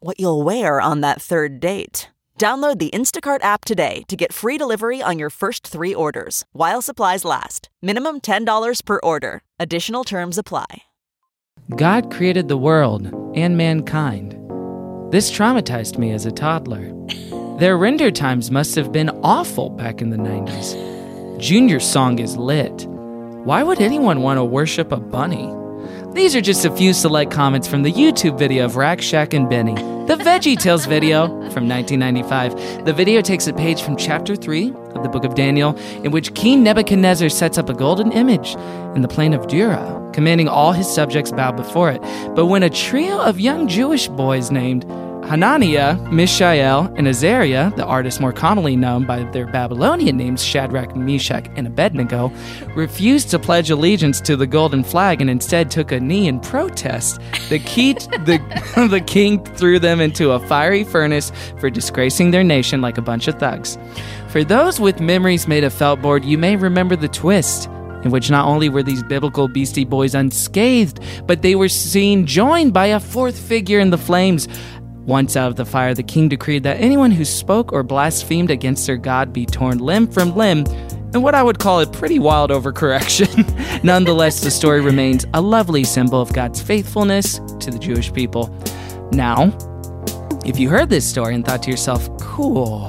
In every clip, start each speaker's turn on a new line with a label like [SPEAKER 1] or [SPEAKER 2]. [SPEAKER 1] what you'll wear on that third date. Download the Instacart app today to get free delivery on your first three orders while supplies last. Minimum $10 per order. Additional terms apply.
[SPEAKER 2] God created the world and mankind. This traumatized me as a toddler. Their render times must have been awful back in the 90s. Junior's song is lit. Why would anyone want to worship a bunny? These are just a few select comments from the YouTube video of Rack Shack and Benny, the Veggie Tales video from 1995. The video takes a page from chapter 3 of the book of Daniel, in which King Nebuchadnezzar sets up a golden image in the plain of Dura, commanding all his subjects bow before it. But when a trio of young Jewish boys named Hananiah, Mishael, and Azariah, the artists more commonly known by their Babylonian names Shadrach, Meshach, and Abednego, refused to pledge allegiance to the golden flag and instead took a knee in protest. The, key, the, the king threw them into a fiery furnace for disgracing their nation like a bunch of thugs. For those with memories made of felt board, you may remember the twist in which not only were these biblical Beastie Boys unscathed, but they were seen joined by a fourth figure in the flames. Once out of the fire, the king decreed that anyone who spoke or blasphemed against their God be torn limb from limb, and what I would call a pretty wild overcorrection. Nonetheless, the story remains a lovely symbol of God's faithfulness to the Jewish people. Now, if you heard this story and thought to yourself, cool,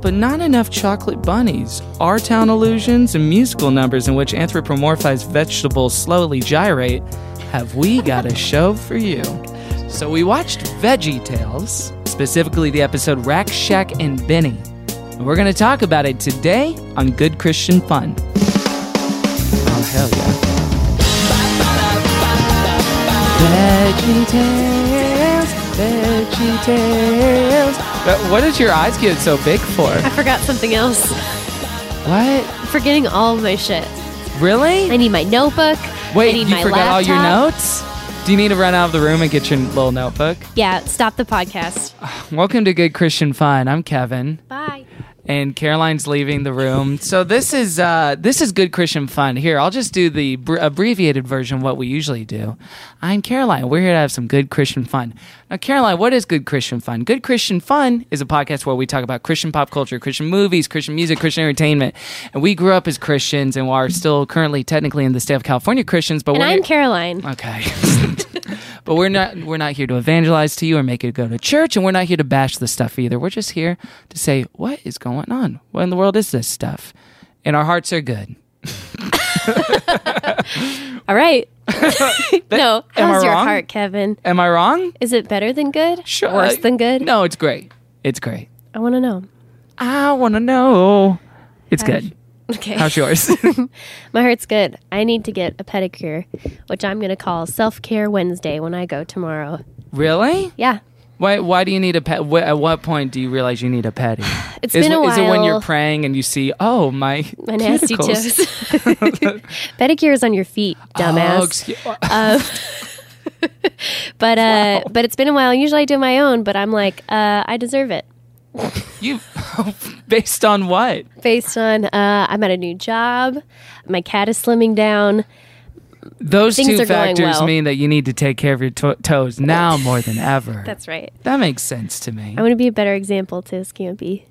[SPEAKER 2] but not enough chocolate bunnies, our town illusions, and musical numbers in which anthropomorphized vegetables slowly gyrate, have we got a show for you? So we watched Veggie Tales, specifically the episode Rack Shack and Benny. And we're going to talk about it today on Good Christian Fun. Oh, hell yeah. Veggie Tales, Veggie Tales. But What did your eyes get so big for?
[SPEAKER 3] I forgot something else.
[SPEAKER 2] What?
[SPEAKER 3] I'm forgetting all of my shit.
[SPEAKER 2] Really?
[SPEAKER 3] I need my notebook. I
[SPEAKER 2] Wait,
[SPEAKER 3] need
[SPEAKER 2] you
[SPEAKER 3] my
[SPEAKER 2] forgot all your
[SPEAKER 3] laptop.
[SPEAKER 2] notes? Do you need to run out of the room and get your little notebook?
[SPEAKER 3] Yeah, stop the podcast.
[SPEAKER 2] Welcome to Good Christian Fun. I'm Kevin,
[SPEAKER 3] Bye.
[SPEAKER 2] and Caroline's leaving the room. So this is uh, this is Good Christian Fun. Here, I'll just do the br- abbreviated version of what we usually do. I'm Caroline. We're here to have some good Christian fun. Now, Caroline, what is Good Christian Fun? Good Christian Fun is a podcast where we talk about Christian pop culture, Christian movies, Christian music, Christian entertainment, and we grew up as Christians and are still currently technically in the state of California Christians. But
[SPEAKER 3] And
[SPEAKER 2] we're
[SPEAKER 3] I'm Caroline.
[SPEAKER 2] Okay. but we're not we're not here to evangelize to you or make you go to church and we're not here to bash the stuff either. We're just here to say what is going on? What in the world is this stuff? And our hearts are good.
[SPEAKER 3] All right. no,
[SPEAKER 2] am I
[SPEAKER 3] how's your
[SPEAKER 2] wrong?
[SPEAKER 3] heart, Kevin?
[SPEAKER 2] Am I wrong?
[SPEAKER 3] Is it better than good?
[SPEAKER 2] Sure.
[SPEAKER 3] Worse than good?
[SPEAKER 2] No, it's great. It's great.
[SPEAKER 3] I want to know.
[SPEAKER 2] I want to know. It's good.
[SPEAKER 3] Ah. Okay.
[SPEAKER 2] How's yours?
[SPEAKER 3] My heart's good. I need to get a pedicure, which I'm going to call Self Care Wednesday when I go tomorrow.
[SPEAKER 2] really?
[SPEAKER 3] Yeah.
[SPEAKER 2] Why why do you need a pet? Wh- at what point do you realize you need a petty?
[SPEAKER 3] It's
[SPEAKER 2] is,
[SPEAKER 3] been a
[SPEAKER 2] is it when
[SPEAKER 3] while.
[SPEAKER 2] you're praying and you see, "Oh, my
[SPEAKER 3] My nasty
[SPEAKER 2] cuticles.
[SPEAKER 3] toes. pedicure is on your feet, dumbass.
[SPEAKER 2] Oh, excuse-
[SPEAKER 3] but uh, but it's been a while. Usually I do my own, but I'm like, uh, I deserve it.
[SPEAKER 2] You based on what?
[SPEAKER 3] based on uh, I'm at a new job, my cat is slimming down.
[SPEAKER 2] Those
[SPEAKER 3] Things
[SPEAKER 2] two
[SPEAKER 3] are going
[SPEAKER 2] factors
[SPEAKER 3] well.
[SPEAKER 2] mean that you need to take care of your to- toes now more than ever.
[SPEAKER 3] That's right.
[SPEAKER 2] that makes sense to me.
[SPEAKER 3] I want to be a better example to Scampy.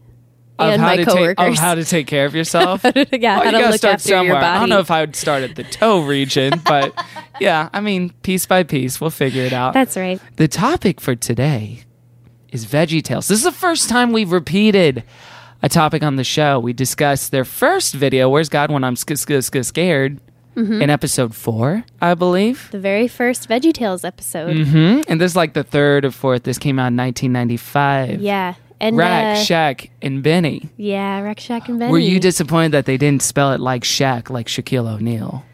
[SPEAKER 3] and
[SPEAKER 2] how
[SPEAKER 3] my
[SPEAKER 2] to take, of
[SPEAKER 3] coworkers.
[SPEAKER 2] how to take care of yourself.
[SPEAKER 3] yeah,
[SPEAKER 2] Well,
[SPEAKER 3] how
[SPEAKER 2] you
[SPEAKER 3] to
[SPEAKER 2] gotta
[SPEAKER 3] look
[SPEAKER 2] start
[SPEAKER 3] after
[SPEAKER 2] somewhere.
[SPEAKER 3] your body.
[SPEAKER 2] I don't know if I would start at the toe region, but yeah, I mean, piece by piece, we'll figure it out.
[SPEAKER 3] That's right.
[SPEAKER 2] the topic for today is Veggie Tales. This is the first time we've repeated a topic on the show. We discussed their first video, "Where's God When I'm Sc- Sc- Sc- Scared,"
[SPEAKER 3] Mm-hmm.
[SPEAKER 2] in episode four, I believe.
[SPEAKER 3] The very first VeggieTales episode.
[SPEAKER 2] Mm.
[SPEAKER 3] Mm-hmm.
[SPEAKER 2] And this is like the third or fourth. This came out in 1995.
[SPEAKER 3] Yeah. And
[SPEAKER 2] Rack,
[SPEAKER 3] uh,
[SPEAKER 2] Shaq, and Benny.
[SPEAKER 3] yeah, Rack Shack and Benny.
[SPEAKER 2] Were you disappointed that they didn't spell it like Shaq, like Shaquille O'Neal?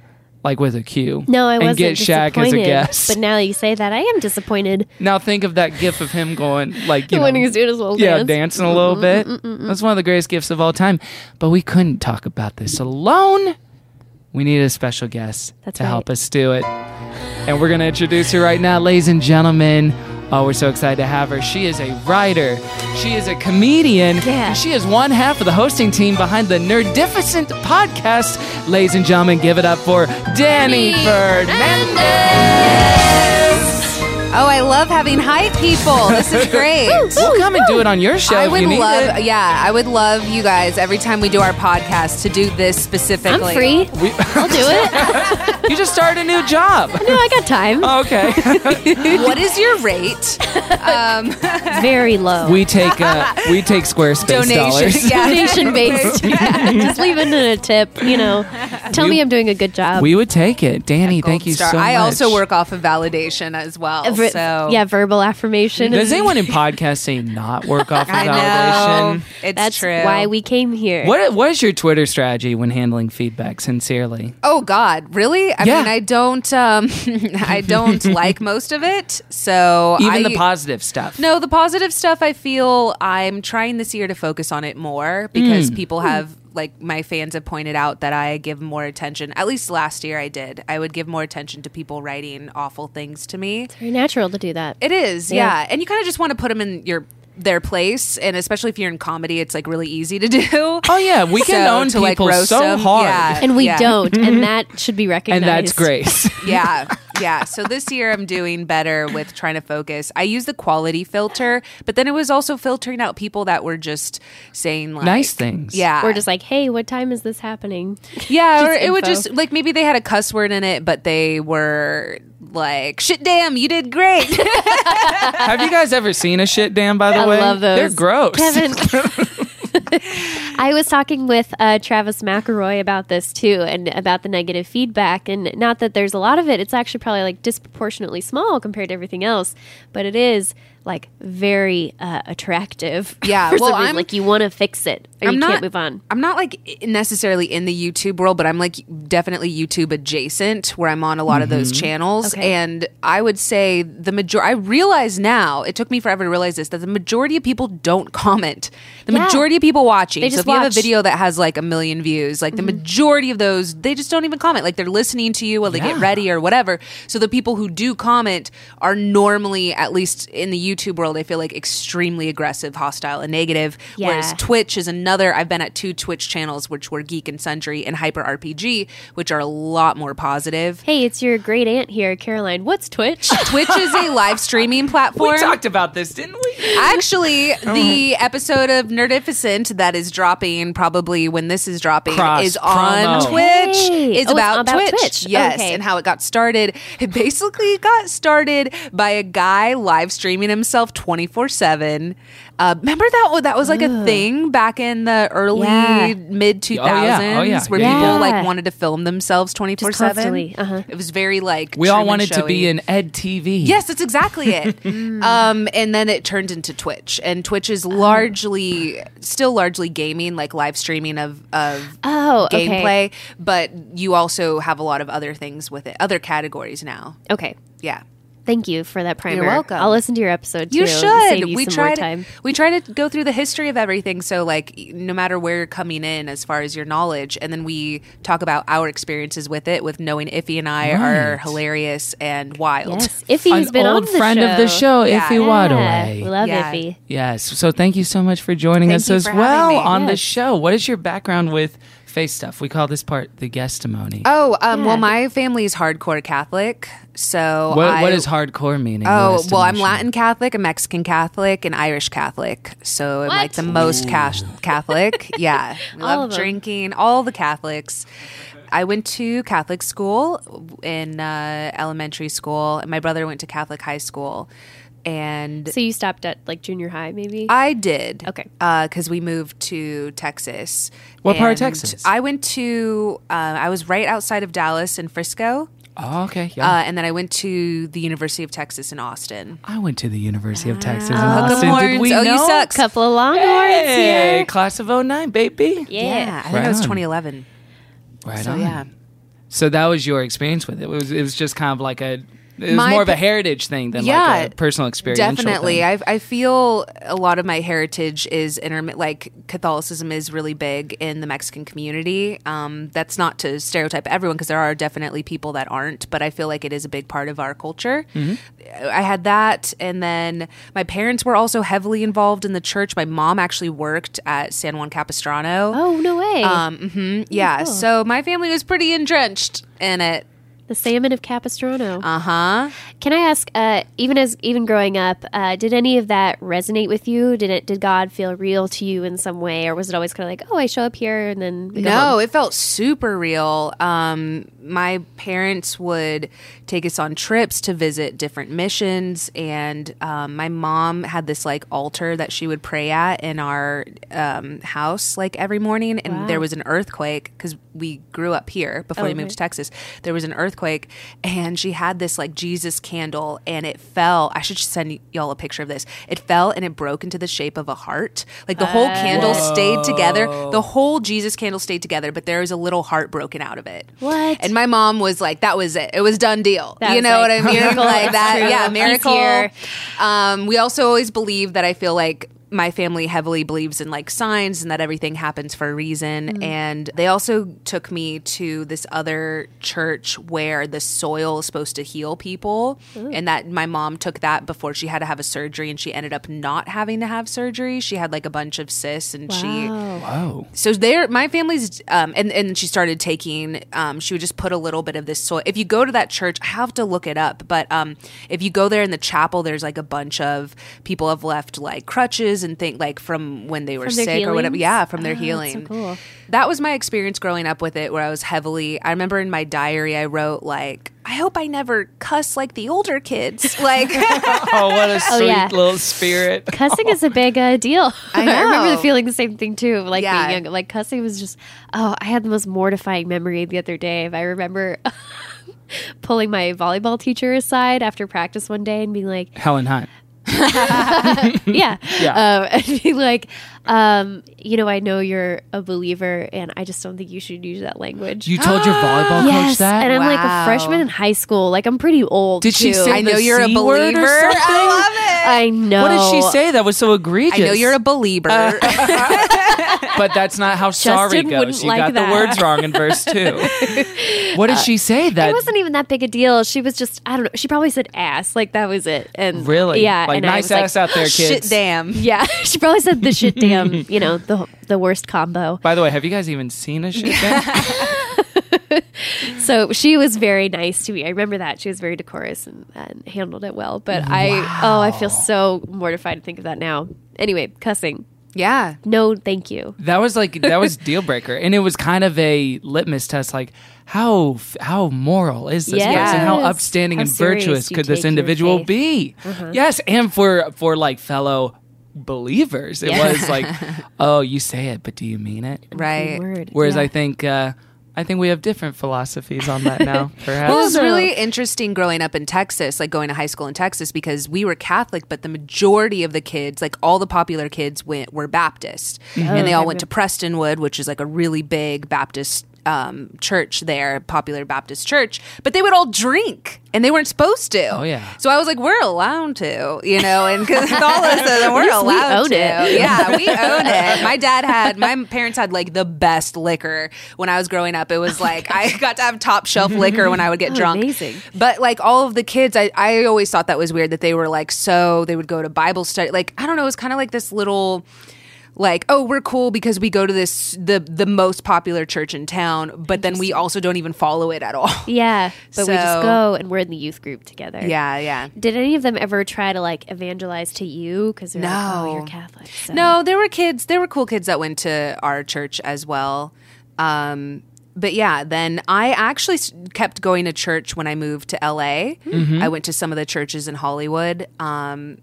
[SPEAKER 2] like with a Q.
[SPEAKER 3] No, I
[SPEAKER 2] and
[SPEAKER 3] wasn't
[SPEAKER 2] get Shaq as a
[SPEAKER 3] disappointed,
[SPEAKER 2] guest.
[SPEAKER 3] But now you say that, I am disappointed.
[SPEAKER 2] now think of that gif of him going like you
[SPEAKER 3] when
[SPEAKER 2] know,
[SPEAKER 3] he was doing his little
[SPEAKER 2] yeah,
[SPEAKER 3] dance.
[SPEAKER 2] dancing a little bit. That's one of the greatest gifts of all time. But we couldn't talk about this alone. We needed a special guest
[SPEAKER 3] That's
[SPEAKER 2] to
[SPEAKER 3] right.
[SPEAKER 2] help us do it. And we're going to introduce her right now, ladies and gentlemen. Oh, we're so excited to have her. She is a writer, she is a comedian,
[SPEAKER 3] Yeah.
[SPEAKER 2] and she is one half of the hosting team behind the Nerdificent podcast. Ladies and gentlemen, give it up for Danny Fernandez.
[SPEAKER 4] Oh, I love having hype people. This is great.
[SPEAKER 2] We'll come and do it on your show.
[SPEAKER 4] I
[SPEAKER 2] if
[SPEAKER 4] would
[SPEAKER 2] you need it.
[SPEAKER 4] love, yeah, I would love you guys every time we do our podcast to do this
[SPEAKER 3] I'm
[SPEAKER 4] specifically.
[SPEAKER 3] free.
[SPEAKER 2] We-
[SPEAKER 3] I'll do it.
[SPEAKER 2] You just started a new job.
[SPEAKER 3] no, I got time.
[SPEAKER 2] Okay.
[SPEAKER 4] What is your rate? Um,
[SPEAKER 3] Very low.
[SPEAKER 2] we take uh, we take Squarespace
[SPEAKER 4] donation.
[SPEAKER 2] dollars.
[SPEAKER 4] Yeah.
[SPEAKER 3] Donation based. yeah, just leave it in a tip. You know, tell
[SPEAKER 2] We-
[SPEAKER 3] me I'm doing a good job.
[SPEAKER 2] We would take it, Danny. Thank you
[SPEAKER 4] Star.
[SPEAKER 2] so much.
[SPEAKER 4] I also work off of validation as well.
[SPEAKER 3] Ver-
[SPEAKER 4] so
[SPEAKER 3] Yeah, verbal affirmation.
[SPEAKER 2] Does
[SPEAKER 3] is-
[SPEAKER 2] anyone in podcasting not work off of
[SPEAKER 4] I
[SPEAKER 2] validation?
[SPEAKER 4] know it's
[SPEAKER 3] That's
[SPEAKER 4] true.
[SPEAKER 3] why we came here.
[SPEAKER 2] What what is your Twitter strategy when handling feedback? Sincerely,
[SPEAKER 4] Oh God, really? I
[SPEAKER 2] Yeah.
[SPEAKER 4] mean, I don't, um, I don't like most of it. So
[SPEAKER 2] even
[SPEAKER 4] I,
[SPEAKER 2] the positive stuff.
[SPEAKER 4] No, the positive stuff I feel I'm trying this year to focus on it more
[SPEAKER 2] Hmm.
[SPEAKER 4] because people have like my fans have pointed out that I give more attention. At least last year I did. I would give more attention to people writing awful things to me.
[SPEAKER 3] Very natural to do that.
[SPEAKER 4] It is,
[SPEAKER 3] Yeah.
[SPEAKER 4] yeah. And you kind of just want to put them in your their place and especially if you're in comedy it's like really easy to do.
[SPEAKER 2] Oh yeah, we can
[SPEAKER 4] So,
[SPEAKER 2] own
[SPEAKER 4] to, like,
[SPEAKER 2] people
[SPEAKER 4] roast
[SPEAKER 2] so
[SPEAKER 4] 'em,
[SPEAKER 2] hard,
[SPEAKER 4] yeah.
[SPEAKER 3] and we
[SPEAKER 4] yeah.
[SPEAKER 3] don't, and that should be recognized.
[SPEAKER 2] and that's grace.
[SPEAKER 4] yeah yeah so this year i'm doing better with trying to focus i use the quality filter but then it was also filtering out people that were just saying like
[SPEAKER 2] Nice things.
[SPEAKER 4] yeah
[SPEAKER 3] We're just like, hey, what time is this happening?
[SPEAKER 4] yeah or it would
[SPEAKER 3] info.
[SPEAKER 4] just like maybe they had a cuss word in it but they were like shit damn you did great
[SPEAKER 2] Have you guys ever seen a shit damn? By the
[SPEAKER 3] I
[SPEAKER 2] way,
[SPEAKER 3] love those.
[SPEAKER 2] They're gross.
[SPEAKER 3] Kevin. I was talking with uh, Travis McElroy about this too, and about the negative feedback. And not that there's a lot of it; it's actually probably like disproportionately small compared to everything else. But it is like very uh, attractive.
[SPEAKER 4] Yeah,
[SPEAKER 3] for some
[SPEAKER 4] well,
[SPEAKER 3] reason.
[SPEAKER 4] I'm-
[SPEAKER 3] like you want to fix it, or you
[SPEAKER 4] not,
[SPEAKER 3] can't move on.
[SPEAKER 4] I'm not like i- necessarily in the YouTube world, but I'm like definitely YouTube adjacent, where I'm on a lot of those channels.
[SPEAKER 3] Mm-hmm. Okay.
[SPEAKER 4] And I would say the major. I realize now it took me forever to realize this that the majority of people don't comment. The
[SPEAKER 3] Yeah.
[SPEAKER 4] majority of people watching.
[SPEAKER 3] They
[SPEAKER 4] so
[SPEAKER 3] just
[SPEAKER 4] if you have
[SPEAKER 3] watch.
[SPEAKER 4] a video that has like a million views, like the
[SPEAKER 2] Mm-hmm.
[SPEAKER 4] majority of those, they just don't even comment. Like they're listening to you while they get
[SPEAKER 2] Yeah.
[SPEAKER 4] ready or whatever. So the people who do comment are normally, at least in the YouTube world, I feel like extremely aggressive, hostile, and negative. Whereas
[SPEAKER 3] Yeah.
[SPEAKER 4] Twitch is another. I've been at two Twitch channels, which were Geek and Sundry and Hyper RPG, which are a lot more positive.
[SPEAKER 3] Hey, it's your great aunt here, Caroline. What's Twitch?
[SPEAKER 4] Twitch is a live streaming platform.
[SPEAKER 2] we talked about this, didn't we?
[SPEAKER 4] Actually,
[SPEAKER 2] Oh.
[SPEAKER 4] the episode of Nerdificent that is dropping probably when this is dropping
[SPEAKER 2] Cross
[SPEAKER 4] is on
[SPEAKER 2] promo.
[SPEAKER 4] Twitch.
[SPEAKER 3] Hey.
[SPEAKER 4] It's
[SPEAKER 3] Oh, it's
[SPEAKER 4] about,
[SPEAKER 3] about
[SPEAKER 4] Twitch.
[SPEAKER 3] Twitch.
[SPEAKER 4] Yes,
[SPEAKER 3] Okay.
[SPEAKER 4] and how it got started. It basically got started by a guy live streaming himself 24/7. Uh, remember that that was like a thing back in the early
[SPEAKER 3] Yeah.
[SPEAKER 4] mid 2000s
[SPEAKER 2] Oh, yeah.
[SPEAKER 4] where
[SPEAKER 2] Yeah.
[SPEAKER 3] Yeah.
[SPEAKER 4] people like wanted to film themselves 24/7.
[SPEAKER 3] constantly. Uh-huh.
[SPEAKER 4] It was very like
[SPEAKER 2] We all
[SPEAKER 4] Truman
[SPEAKER 2] wanted to
[SPEAKER 4] Showy.
[SPEAKER 2] be in Ed TV.
[SPEAKER 4] Yes, that's exactly it. um, and then it turned into Twitch, and Twitch is largely, still largely gaming, like live streaming of of
[SPEAKER 3] Oh, okay.
[SPEAKER 4] gameplay. But you also have a lot of other things with it, other categories now.
[SPEAKER 3] okay.
[SPEAKER 4] Yeah,
[SPEAKER 3] Thank you for that primer.
[SPEAKER 4] welcome.
[SPEAKER 3] I'll listen to your episode too.
[SPEAKER 4] you should.
[SPEAKER 3] Save you
[SPEAKER 4] we
[SPEAKER 3] some
[SPEAKER 4] try
[SPEAKER 3] more
[SPEAKER 4] to
[SPEAKER 3] time.
[SPEAKER 4] we try to go through the history of everything. So like, no matter where you're coming in as far as your knowledge, and then we talk about our experiences with it, with knowing Iffy and I are
[SPEAKER 2] Right.
[SPEAKER 4] hilarious and wild.
[SPEAKER 3] Yes, Iffy's
[SPEAKER 2] An
[SPEAKER 3] been
[SPEAKER 2] old
[SPEAKER 3] on the
[SPEAKER 2] friend
[SPEAKER 3] show.
[SPEAKER 2] of the show, Iffy
[SPEAKER 4] Yeah.
[SPEAKER 2] Wadaway.
[SPEAKER 3] We love
[SPEAKER 4] Yeah.
[SPEAKER 3] Iffy.
[SPEAKER 2] Yes. So thank you so much for joining
[SPEAKER 4] Thank
[SPEAKER 2] us
[SPEAKER 4] you
[SPEAKER 2] as
[SPEAKER 4] for having
[SPEAKER 2] well
[SPEAKER 4] me.
[SPEAKER 2] on the
[SPEAKER 3] Yes.
[SPEAKER 2] show. What is your background with face stuff? We call this part the guestimony.
[SPEAKER 4] Oh, um,
[SPEAKER 3] Yeah.
[SPEAKER 4] well, my family is hardcore Catholic, so
[SPEAKER 2] what,
[SPEAKER 4] I,
[SPEAKER 2] what is hardcore meaning?
[SPEAKER 4] Oh, well, I'm Latin Catholic, a Mexican Catholic, and Irish Catholic. So I'm like
[SPEAKER 3] What?
[SPEAKER 4] the most cash- Catholic. yeah, we
[SPEAKER 3] All of
[SPEAKER 4] love
[SPEAKER 3] 'em.
[SPEAKER 4] drinking. All the Catholics. I went to Catholic school in uh, elementary school, and my brother went to Catholic high school, and
[SPEAKER 3] So you stopped at like junior high, maybe?
[SPEAKER 4] I did.
[SPEAKER 3] Okay.
[SPEAKER 4] Because we moved to Texas.
[SPEAKER 2] What part of
[SPEAKER 4] And
[SPEAKER 2] Texas?
[SPEAKER 4] I went to, uh, I was right outside of Dallas in Frisco.
[SPEAKER 2] Oh, okay. Yeah.
[SPEAKER 4] Uh, and then I went to the University of Texas in Austin.
[SPEAKER 2] I went to the University of Texas in
[SPEAKER 4] Hook 'em
[SPEAKER 2] Austin. Did
[SPEAKER 4] horns.
[SPEAKER 2] we
[SPEAKER 4] Oh,
[SPEAKER 2] know?
[SPEAKER 4] you suck.
[SPEAKER 3] Couple of longhorns
[SPEAKER 2] Hey,
[SPEAKER 3] here.
[SPEAKER 2] class of 09, baby.
[SPEAKER 3] Yeah.
[SPEAKER 4] I think
[SPEAKER 2] Right
[SPEAKER 4] it was
[SPEAKER 2] on.
[SPEAKER 4] 2011.
[SPEAKER 2] Right
[SPEAKER 4] So
[SPEAKER 2] on.
[SPEAKER 4] yeah.
[SPEAKER 2] So that was your experience with it. It was it was just kind of like a it was
[SPEAKER 4] My
[SPEAKER 2] more of a
[SPEAKER 4] opi-
[SPEAKER 2] heritage thing than
[SPEAKER 4] Yeah,
[SPEAKER 2] like a personal experience.
[SPEAKER 4] Definitely. I, I feel a lot of my heritage is intermittent, like Catholicism is really big in the Mexican community. Um, that's not to stereotype everyone because there are definitely people that aren't, but I feel like it is a big part of our culture.
[SPEAKER 2] Mm-hmm.
[SPEAKER 4] I had that. And then my parents were also heavily involved in the church. My mom actually worked at San Juan Capistrano.
[SPEAKER 3] Oh no way!
[SPEAKER 4] Um, hmm yeah. So my family was pretty entrenched in it.
[SPEAKER 3] the salmon of Capistrano.
[SPEAKER 4] Uh huh.
[SPEAKER 3] Can I ask? Uh, even as even growing up, uh, did any of that resonate with you? Did it? Did God feel real to you in some way, or was it always kind of like, oh, I show up here and then we go home?
[SPEAKER 4] No, it felt super real. Um, my parents would take us on trips to visit different missions, and um, my mom had this like altar that she would pray at in our um, house like every morning. And there was an earthquake because we grew up here before we moved to Texas. There was an earthquake, and she had this like Jesus candle, and it fell. I should send y- y'all a picture of this. It fell and it broke into the shape of a heart. Like the whole candle stayed together. The whole Jesus candle stayed together, but there was a little heart broken out of it.
[SPEAKER 3] What?
[SPEAKER 4] And my mom was like, "That was it. It was done deal."
[SPEAKER 3] That
[SPEAKER 4] you
[SPEAKER 3] was
[SPEAKER 4] know
[SPEAKER 3] like,
[SPEAKER 4] what I mean?
[SPEAKER 3] miracle,
[SPEAKER 4] like
[SPEAKER 3] it's
[SPEAKER 4] that.
[SPEAKER 3] true.
[SPEAKER 4] Yeah,
[SPEAKER 3] He's
[SPEAKER 4] miracle.
[SPEAKER 3] here.
[SPEAKER 4] Um, we also always believe that I feel like my family heavily believes in like signs and that everything happens for a reason. And they also took me to this other church where the soil is supposed to heal people. And that my mom took that before she had to have a surgery and she ended up not having to have surgery. She had like a bunch of cysts and she
[SPEAKER 2] Wow.
[SPEAKER 4] so there, my family's, um, and and she started taking. Um, she would just put a little bit of this soil. If you go to that church, I have to look it up. But um, if you go there in the chapel, there's like a bunch of people have left like crutches and things like from when they were
[SPEAKER 3] From their
[SPEAKER 4] sick or whatever.
[SPEAKER 3] healings?
[SPEAKER 4] Yeah, from their
[SPEAKER 3] Oh, that's so
[SPEAKER 4] healing.
[SPEAKER 3] cool.
[SPEAKER 4] That was my experience growing up with it, where I was heavily. I remember in my diary, I wrote like, "I hope I never cuss like the older kids." Like,
[SPEAKER 2] Oh, what a sweet
[SPEAKER 3] yeah.
[SPEAKER 2] little spirit.
[SPEAKER 3] cussing
[SPEAKER 2] Oh.
[SPEAKER 3] is a big uh, deal.
[SPEAKER 4] I
[SPEAKER 3] remember
[SPEAKER 4] know.
[SPEAKER 3] the feeling the same thing too. Like
[SPEAKER 4] Yeah.
[SPEAKER 3] being young, like cussing was just. Oh, I had the most mortifying memory the other day. If I remember. Pulling my volleyball teacher aside after practice one day and being like,
[SPEAKER 2] Helen Hunt.
[SPEAKER 3] yeah. Um,
[SPEAKER 2] Yeah.
[SPEAKER 3] and be like, um, you know, I know you're a believer, and I just don't think you should use that language.
[SPEAKER 2] You told your volleyball coach
[SPEAKER 3] yes,
[SPEAKER 2] that?
[SPEAKER 3] and I'm like
[SPEAKER 4] Wow.
[SPEAKER 3] a freshman in high school. Like I'm pretty old.
[SPEAKER 2] Did she
[SPEAKER 3] too.
[SPEAKER 2] say
[SPEAKER 4] I know
[SPEAKER 2] the
[SPEAKER 4] you're a
[SPEAKER 2] C word or
[SPEAKER 4] believer.
[SPEAKER 2] something?
[SPEAKER 4] I love it.
[SPEAKER 3] I know.
[SPEAKER 2] what did she say that was so egregious?
[SPEAKER 4] I know you're a believer.
[SPEAKER 3] Uh.
[SPEAKER 2] But that's not how sorry
[SPEAKER 3] Justin wouldn't
[SPEAKER 2] goes. You
[SPEAKER 3] like
[SPEAKER 2] got
[SPEAKER 3] that.
[SPEAKER 2] the words wrong in verse 2. what did she say that
[SPEAKER 3] It wasn't even that big a deal. She was just I don't know. She probably said ass. Like that was it. And
[SPEAKER 2] really?
[SPEAKER 3] yeah.
[SPEAKER 2] Like
[SPEAKER 3] and I
[SPEAKER 2] nice
[SPEAKER 3] was like,
[SPEAKER 2] ass out there, kids.
[SPEAKER 4] Shit, damn.
[SPEAKER 3] Yeah, she probably said the shit damn. You know the the worst combo.
[SPEAKER 2] By the way, have you guys even seen a shit damn?
[SPEAKER 3] So she was very nice to me. I remember that she was very decorous and, and handled it well. But I oh I feel so mortified to think of that now. Anyway, cussing.
[SPEAKER 4] Yeah.
[SPEAKER 3] No, thank you.
[SPEAKER 2] That was like that was deal breaker, and it was kind of a litmus test. Like how f- how moral is this
[SPEAKER 3] Yes.
[SPEAKER 2] person? How upstanding
[SPEAKER 3] How
[SPEAKER 2] and
[SPEAKER 3] serious
[SPEAKER 2] virtuous
[SPEAKER 3] you
[SPEAKER 2] could this
[SPEAKER 3] take your
[SPEAKER 2] individual
[SPEAKER 3] faith. Mm-hmm.
[SPEAKER 2] be? Yes, and for for like fellow believers, it
[SPEAKER 3] Yeah.
[SPEAKER 2] was like, oh, you say it, but do you mean it?
[SPEAKER 4] Right.
[SPEAKER 3] Word.
[SPEAKER 2] Whereas
[SPEAKER 3] Yeah.
[SPEAKER 2] I think uh, I think we have different philosophies on that now. Perhaps
[SPEAKER 4] Well, it was
[SPEAKER 3] Also-
[SPEAKER 4] really interesting growing up in Texas, like going to high school in Texas, because we were Catholic, but the majority of the kids, like all the popular kids, went were Baptist,
[SPEAKER 3] Mm-hmm.
[SPEAKER 4] and they all went to Prestonwood, which is like a really big Baptist. Um, church there, popular Baptist church, but they would all drink and they weren't supposed to.
[SPEAKER 2] Oh, yeah.
[SPEAKER 4] So I was like, we're allowed to, you know, and because all of us, uh, we're
[SPEAKER 3] least we
[SPEAKER 4] allowed
[SPEAKER 3] own
[SPEAKER 4] to.
[SPEAKER 3] it.
[SPEAKER 4] Yeah, we own it. My dad had my parents had like the best liquor when I was growing up. It
[SPEAKER 3] Oh
[SPEAKER 4] was like I got to have top shelf liquor when I would get drunk.
[SPEAKER 3] amazing.
[SPEAKER 4] But like all of the kids, I, I always thought that was weird that they were like so they would go to Bible study. Like I don't know, it was kind of like this little like oh we're cool because we go to this the the most popular church in town, but then we also don't even follow it at all.
[SPEAKER 3] Yeah, but we
[SPEAKER 4] So-
[SPEAKER 3] just go and we're in the youth group together.
[SPEAKER 4] Yeah, yeah.
[SPEAKER 3] Did any of them ever try to like evangelize to you? Because they're like,
[SPEAKER 4] No.
[SPEAKER 3] oh, you're Catholic. so-
[SPEAKER 4] No, there were kids. There were cool kids that went to our church as well. Um, but yeah, then I actually s- kept going
[SPEAKER 2] Mm-hmm.
[SPEAKER 4] to church when I moved to LA. I went to some of the churches in Hollywood. Um,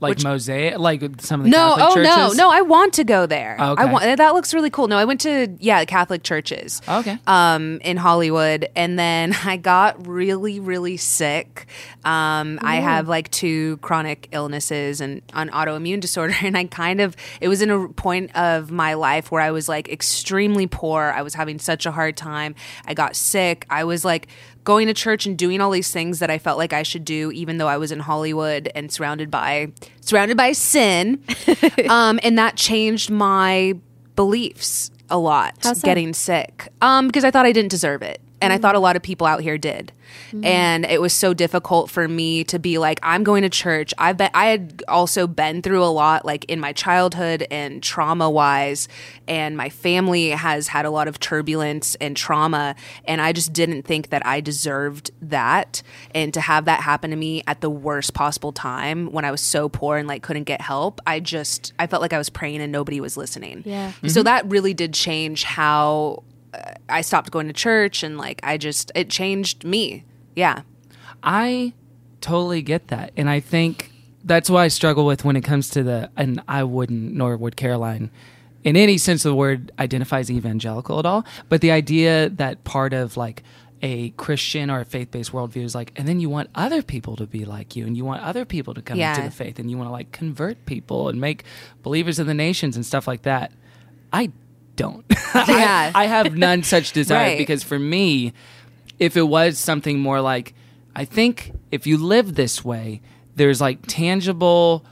[SPEAKER 2] like mosaic, like some of the
[SPEAKER 4] no,
[SPEAKER 2] Catholic
[SPEAKER 4] oh
[SPEAKER 2] churches? Oh,
[SPEAKER 4] no, no! I want to go there.
[SPEAKER 2] Okay.
[SPEAKER 4] I want that looks really cool. No, I went to yeah Catholic churches.
[SPEAKER 2] Okay.
[SPEAKER 4] Um, in Hollywood, and then I got really really sick. Um, I have like two chronic illnesses and an autoimmune disorder, and I kind of it was in a point of my life where I was like extremely poor. I was having such a hard time. I got sick. I was like going to church and doing all these things that I felt like I should do, even though I was in Hollywood and surrounded by surrounded by sin. um, and that changed my beliefs a lot. Getting sick, um, because I thought I didn't deserve it, and I thought a lot of people out here did. And it was so difficult for me to be like, I'm going to church. I've been, I had also been through a lot, like in my childhood and trauma wise, and my family has had a lot of turbulence and trauma, and I just didn't think that I deserved that, and to have that happen to me at the worst possible time when I was so poor and like couldn't get help, I just I felt like I was praying and nobody was listening.
[SPEAKER 3] Yeah.
[SPEAKER 4] So that really did change how uh, I stopped going to church and like I just it changed me. Yeah.
[SPEAKER 2] I totally get that. And I think that's why I struggle with when it comes to the, and I wouldn't, nor would Caroline, in any sense of the word, identifies evangelical at all. But the idea that part of like a Christian or a faith based worldview is like, and then you want other people to be like you, and you want other people to come into
[SPEAKER 4] Yeah.
[SPEAKER 2] the faith, and you want to like convert people and make believers of the nations and stuff like that. I don't.
[SPEAKER 4] Yeah.
[SPEAKER 2] I, I have none such desire
[SPEAKER 4] Right.
[SPEAKER 2] because for me, if it was something more like, I think if you live this way, there's like tangible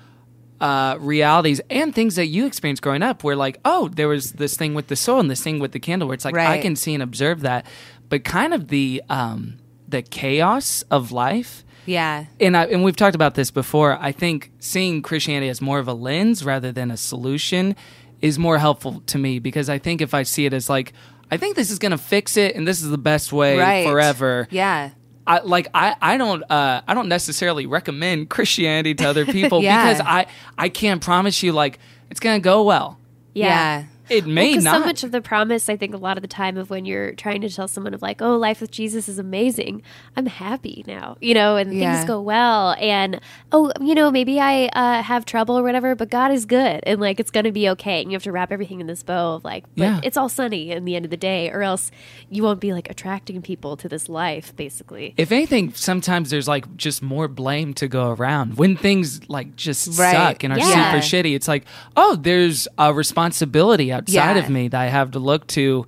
[SPEAKER 2] uh, realities and things that you experienced growing up where, like, oh, there was this thing with the soul and this thing with the candle where it's like, I
[SPEAKER 4] Right.
[SPEAKER 2] can see and observe that. But kind of the, um, the chaos of life
[SPEAKER 4] Yeah.
[SPEAKER 2] and I, and we've talked about this before. I think seeing Christianity as more of a lens rather than a solution is more helpful to me because I think if I see it as like I think this is going to fix it and this is the best way
[SPEAKER 4] Right.
[SPEAKER 2] forever.
[SPEAKER 4] Yeah.
[SPEAKER 2] I, like I, I don't uh, I don't necessarily recommend Christianity to other people
[SPEAKER 4] Yeah.
[SPEAKER 2] because I I can't promise you like it's going to go well.
[SPEAKER 4] Yeah.
[SPEAKER 2] It may
[SPEAKER 3] Because
[SPEAKER 2] not.
[SPEAKER 3] so much of the promise, I think, a lot of the time of when you're trying to tell someone of like, oh, life with Jesus is amazing. I'm happy now, you know, and
[SPEAKER 4] Yeah.
[SPEAKER 3] things go well, and oh, you know, maybe I uh, have trouble or whatever, but God is good, and like it's gonna be okay. And you have to wrap everything in this bow of like, but
[SPEAKER 2] Yeah.
[SPEAKER 3] it's all sunny in the end of the day, or else you won't be like attracting people to this life, basically.
[SPEAKER 2] if anything, sometimes there's like just more blame to go around when things like just
[SPEAKER 4] Right.
[SPEAKER 2] suck and are
[SPEAKER 3] Yeah.
[SPEAKER 2] super shitty. It's like, oh, there's a responsibility outside
[SPEAKER 4] Yeah.
[SPEAKER 2] of me that I have to look to,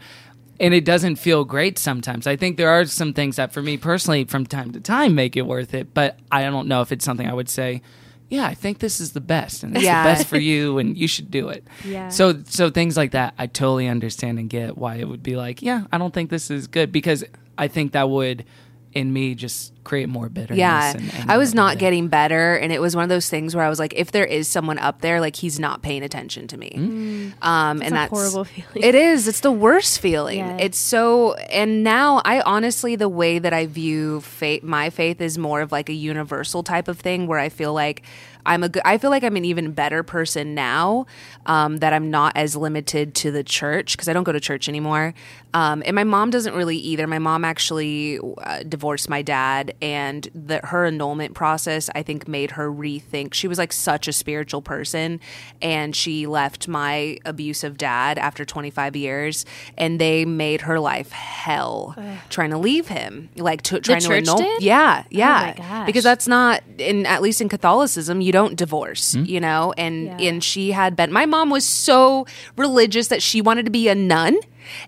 [SPEAKER 2] and it doesn't feel great sometimes. I think there are some things that, for me personally, from time to time, make it worth it. But I don't know if it's something I would say. Yeah, I think this is the best, and it's
[SPEAKER 4] Yeah.
[SPEAKER 2] the best for you, and you should do it.
[SPEAKER 3] Yeah.
[SPEAKER 2] So, so things like that, I totally understand and get why it would be like, yeah, I don't think this is good because I think that would, in me, just create more bitterness.
[SPEAKER 4] Yeah.
[SPEAKER 2] and- and-
[SPEAKER 4] I was not getting better. And it was one of those things where I was like, if there is someone up there, like he's not paying attention to me.
[SPEAKER 2] Mm.
[SPEAKER 4] Um, and
[SPEAKER 3] a
[SPEAKER 4] that's
[SPEAKER 3] horrible feeling.
[SPEAKER 4] It is. It's the worst feeling.
[SPEAKER 3] Yeah.
[SPEAKER 4] It's so, and now I honestly, the way that I view faith, my faith is more of like a universal type of thing where I feel like I'm a good, I feel like I'm an even better person now um, that I'm not as limited to the church because I don't go to church anymore. Um, and my mom doesn't really either. My mom actually uh, divorced my dad, and the, her annulment process, I think, made her rethink. She was like such a spiritual person, and she left my abusive dad after 25 years, and they made her life hell trying to leave him, like to, trying to
[SPEAKER 3] church
[SPEAKER 4] annul.
[SPEAKER 3] did? Oh
[SPEAKER 4] Yeah, yeah,
[SPEAKER 3] gosh.
[SPEAKER 4] because that's not in at least in Catholicism, you don't divorce, you know, and
[SPEAKER 3] Yeah.
[SPEAKER 4] and she had been. My mom was so religious that she wanted to be a nun.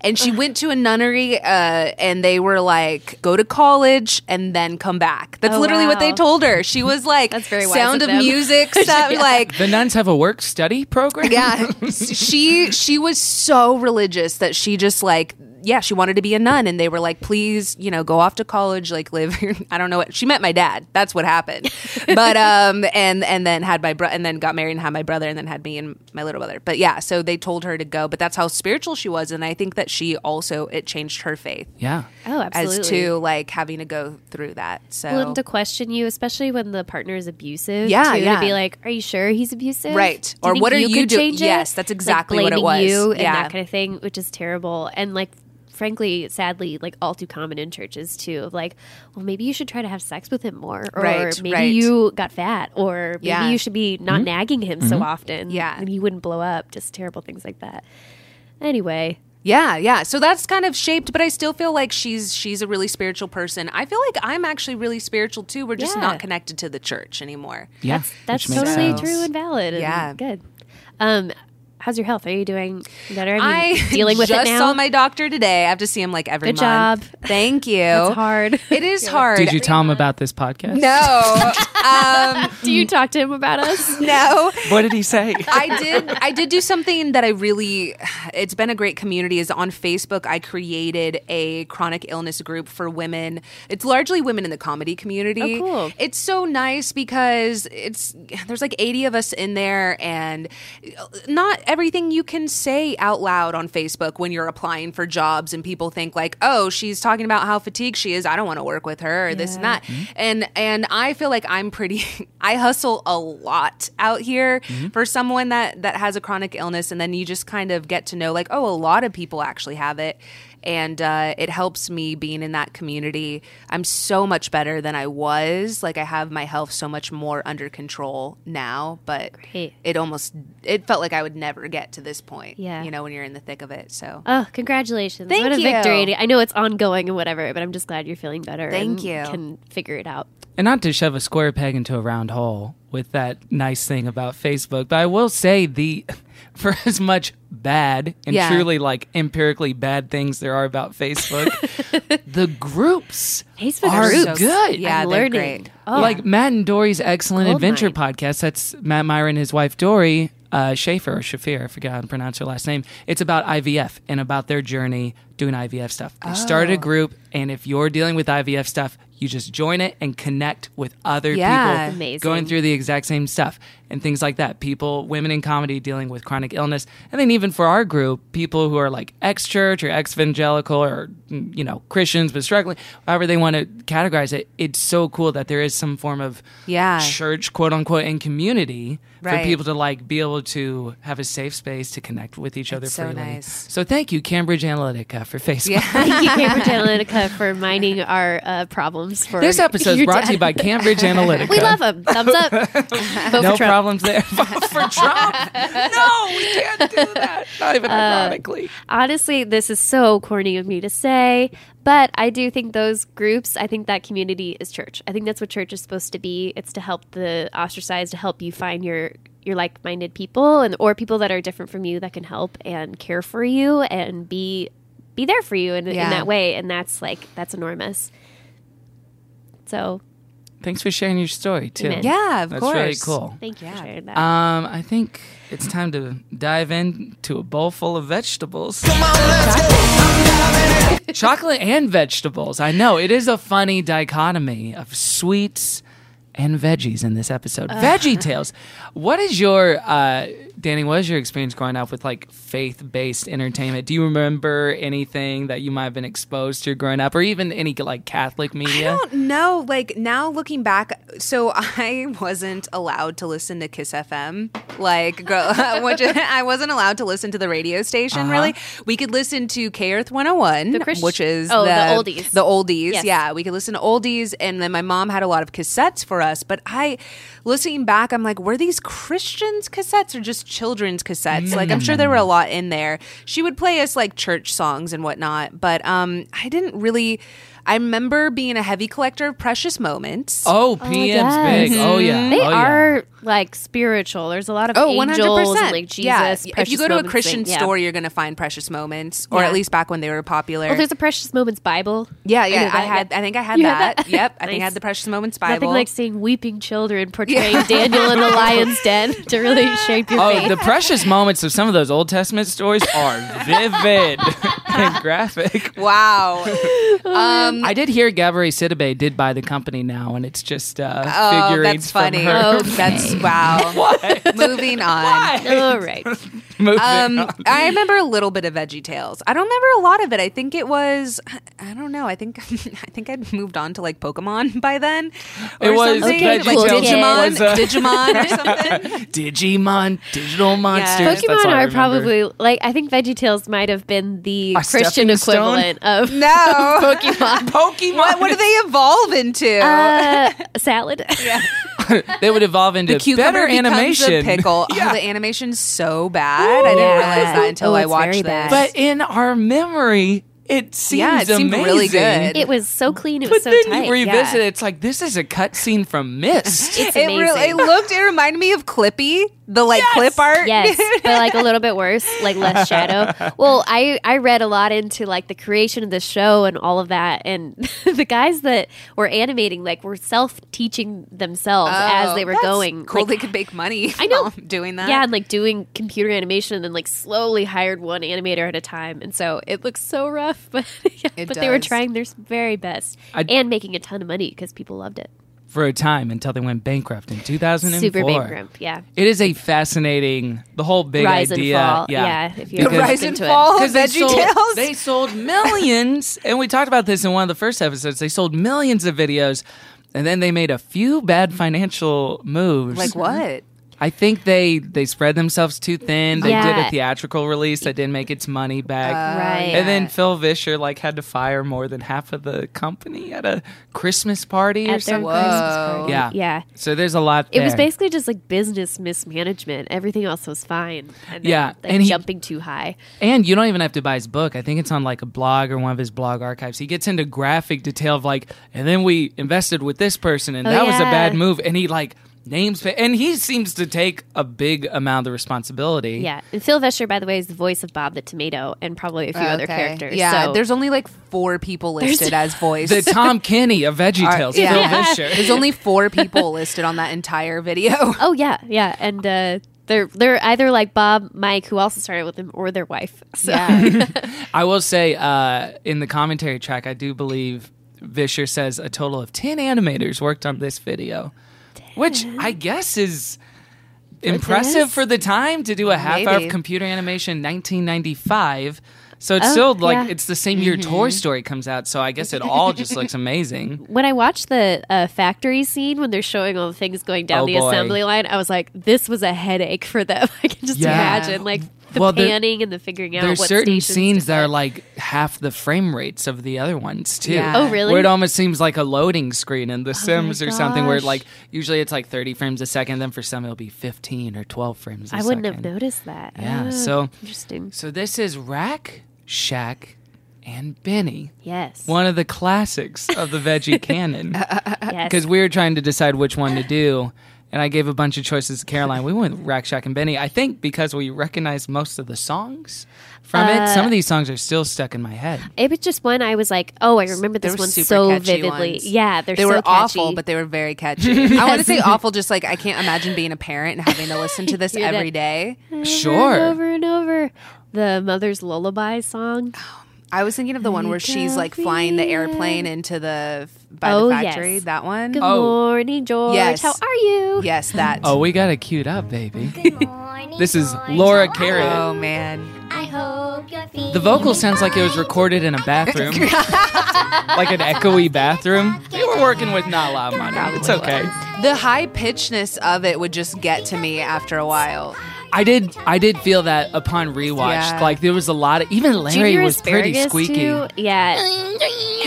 [SPEAKER 4] And she went to a nunnery, uh, and they were like, "Go to college and then come back." That's
[SPEAKER 3] Oh,
[SPEAKER 4] literally what they
[SPEAKER 3] wow.
[SPEAKER 4] told her. She was like,
[SPEAKER 3] That's very wise
[SPEAKER 4] "Sound
[SPEAKER 3] of
[SPEAKER 4] of,
[SPEAKER 3] them.
[SPEAKER 4] Music," stuff, like
[SPEAKER 2] The nuns have a work study program.
[SPEAKER 4] yeah she she was so religious that she just like yeah she wanted to be a nun and they were like please you know go off to college like live your-" i don't know what she met my dad that's what happened but um and and then had my brother and then got married and had my brother and then had me and my little brother but yeah so they told her to go but that's how spiritual she was and i think that she also it changed her faith
[SPEAKER 2] yeah.
[SPEAKER 3] oh, absolutely.
[SPEAKER 4] as to like having to go through that so
[SPEAKER 3] Well, and to question you, especially when the partner is abusive.
[SPEAKER 4] Yeah,
[SPEAKER 3] too,
[SPEAKER 4] yeah.
[SPEAKER 3] To be like, are you sure he's abusive?
[SPEAKER 4] Right.
[SPEAKER 3] Do you
[SPEAKER 4] Or
[SPEAKER 3] think
[SPEAKER 4] what are you
[SPEAKER 3] could
[SPEAKER 4] do-
[SPEAKER 3] change it?"
[SPEAKER 4] Yes, that's
[SPEAKER 3] Like,
[SPEAKER 4] exactly what it
[SPEAKER 3] blaming
[SPEAKER 4] was.
[SPEAKER 3] You and
[SPEAKER 4] Yeah.
[SPEAKER 3] that kind of thing, which is terrible. And like frankly, sadly, like all too common in churches too. Of like, well, maybe you should try to have sex with him more, or
[SPEAKER 4] Right,
[SPEAKER 3] maybe
[SPEAKER 4] right.
[SPEAKER 3] you got fat, or maybe
[SPEAKER 4] Yeah.
[SPEAKER 3] you should be not nagging him so often.
[SPEAKER 4] Yeah.
[SPEAKER 3] and he wouldn't blow up. Just terrible things like that. Anyway,
[SPEAKER 4] Yeah, yeah. So that's kind of shaped, but I still feel like she's she's a really spiritual person. I feel like I'm actually really spiritual too. We're just
[SPEAKER 3] Yeah.
[SPEAKER 4] not connected to the church anymore.
[SPEAKER 2] Yeah,
[SPEAKER 3] that's
[SPEAKER 2] which makes
[SPEAKER 3] totally
[SPEAKER 2] sense.
[SPEAKER 3] true and valid. and
[SPEAKER 4] Yeah.
[SPEAKER 3] good. Um, how's your health? Are you doing better? Are you
[SPEAKER 4] I
[SPEAKER 3] dealing with
[SPEAKER 4] just
[SPEAKER 3] it now?
[SPEAKER 4] saw my doctor today. I have to see him like every
[SPEAKER 3] Good
[SPEAKER 4] month.
[SPEAKER 3] job.
[SPEAKER 4] Thank you.
[SPEAKER 3] it's hard.
[SPEAKER 4] It is hard.
[SPEAKER 2] Did you tell him about this podcast?
[SPEAKER 4] no, um,
[SPEAKER 3] Do you talk to him about us?
[SPEAKER 4] no.
[SPEAKER 2] What did he say?
[SPEAKER 4] I did. I did do something that I really. It's been a great community. Is on Facebook. I created a chronic illness group for women. It's largely women in the comedy community.
[SPEAKER 3] Oh, cool.
[SPEAKER 4] It's so nice because it's there's like 80 of us in there, and not everything you can say out loud on Facebook when you're applying for jobs, and people think like, oh, she's talking about how fatigued she is. I don't want to work with her or this and that.
[SPEAKER 3] Mm-hmm.
[SPEAKER 4] And and I feel like I'm pretty. I hustle a lot out here
[SPEAKER 3] Mm-hmm.
[SPEAKER 4] for someone that that has a chronic illness, and then you just kind of get to know like, oh, a lot of people actually have it. And uh, it helps me being in that community. I'm so much better than I was. Like I have my health so much more under control now, but
[SPEAKER 3] Great.
[SPEAKER 4] it almost it felt like I would never get to this point.
[SPEAKER 3] Yeah.
[SPEAKER 4] you know when you're in the thick of it. So
[SPEAKER 3] Oh, congratulations.
[SPEAKER 4] Thank
[SPEAKER 3] what a
[SPEAKER 4] you.
[SPEAKER 3] victory. I know it's ongoing and whatever, but I'm just glad you're feeling better. and
[SPEAKER 4] Thank you.
[SPEAKER 3] Can figure it out.
[SPEAKER 2] And not to shove a square peg into a round hole with that nice thing about Facebook, but I will say the for as much bad and
[SPEAKER 4] Yeah.
[SPEAKER 2] truly like empirically bad things there are about Facebook, the groups
[SPEAKER 3] Facebook
[SPEAKER 2] are
[SPEAKER 3] groups.
[SPEAKER 2] good.
[SPEAKER 4] Yeah,
[SPEAKER 3] I'm
[SPEAKER 4] they're
[SPEAKER 3] learning.
[SPEAKER 4] great.
[SPEAKER 3] Oh,
[SPEAKER 2] Like Matt and Dory's excellent
[SPEAKER 3] Gold
[SPEAKER 2] adventure podcast. That's Matt Meyer and his wife Dory uh, Schaefer or Shafir. I forget how to pronounce her last name. It's about IVF and about their journey doing IVF stuff. They
[SPEAKER 3] Oh.
[SPEAKER 2] started a group, and if you're dealing with IVF stuff, you just join it and connect with other
[SPEAKER 4] Yeah.
[SPEAKER 2] people
[SPEAKER 3] Amazing.
[SPEAKER 2] going through the exact same stuff and things like that. People, women in comedy dealing with chronic illness, and then even for our group, people who are like ex-church or ex-evangelical or mm, you know Christians but struggling, however they want to categorize it. It's so cool that there is some form of
[SPEAKER 4] Yeah.
[SPEAKER 2] church, quote unquote, and community
[SPEAKER 4] Right.
[SPEAKER 2] for people to like be able to have a safe space to connect with each other
[SPEAKER 4] so
[SPEAKER 2] freely.
[SPEAKER 4] nice.
[SPEAKER 2] So thank you, Cambridge Analytica, for Facebook.
[SPEAKER 3] Thank you, Cambridge Analytica, for mining our uh, problems. For
[SPEAKER 2] This episode is
[SPEAKER 3] your
[SPEAKER 2] brought to you
[SPEAKER 3] dad.
[SPEAKER 2] by Cambridge Analytica.
[SPEAKER 3] We love them. Thumbs up. Vote
[SPEAKER 2] no
[SPEAKER 3] for Trump.
[SPEAKER 2] problems there for Trump. No, we can't do that. Not even ironically.
[SPEAKER 3] Honestly, this is so corny of me to say, but I do think those groups, I think that community is church. I think that's what church is supposed to be. It's to help the ostracized, to help you find your your like-minded people and or people that are different from you that can help and care for you and be be there for you in,
[SPEAKER 4] Yeah.
[SPEAKER 3] in that way and that's like that's enormous. So,
[SPEAKER 2] Thanks for sharing your story too.
[SPEAKER 3] Amen.
[SPEAKER 4] yeah, of
[SPEAKER 2] that's
[SPEAKER 4] course.
[SPEAKER 2] really cool.
[SPEAKER 3] thank you for sharing that.
[SPEAKER 2] Um, I think it's time to dive into a bowl full of vegetables. Come on, let's go. Chocolate and vegetables. I know it is a funny dichotomy of sweets and veggies in this episode. Veggie Tales. What is your uh, Danny? What is your experience growing up with like faith-based entertainment? Do you remember anything that you might have been exposed to growing up, or even any like Catholic media?
[SPEAKER 4] I don't know. Like now looking back, so I wasn't allowed to listen to Kiss FM. Like, girl, which I wasn't allowed to listen to the radio station.
[SPEAKER 2] Uh-huh.
[SPEAKER 4] Really, we could listen to K Earth One Hundred One,
[SPEAKER 3] Christ-
[SPEAKER 4] which is
[SPEAKER 3] oh, the oldies.
[SPEAKER 4] The oldies,
[SPEAKER 3] Yes.
[SPEAKER 4] yeah. We could listen to oldies, and then my mom had a lot of cassettes for us. But I, listening back, I'm like, were these Christians cassettes or just children's cassettes? Like, I'm sure there were a lot in there. She would play us like church songs and whatnot, but um, I didn't really. I remember being a heavy collector of precious moments.
[SPEAKER 2] Oh, PM's big. Oh yeah,
[SPEAKER 3] They
[SPEAKER 2] Oh, yeah.
[SPEAKER 3] are like spiritual. There's a lot of
[SPEAKER 4] Oh,
[SPEAKER 3] angels
[SPEAKER 4] 100%.
[SPEAKER 3] and like Jesus.
[SPEAKER 4] yeah. If
[SPEAKER 3] precious
[SPEAKER 4] you go to a
[SPEAKER 3] moments
[SPEAKER 4] Christian
[SPEAKER 3] thing. Yeah.
[SPEAKER 4] store, you're going to find precious moments, or
[SPEAKER 3] Yeah.
[SPEAKER 4] at least back when they were popular.
[SPEAKER 3] Well, there's a Precious Moments Bible.
[SPEAKER 4] yeah,
[SPEAKER 3] know
[SPEAKER 4] yeah.
[SPEAKER 3] that,
[SPEAKER 4] I had,
[SPEAKER 3] yeah.
[SPEAKER 4] I think I had
[SPEAKER 3] You had
[SPEAKER 4] that.
[SPEAKER 3] that?
[SPEAKER 4] Yep. I think I
[SPEAKER 3] Nice.
[SPEAKER 4] had the precious moments
[SPEAKER 3] Nothing
[SPEAKER 4] Bible.
[SPEAKER 3] like seeing weeping children portraying Daniel in the lion's den to really shape your
[SPEAKER 2] Oh,
[SPEAKER 3] faith.
[SPEAKER 2] the precious moments of some of those Old Testament stories are vivid and graphic.
[SPEAKER 4] wow.
[SPEAKER 2] I did hear Gabrielle Sidibe did buy the company now, and it's just uh,
[SPEAKER 4] Oh,
[SPEAKER 2] figurines
[SPEAKER 4] that's funny. Oh,
[SPEAKER 2] from her.
[SPEAKER 4] That's wow.
[SPEAKER 2] What?
[SPEAKER 4] Moving on.
[SPEAKER 3] All right.
[SPEAKER 2] Moving
[SPEAKER 4] Um,
[SPEAKER 2] on.
[SPEAKER 4] I remember a little bit of Veggie Tales. I don't remember a lot of it. I think it was, I don't know. I think, I think I'd moved on to like Pokemon by then, or
[SPEAKER 2] It was
[SPEAKER 4] something
[SPEAKER 3] Veggie
[SPEAKER 4] like
[SPEAKER 3] Tales
[SPEAKER 4] Digimon,
[SPEAKER 2] was, uh,
[SPEAKER 4] Digimon or something.
[SPEAKER 2] Digimon, digital monsters. That's
[SPEAKER 3] Pokemon
[SPEAKER 2] all I
[SPEAKER 3] are
[SPEAKER 2] remember.
[SPEAKER 3] probably like I think VeggieTales might have been the
[SPEAKER 2] A
[SPEAKER 3] Christian
[SPEAKER 2] stepping stone?
[SPEAKER 3] equivalent of
[SPEAKER 4] No,
[SPEAKER 3] Pokemon
[SPEAKER 2] Pokemon.
[SPEAKER 4] what, what do they evolve into?
[SPEAKER 3] uh, salad. Yeah.
[SPEAKER 2] they would evolve into better
[SPEAKER 4] becomes
[SPEAKER 2] animation.
[SPEAKER 4] A pickle. Oh, the animation's so bad. I didn't realize that until
[SPEAKER 3] Oh,
[SPEAKER 4] I
[SPEAKER 3] it's
[SPEAKER 4] watched
[SPEAKER 3] very
[SPEAKER 4] this.
[SPEAKER 3] bad.
[SPEAKER 2] But in our memory, it seems
[SPEAKER 4] Yeah, it seemed
[SPEAKER 2] amazing.
[SPEAKER 4] really good.
[SPEAKER 3] It was so clean. It
[SPEAKER 2] But
[SPEAKER 3] was so
[SPEAKER 2] then
[SPEAKER 3] tight.
[SPEAKER 2] you revisit
[SPEAKER 3] yeah.
[SPEAKER 2] it, it's like this is a cutscene from Mist.
[SPEAKER 3] It's
[SPEAKER 4] it
[SPEAKER 3] amazing.
[SPEAKER 4] really it looked. It reminded me of Clippy, the like clip art.
[SPEAKER 3] yes, but like a little bit worse, like less shadow. Well, I I read a lot into like the creation of the show and all of that, and the guys that were animating like were self teaching themselves as Oh, they were
[SPEAKER 4] Oh, That's
[SPEAKER 3] going.
[SPEAKER 4] Cool,
[SPEAKER 3] Like,
[SPEAKER 4] they could make money.
[SPEAKER 3] I know.
[SPEAKER 4] from doing that.
[SPEAKER 3] Yeah, and like doing computer animation and then like slowly hired one animator at a time. And so it looks so rough, but yeah,
[SPEAKER 4] It
[SPEAKER 3] but they were
[SPEAKER 4] does.
[SPEAKER 3] trying their s- very best
[SPEAKER 2] I-
[SPEAKER 3] and making a ton of money because people loved it.
[SPEAKER 2] for a time until they went bankrupt in 2004.
[SPEAKER 3] Super bankrupt, yeah.
[SPEAKER 2] It is a fascinating the whole big
[SPEAKER 3] Rise and
[SPEAKER 2] idea.
[SPEAKER 3] fall,
[SPEAKER 2] Yeah,
[SPEAKER 3] yeah, if you're
[SPEAKER 2] Because-
[SPEAKER 4] rise and
[SPEAKER 3] into it.
[SPEAKER 4] fall of
[SPEAKER 2] because they
[SPEAKER 4] Veggie
[SPEAKER 2] sold,
[SPEAKER 4] Tales.
[SPEAKER 2] they sold millions, and we talked about this in one of the first episodes. They sold millions of videos, and then they made a few bad financial moves.
[SPEAKER 4] like what?
[SPEAKER 2] I think they they spread themselves too thin. They did
[SPEAKER 3] Yeah.
[SPEAKER 2] a theatrical release that didn't make its money back.
[SPEAKER 4] Uh,
[SPEAKER 3] Right.
[SPEAKER 2] And then Phil Vischer like had to fire more than half of the company at a Christmas party or
[SPEAKER 3] At their
[SPEAKER 2] something.
[SPEAKER 3] Christmas party.
[SPEAKER 2] Yeah.
[SPEAKER 3] Yeah.
[SPEAKER 2] So there's a lot.
[SPEAKER 3] It was
[SPEAKER 2] there.
[SPEAKER 3] basically just like business mismanagement. Everything else was fine. And then,
[SPEAKER 2] Yeah,
[SPEAKER 3] Like
[SPEAKER 2] and he-
[SPEAKER 3] jumping too high.
[SPEAKER 2] And you don't even have to buy his book. I think it's on like a blog or one of his blog archives. He gets into graphic detail of like, and then we invested with this person, and
[SPEAKER 3] Oh,
[SPEAKER 2] that was a
[SPEAKER 3] yeah.
[SPEAKER 2] bad move. And he like names, and he seems to take a big amount of responsibility.
[SPEAKER 3] Yeah. And Phil Vesher, by the way, is the voice of Bob the Tomato and probably a few other
[SPEAKER 4] Okay.
[SPEAKER 3] characters.
[SPEAKER 4] Yeah,
[SPEAKER 3] So
[SPEAKER 4] there's only like four people listed as voice.
[SPEAKER 2] The Tom Kenny of
[SPEAKER 4] Are-
[SPEAKER 2] VeggieTales,
[SPEAKER 4] yeah.
[SPEAKER 2] Phil Vischer.
[SPEAKER 4] There's only four people listed on that entire video.
[SPEAKER 3] Oh yeah, yeah, and uh, they're they're either like Bob, Mike, who also started with him, or their wife. So
[SPEAKER 4] Yeah.
[SPEAKER 2] I will say uh, in the commentary track, I do believe Vischer says a total of 10 animators worked on this video, which I guess is impressive
[SPEAKER 3] this?
[SPEAKER 2] for the time to do a half hour
[SPEAKER 4] Maybe.
[SPEAKER 2] of computer animation in 1995. So it's still like
[SPEAKER 3] yeah.
[SPEAKER 2] it's the same year Toy Story comes out, so I guess it all just looks amazing.
[SPEAKER 3] when I watched the uh, factory scene when they're showing all the things going down
[SPEAKER 2] Oh,
[SPEAKER 3] the
[SPEAKER 2] boy.
[SPEAKER 3] assembly line, I was like, this was a headache for them. I can just
[SPEAKER 2] Yeah.
[SPEAKER 3] imagine like the
[SPEAKER 2] Well, there-
[SPEAKER 3] panning and the figuring out.
[SPEAKER 2] There's
[SPEAKER 3] what
[SPEAKER 2] certain
[SPEAKER 3] stations
[SPEAKER 2] scenes
[SPEAKER 3] to-
[SPEAKER 2] that are like half the frame rates of the other ones too.
[SPEAKER 4] Yeah. Oh,
[SPEAKER 3] really? Oh
[SPEAKER 2] Where it almost seems like a loading screen in The Sims or something, where
[SPEAKER 3] gosh.
[SPEAKER 2] like usually it's like 30 frames a second, then for some it'll be 15 or 12 frames. I
[SPEAKER 3] I wouldn't have noticed that.
[SPEAKER 2] Yeah,
[SPEAKER 3] Ah,
[SPEAKER 2] so-
[SPEAKER 3] interesting.
[SPEAKER 2] So this is Rack, Shack, and Benny,
[SPEAKER 3] Yes,
[SPEAKER 2] one of the classics of the veggie canon.
[SPEAKER 3] yes.
[SPEAKER 2] Because we were trying to decide which one to do. And I gave a bunch of choices to Caroline. We went with Rack Shack and Benny. I think because we recognized most of the songs from it. Some
[SPEAKER 3] Uh,
[SPEAKER 2] of these songs are still stuck in my head.
[SPEAKER 3] it was just one I was like, oh, I remember this
[SPEAKER 4] They were
[SPEAKER 3] one
[SPEAKER 4] super
[SPEAKER 3] so
[SPEAKER 4] catchy
[SPEAKER 3] vividly.
[SPEAKER 4] ones.
[SPEAKER 3] Yeah, they're
[SPEAKER 4] they
[SPEAKER 3] so
[SPEAKER 4] were
[SPEAKER 3] catchy.
[SPEAKER 4] awful, but they were very catchy. I want to say awful, just like I can't imagine being a parent and having to listen to this
[SPEAKER 3] Hear that.
[SPEAKER 4] every day.
[SPEAKER 2] Sure.
[SPEAKER 3] and over and over. The mother's lullaby song.
[SPEAKER 4] I was thinking of the one where she's like flying the airplane into the by
[SPEAKER 3] Oh,
[SPEAKER 4] the
[SPEAKER 3] yes.
[SPEAKER 4] factory. That one.
[SPEAKER 3] Good
[SPEAKER 2] Oh.
[SPEAKER 3] morning, George.
[SPEAKER 4] Yes.
[SPEAKER 3] How are you?
[SPEAKER 4] Yes, that.
[SPEAKER 2] Oh, we got it queued up, baby. This is Laura Carrot.
[SPEAKER 4] Oh, man.
[SPEAKER 5] I hope you're feeling
[SPEAKER 2] The vocal sounds like it was recorded in a bathroom, like an echoey bathroom. They were working with not a lot of money. It's okay.
[SPEAKER 4] The high pitchedness of it would just get to me after a while.
[SPEAKER 2] I did. I did feel that upon rewatch.
[SPEAKER 4] Yeah.
[SPEAKER 2] Like there was a lot of even Larry
[SPEAKER 3] Junior
[SPEAKER 2] was pretty
[SPEAKER 3] asparagus,
[SPEAKER 2] squeaky.
[SPEAKER 3] Too? Yeah.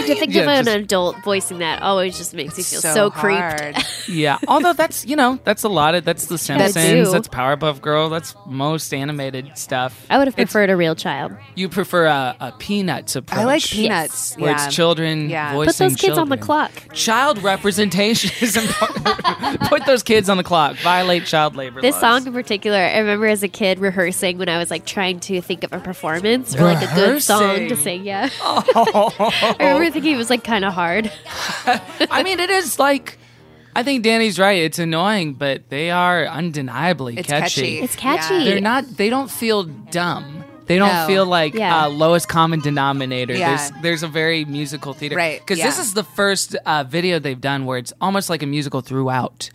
[SPEAKER 3] To think
[SPEAKER 2] Yeah,
[SPEAKER 3] of an
[SPEAKER 2] just-
[SPEAKER 3] adult voicing that always just makes you feel so, creeped.
[SPEAKER 4] hard.
[SPEAKER 2] Yeah. Although that's you know that's a lot of that's The
[SPEAKER 3] That's
[SPEAKER 2] Simpsons.
[SPEAKER 3] you.
[SPEAKER 2] That's Powerpuff Girl. That's most animated stuff.
[SPEAKER 3] I would have preferred a real child.
[SPEAKER 2] You prefer a, a Peanuts approach.
[SPEAKER 4] I like peanuts.
[SPEAKER 2] Where
[SPEAKER 4] Yeah.
[SPEAKER 2] it's children
[SPEAKER 4] Yeah. Put
[SPEAKER 2] voicing
[SPEAKER 3] Put those kids on the
[SPEAKER 2] children.
[SPEAKER 3] clock.
[SPEAKER 2] Child representation is important. Put those kids on the clock. Violate child labor.
[SPEAKER 3] This
[SPEAKER 2] laws.
[SPEAKER 3] song in particular, I remember as a kid rehearsing when I was like trying to think of a performance or like a good song to
[SPEAKER 2] Rehearsing. Oh.
[SPEAKER 3] sing. Yeah. I remember thinking it was like kind of hard.
[SPEAKER 2] I mean, it is like. I think Danny's right. It's annoying, but they are undeniably
[SPEAKER 4] It's
[SPEAKER 2] catchy.
[SPEAKER 4] catchy.
[SPEAKER 3] It's catchy.
[SPEAKER 2] They're not. They don't feel dumb. They don't
[SPEAKER 4] No.
[SPEAKER 2] feel like
[SPEAKER 3] Yeah.
[SPEAKER 2] uh, lowest common denominator.
[SPEAKER 4] Yeah.
[SPEAKER 2] There's there's a very musical theater,
[SPEAKER 4] Right,
[SPEAKER 2] Because this
[SPEAKER 4] yeah.
[SPEAKER 2] is the first uh, video they've done where it's almost like a musical throughout.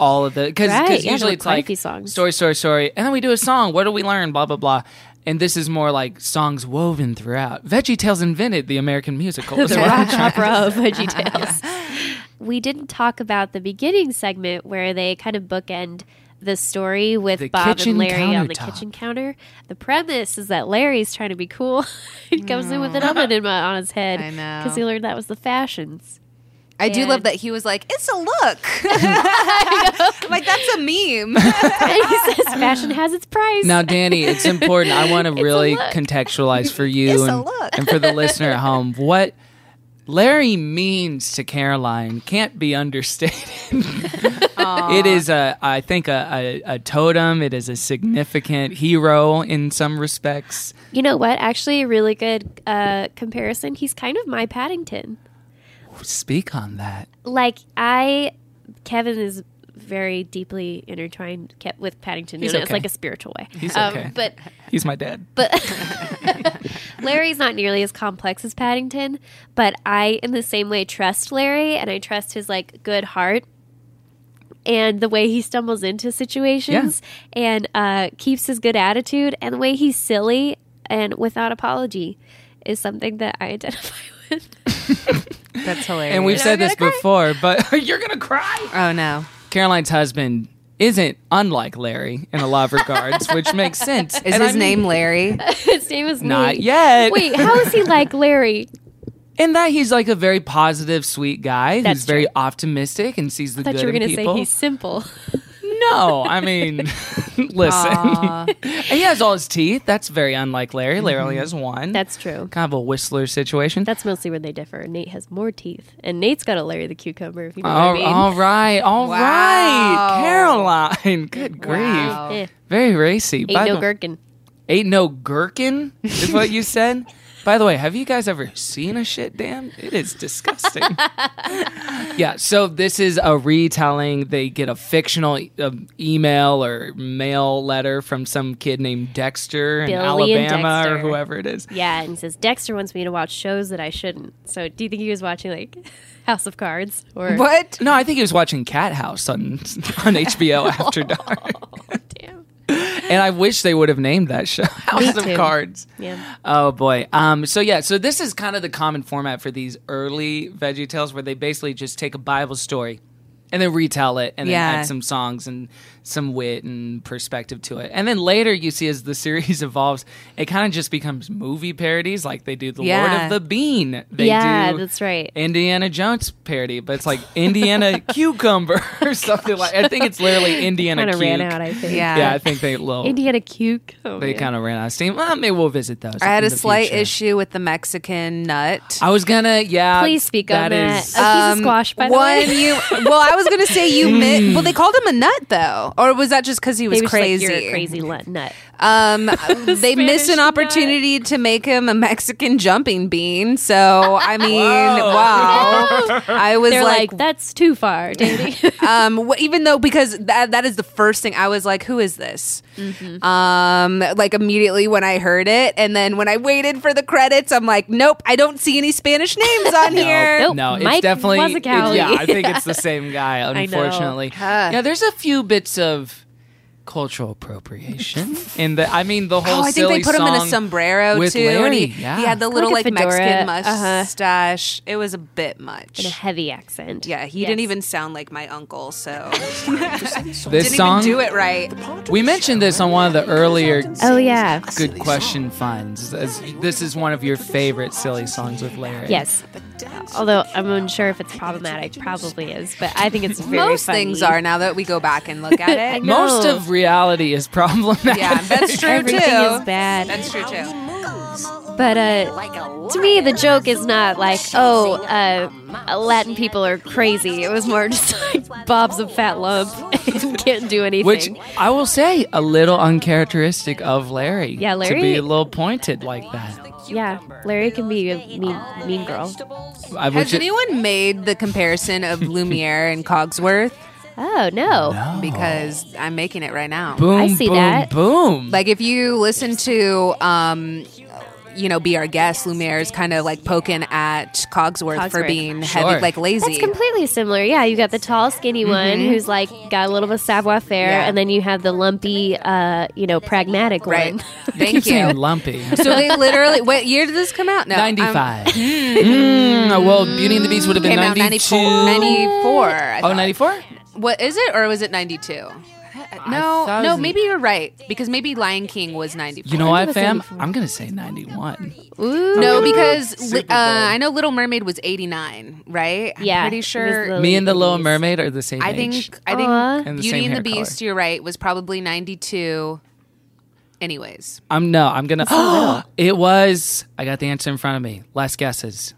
[SPEAKER 2] all of the because
[SPEAKER 3] Right, yeah, there
[SPEAKER 2] usually
[SPEAKER 3] were
[SPEAKER 2] it's
[SPEAKER 3] quite a
[SPEAKER 2] like
[SPEAKER 3] few songs.
[SPEAKER 2] story, story, story, and then we do a song. What do we learn? Blah blah blah. And this is more like songs woven throughout. Veggie Tales invented the American musical.
[SPEAKER 3] the rock opera of Veggie Tales. We didn't talk about the beginning segment where they kind of bookend the story with
[SPEAKER 2] The
[SPEAKER 3] Bob
[SPEAKER 2] kitchen
[SPEAKER 3] and Larry on the
[SPEAKER 2] countertop.
[SPEAKER 3] kitchen counter. The premise is that Larry's trying to be cool and comes in with an oven in my, on his head
[SPEAKER 4] I know.
[SPEAKER 3] because he learned that was the fashions.
[SPEAKER 4] I do
[SPEAKER 3] And-
[SPEAKER 4] love that he was like, "It's a look." like that's a meme.
[SPEAKER 3] And he says fashion has its price.
[SPEAKER 2] Now, Danny, it's important. I want to really
[SPEAKER 3] look.
[SPEAKER 2] contextualize for
[SPEAKER 4] It's
[SPEAKER 2] you
[SPEAKER 4] a
[SPEAKER 2] and,
[SPEAKER 4] look.
[SPEAKER 2] and for the listener at home what Larry means to Caroline can't be understated. it is a, I think, a, a, a totem. It is a significant hero in some respects.
[SPEAKER 3] you know what? Actually, a really good uh, comparison. He's kind of my Paddington.
[SPEAKER 2] Speak on that.
[SPEAKER 3] like I Kevin is very deeply intertwined kept with Paddington.
[SPEAKER 2] He's
[SPEAKER 3] in It's
[SPEAKER 2] okay.
[SPEAKER 3] like a spiritual way. Um,
[SPEAKER 2] He's okay.
[SPEAKER 3] But
[SPEAKER 2] He's my dad.
[SPEAKER 3] Larry's not nearly as complex as Paddington, but I in the same way trust Larry and I trust his like good heart and the way he stumbles into situations and uh, keeps his good attitude and the way he's silly and without apology is something that I identify with.
[SPEAKER 4] That's hilarious.
[SPEAKER 2] and we've
[SPEAKER 3] I'm
[SPEAKER 2] said this
[SPEAKER 3] gonna
[SPEAKER 2] before, but you're going to cry.
[SPEAKER 4] oh no.
[SPEAKER 2] Caroline's husband isn't unlike Larry in a lot of regards, which makes sense.
[SPEAKER 4] Is
[SPEAKER 2] And I
[SPEAKER 4] his
[SPEAKER 2] mean-
[SPEAKER 4] name Larry?
[SPEAKER 3] his name is
[SPEAKER 2] Not
[SPEAKER 3] me.
[SPEAKER 2] yet.
[SPEAKER 3] Wait, how is he like Larry?
[SPEAKER 2] In that he's like a very positive, sweet guy
[SPEAKER 3] That's
[SPEAKER 2] who's very
[SPEAKER 3] true.
[SPEAKER 2] optimistic and sees the
[SPEAKER 3] I
[SPEAKER 2] good
[SPEAKER 3] thought you were
[SPEAKER 2] in
[SPEAKER 3] going to say
[SPEAKER 2] people.
[SPEAKER 3] he's simple.
[SPEAKER 2] no, I mean, listen, he has all his teeth. That's very unlike Larry. Larry only has one.
[SPEAKER 3] Mm-hmm. That's true.
[SPEAKER 2] kind of a whistler situation.
[SPEAKER 3] That's mostly where they differ. Nate has more teeth, and Nate's got a Larry the cucumber. If you know
[SPEAKER 2] all,
[SPEAKER 3] what I mean.
[SPEAKER 2] all right, all right, Caroline. Good
[SPEAKER 4] Wow.
[SPEAKER 2] grief,
[SPEAKER 3] Eh,
[SPEAKER 2] very racy.
[SPEAKER 3] ain't
[SPEAKER 2] By
[SPEAKER 3] no
[SPEAKER 2] the-
[SPEAKER 3] gherkin.
[SPEAKER 2] ain't no gherkin is what you said. By the way, have you guys ever seen a shit dam? It is disgusting. yeah, so this is a retelling. They get a fictional e- um, email or mail letter from some kid named Dexter in
[SPEAKER 3] Billy and
[SPEAKER 2] Alabama or
[SPEAKER 3] Dexter.
[SPEAKER 2] whoever it is.
[SPEAKER 3] Yeah, and he says Dexter wants me to watch shows that I shouldn't. So, do you think he was watching like House of Cards or
[SPEAKER 4] What?
[SPEAKER 2] No, I think he was watching Cat House on on HBO after dark.
[SPEAKER 3] Damn.
[SPEAKER 2] And I wish they would have named that show House of
[SPEAKER 3] too.
[SPEAKER 2] Cards.
[SPEAKER 3] Yeah.
[SPEAKER 2] Oh boy. Um. So yeah. So this is kind of the common format for these early Veggie Tales, where they basically just take a Bible story, and then retell it, and then
[SPEAKER 4] Yeah.
[SPEAKER 2] add some songs and some wit and perspective to it. And then later, you see as the series evolves, it kind of just becomes movie parodies, like they do the Lord
[SPEAKER 4] Yeah.
[SPEAKER 2] of the Bean. They
[SPEAKER 3] yeah,
[SPEAKER 2] do
[SPEAKER 3] that's right.
[SPEAKER 2] Indiana Jones parody, but it's like Indiana Cucumber or something like. I think it's literally Indiana.
[SPEAKER 3] Kind of ran
[SPEAKER 2] Cuke.
[SPEAKER 3] out, I think.
[SPEAKER 4] Yeah.
[SPEAKER 2] Yeah, I think they little
[SPEAKER 3] Indiana cuke. Oh,
[SPEAKER 2] they
[SPEAKER 3] man.
[SPEAKER 2] kind of ran out of steam. Well, maybe we'll visit those.
[SPEAKER 4] I had
[SPEAKER 2] in
[SPEAKER 4] a
[SPEAKER 2] the
[SPEAKER 4] slight
[SPEAKER 2] future.
[SPEAKER 4] issue with the Mexican nut. Um,
[SPEAKER 2] I was gonna, yeah.
[SPEAKER 3] Please speak on that.
[SPEAKER 2] is-
[SPEAKER 3] A piece of squash, by the
[SPEAKER 4] one
[SPEAKER 3] way.
[SPEAKER 4] you well, I was gonna say you. mi- well, they called him a nut though, or was that just because he was
[SPEAKER 3] They were just like,
[SPEAKER 4] crazy?
[SPEAKER 3] You're a crazy nut. nut."
[SPEAKER 4] Um, they missed
[SPEAKER 3] Spanish
[SPEAKER 4] an
[SPEAKER 3] nut.
[SPEAKER 4] opportunity to make him a Mexican jumping bean. So I mean, wow. I was
[SPEAKER 3] They're
[SPEAKER 4] like,
[SPEAKER 3] like, that's too far, Danny.
[SPEAKER 4] um, wh- even though because that that is the first thing I was like, who is this?
[SPEAKER 3] Mm-hmm.
[SPEAKER 4] Um, like immediately when I heard it, and then when I waited for the credits, I'm like, nope, I don't see any Spanish names on here.
[SPEAKER 3] Nope.
[SPEAKER 2] no, it's
[SPEAKER 3] Mike
[SPEAKER 2] definitely. it-
[SPEAKER 3] Wazikowski.
[SPEAKER 2] yeah, I think it's the same guy. Unfortunately, yeah. There's a few bits of cultural appropriation in the. I mean, the whole.
[SPEAKER 4] Oh, I think
[SPEAKER 2] silly
[SPEAKER 4] they put him in a
[SPEAKER 2] song
[SPEAKER 4] sombrero
[SPEAKER 2] with
[SPEAKER 4] too. and
[SPEAKER 2] Larry.
[SPEAKER 4] he,
[SPEAKER 2] yeah.
[SPEAKER 4] he had the little
[SPEAKER 3] Like
[SPEAKER 4] like,
[SPEAKER 3] a fedora,
[SPEAKER 4] Mexican
[SPEAKER 3] uh-huh.
[SPEAKER 4] mustache. It was a bit much.
[SPEAKER 3] In a heavy accent.
[SPEAKER 4] Yeah, he
[SPEAKER 3] Yes.
[SPEAKER 4] didn't even sound like my uncle, so
[SPEAKER 2] this
[SPEAKER 4] didn't
[SPEAKER 2] song.
[SPEAKER 4] even do it right.
[SPEAKER 2] We mentioned this on one of the earlier.
[SPEAKER 3] Oh yeah.
[SPEAKER 2] Good question finds. As- This is one of your favorite silly songs with Larry.
[SPEAKER 3] Yes. Although I'm unsure if it's problematic, probably is, but I think it's very
[SPEAKER 4] Most
[SPEAKER 3] funny.
[SPEAKER 4] things are now that we go back and look at it.
[SPEAKER 3] know.
[SPEAKER 2] Most
[SPEAKER 3] No.
[SPEAKER 2] of reality is problematic.
[SPEAKER 4] yeah, that's true
[SPEAKER 3] Everything
[SPEAKER 4] too.
[SPEAKER 3] is bad.
[SPEAKER 4] That's true too.
[SPEAKER 3] But uh, to me, the joke is not like, oh, uh, Latin people are crazy. It was more just like Bob's a fat lump and can't do anything.
[SPEAKER 2] Which I will say, a little uncharacteristic of Larry.
[SPEAKER 3] Yeah,
[SPEAKER 2] To
[SPEAKER 3] Larry-
[SPEAKER 2] be a little pointed like that.
[SPEAKER 3] yeah, Larry can be a mean, mean girl.
[SPEAKER 2] I would
[SPEAKER 4] Has
[SPEAKER 2] ju-
[SPEAKER 4] anyone made the comparison of Lumiere and Cogsworth?
[SPEAKER 3] Oh no.
[SPEAKER 4] Because I'm making it right now.
[SPEAKER 2] boom,
[SPEAKER 3] I see
[SPEAKER 2] boom,
[SPEAKER 3] that.
[SPEAKER 2] boom.
[SPEAKER 4] Like if you listen to um you know, be our guest, Lumiere's kind of like poking at Cogsworth, for
[SPEAKER 3] Cogsworth.
[SPEAKER 4] being
[SPEAKER 2] Sure.
[SPEAKER 4] heavy, like lazy.
[SPEAKER 3] That's completely similar. Yeah, you got the tall, skinny one who's like got a little bit of savoir faire,
[SPEAKER 4] Yeah.
[SPEAKER 3] and then you have the lumpy, uh, you know, pragmatic
[SPEAKER 4] right.
[SPEAKER 3] one.
[SPEAKER 2] Keep
[SPEAKER 4] Thank
[SPEAKER 2] saying
[SPEAKER 4] you.
[SPEAKER 2] lumpy.
[SPEAKER 4] So they literally, what year did this come out? No, um,
[SPEAKER 2] 95. Mm, well, Beauty and the Beast would have been
[SPEAKER 4] Came out
[SPEAKER 2] 92.
[SPEAKER 4] 94. 94 I
[SPEAKER 2] Oh,
[SPEAKER 4] thought.
[SPEAKER 2] 94?
[SPEAKER 4] What is it, or was it 92?
[SPEAKER 2] thought
[SPEAKER 4] No,
[SPEAKER 2] it
[SPEAKER 4] no,
[SPEAKER 2] was-
[SPEAKER 4] maybe you're right because maybe Lion King was 94.
[SPEAKER 2] You know what, fam? I'm going to say 91.
[SPEAKER 3] Ooh.
[SPEAKER 4] No, because li-
[SPEAKER 2] Super
[SPEAKER 4] uh,
[SPEAKER 2] Bowl.
[SPEAKER 4] I know Little Mermaid was 89, right?
[SPEAKER 3] Yeah,
[SPEAKER 4] I'm
[SPEAKER 3] it
[SPEAKER 4] pretty
[SPEAKER 3] was
[SPEAKER 4] sure.
[SPEAKER 3] the-
[SPEAKER 2] Me and the Little Mermaid are the same
[SPEAKER 4] I
[SPEAKER 2] age.
[SPEAKER 4] think I
[SPEAKER 3] Aw.
[SPEAKER 4] think
[SPEAKER 2] And the
[SPEAKER 4] Beauty
[SPEAKER 2] same
[SPEAKER 4] and the
[SPEAKER 2] hair
[SPEAKER 4] Beast.
[SPEAKER 2] color.
[SPEAKER 4] You're right. Was probably 92. Anyways,
[SPEAKER 2] I'm no, I'm going to. It was. I got the answer in front of me. Last guesses.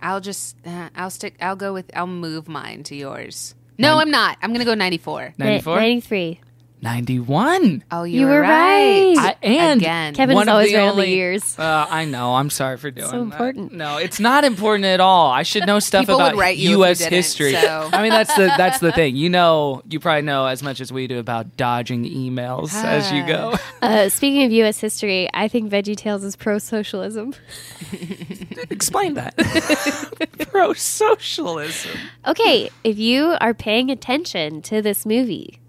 [SPEAKER 4] I'll just uh, I'll stick. I'll go with. I'll move mine to yours. No, I'm not. I'm gonna go 94.
[SPEAKER 3] Ni-
[SPEAKER 2] 94?
[SPEAKER 3] 93.
[SPEAKER 2] 91.
[SPEAKER 4] Oh,
[SPEAKER 3] You were right.
[SPEAKER 2] I, and
[SPEAKER 4] Again.
[SPEAKER 3] Kevin's
[SPEAKER 2] one of
[SPEAKER 3] always
[SPEAKER 2] the
[SPEAKER 3] right on the
[SPEAKER 2] only,
[SPEAKER 3] years.
[SPEAKER 2] Uh, I know. I'm sorry for doing that.
[SPEAKER 3] important.
[SPEAKER 2] No, it's not important at all. I should know stuff
[SPEAKER 4] People would
[SPEAKER 2] about
[SPEAKER 4] write you if you
[SPEAKER 2] U.S.
[SPEAKER 4] didn't,
[SPEAKER 2] history.
[SPEAKER 4] so.
[SPEAKER 2] I mean, that's the that's the thing. You know, you probably know as much as we do about dodging emails as you go.
[SPEAKER 3] Uh, speaking of U.S. history, I think VeggieTales is pro socialism.
[SPEAKER 2] Explain that. Pro socialism.
[SPEAKER 3] Okay, if you are paying attention to this movie,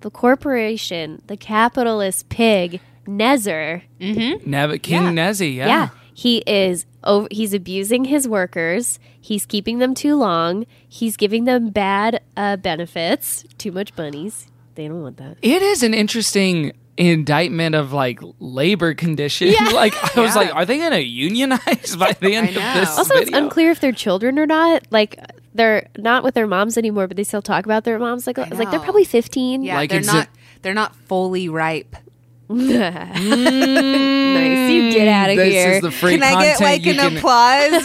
[SPEAKER 3] the corporation, the capitalist pig, Nezer,
[SPEAKER 2] Nev- King Nezzy. Yeah.
[SPEAKER 3] yeah, he is over, he's abusing his workers. He's keeping them too long. He's giving them bad uh, benefits, too much bunnies. They don't want that.
[SPEAKER 2] It is an interesting indictment of like labor conditions. Like I was like, are they going to unionize by the end of
[SPEAKER 4] know.
[SPEAKER 2] this?
[SPEAKER 3] Also, it's
[SPEAKER 2] video?
[SPEAKER 3] unclear if they're children or not. Like they're not with their moms anymore, but they still talk about their moms. Like, like they're
[SPEAKER 4] know.
[SPEAKER 3] probably fifteen.
[SPEAKER 4] Yeah,
[SPEAKER 2] Like
[SPEAKER 4] they're
[SPEAKER 2] it's a-
[SPEAKER 4] not. they're not fully ripe.
[SPEAKER 3] nice. You get out of
[SPEAKER 2] Mm. this
[SPEAKER 3] here.
[SPEAKER 2] is the free content you can-
[SPEAKER 4] applause? no, I'm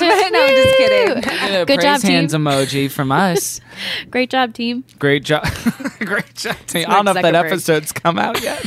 [SPEAKER 4] just kidding.
[SPEAKER 2] Yeah,
[SPEAKER 3] Good
[SPEAKER 2] praise
[SPEAKER 3] job, team.
[SPEAKER 2] hands emoji from us.
[SPEAKER 3] Great job, team.
[SPEAKER 2] Great job. Great job, team. I don't know if that
[SPEAKER 3] Zuckerberg.
[SPEAKER 2] episode's come out yet.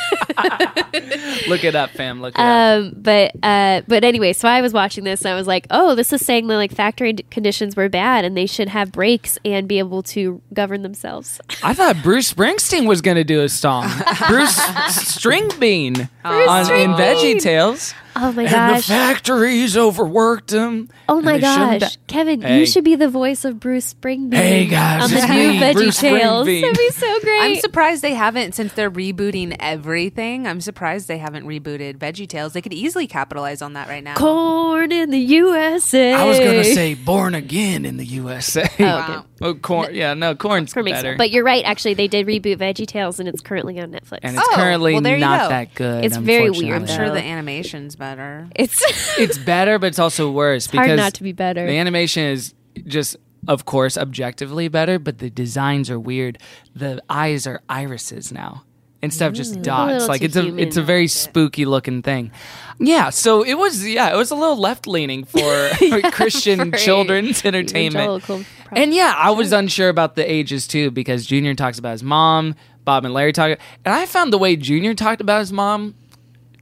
[SPEAKER 2] Look it up, fam. Look it up.
[SPEAKER 3] Um, but uh, but anyway, so I was watching this and I was like, oh, this is saying that like factory d- conditions were bad and they should have breaks and be able to govern themselves.
[SPEAKER 2] I thought Bruce Springsteen was going to do a song. Bruce Stringbean on in
[SPEAKER 3] Stringbean.
[SPEAKER 2] Veggie Tales.
[SPEAKER 3] Oh my
[SPEAKER 2] And the
[SPEAKER 3] gosh!
[SPEAKER 2] factories overworked him.
[SPEAKER 3] Oh
[SPEAKER 2] and
[SPEAKER 3] my
[SPEAKER 2] they shouldn't
[SPEAKER 3] gosh,
[SPEAKER 2] ha-
[SPEAKER 3] Kevin,
[SPEAKER 2] Hey.
[SPEAKER 3] you should be the voice of Bruce Springsteen.
[SPEAKER 2] Hey, guys,
[SPEAKER 3] on the
[SPEAKER 2] it's
[SPEAKER 3] new
[SPEAKER 2] me,
[SPEAKER 3] Veggie
[SPEAKER 2] Bruce
[SPEAKER 3] Tales.
[SPEAKER 2] Springsteen.
[SPEAKER 3] That'd be so great.
[SPEAKER 4] I'm surprised they haven't since they're rebooting everything. I'm surprised they haven't rebooted VeggieTales. They could easily capitalize on that right now.
[SPEAKER 3] Corn in the USA.
[SPEAKER 2] I was going to say born again in the USA.
[SPEAKER 3] Wow.
[SPEAKER 2] Oh, corn. Yeah, no, corn's
[SPEAKER 3] Corn makes-
[SPEAKER 2] better.
[SPEAKER 3] But you're right. Actually, they did reboot VeggieTales, and it's currently on Netflix.
[SPEAKER 2] and it's
[SPEAKER 4] Oh,
[SPEAKER 2] currently
[SPEAKER 4] well, there you
[SPEAKER 2] not
[SPEAKER 4] go.
[SPEAKER 2] that good.
[SPEAKER 3] It's very weird,
[SPEAKER 4] I'm
[SPEAKER 2] unfortunately.
[SPEAKER 4] sure
[SPEAKER 3] though.
[SPEAKER 4] the animation's better.
[SPEAKER 3] it's
[SPEAKER 2] it's better, but it's also worse because
[SPEAKER 3] hard not to be better.
[SPEAKER 2] The animation is just, of course, objectively better, but the designs are weird. The eyes are irises now instead of just dots.
[SPEAKER 3] Mm, little
[SPEAKER 2] Like
[SPEAKER 3] too
[SPEAKER 2] it's a
[SPEAKER 3] human.
[SPEAKER 2] it's a very spooky looking thing. Yeah, so it was yeah, it was a little left leaning for Christian
[SPEAKER 3] for
[SPEAKER 2] children's entertainment.
[SPEAKER 3] evangelical
[SPEAKER 2] And yeah, I was unsure about the ages too because Junior talks about his mom, Bob and Larry talk, and I found the way Junior talked about his mom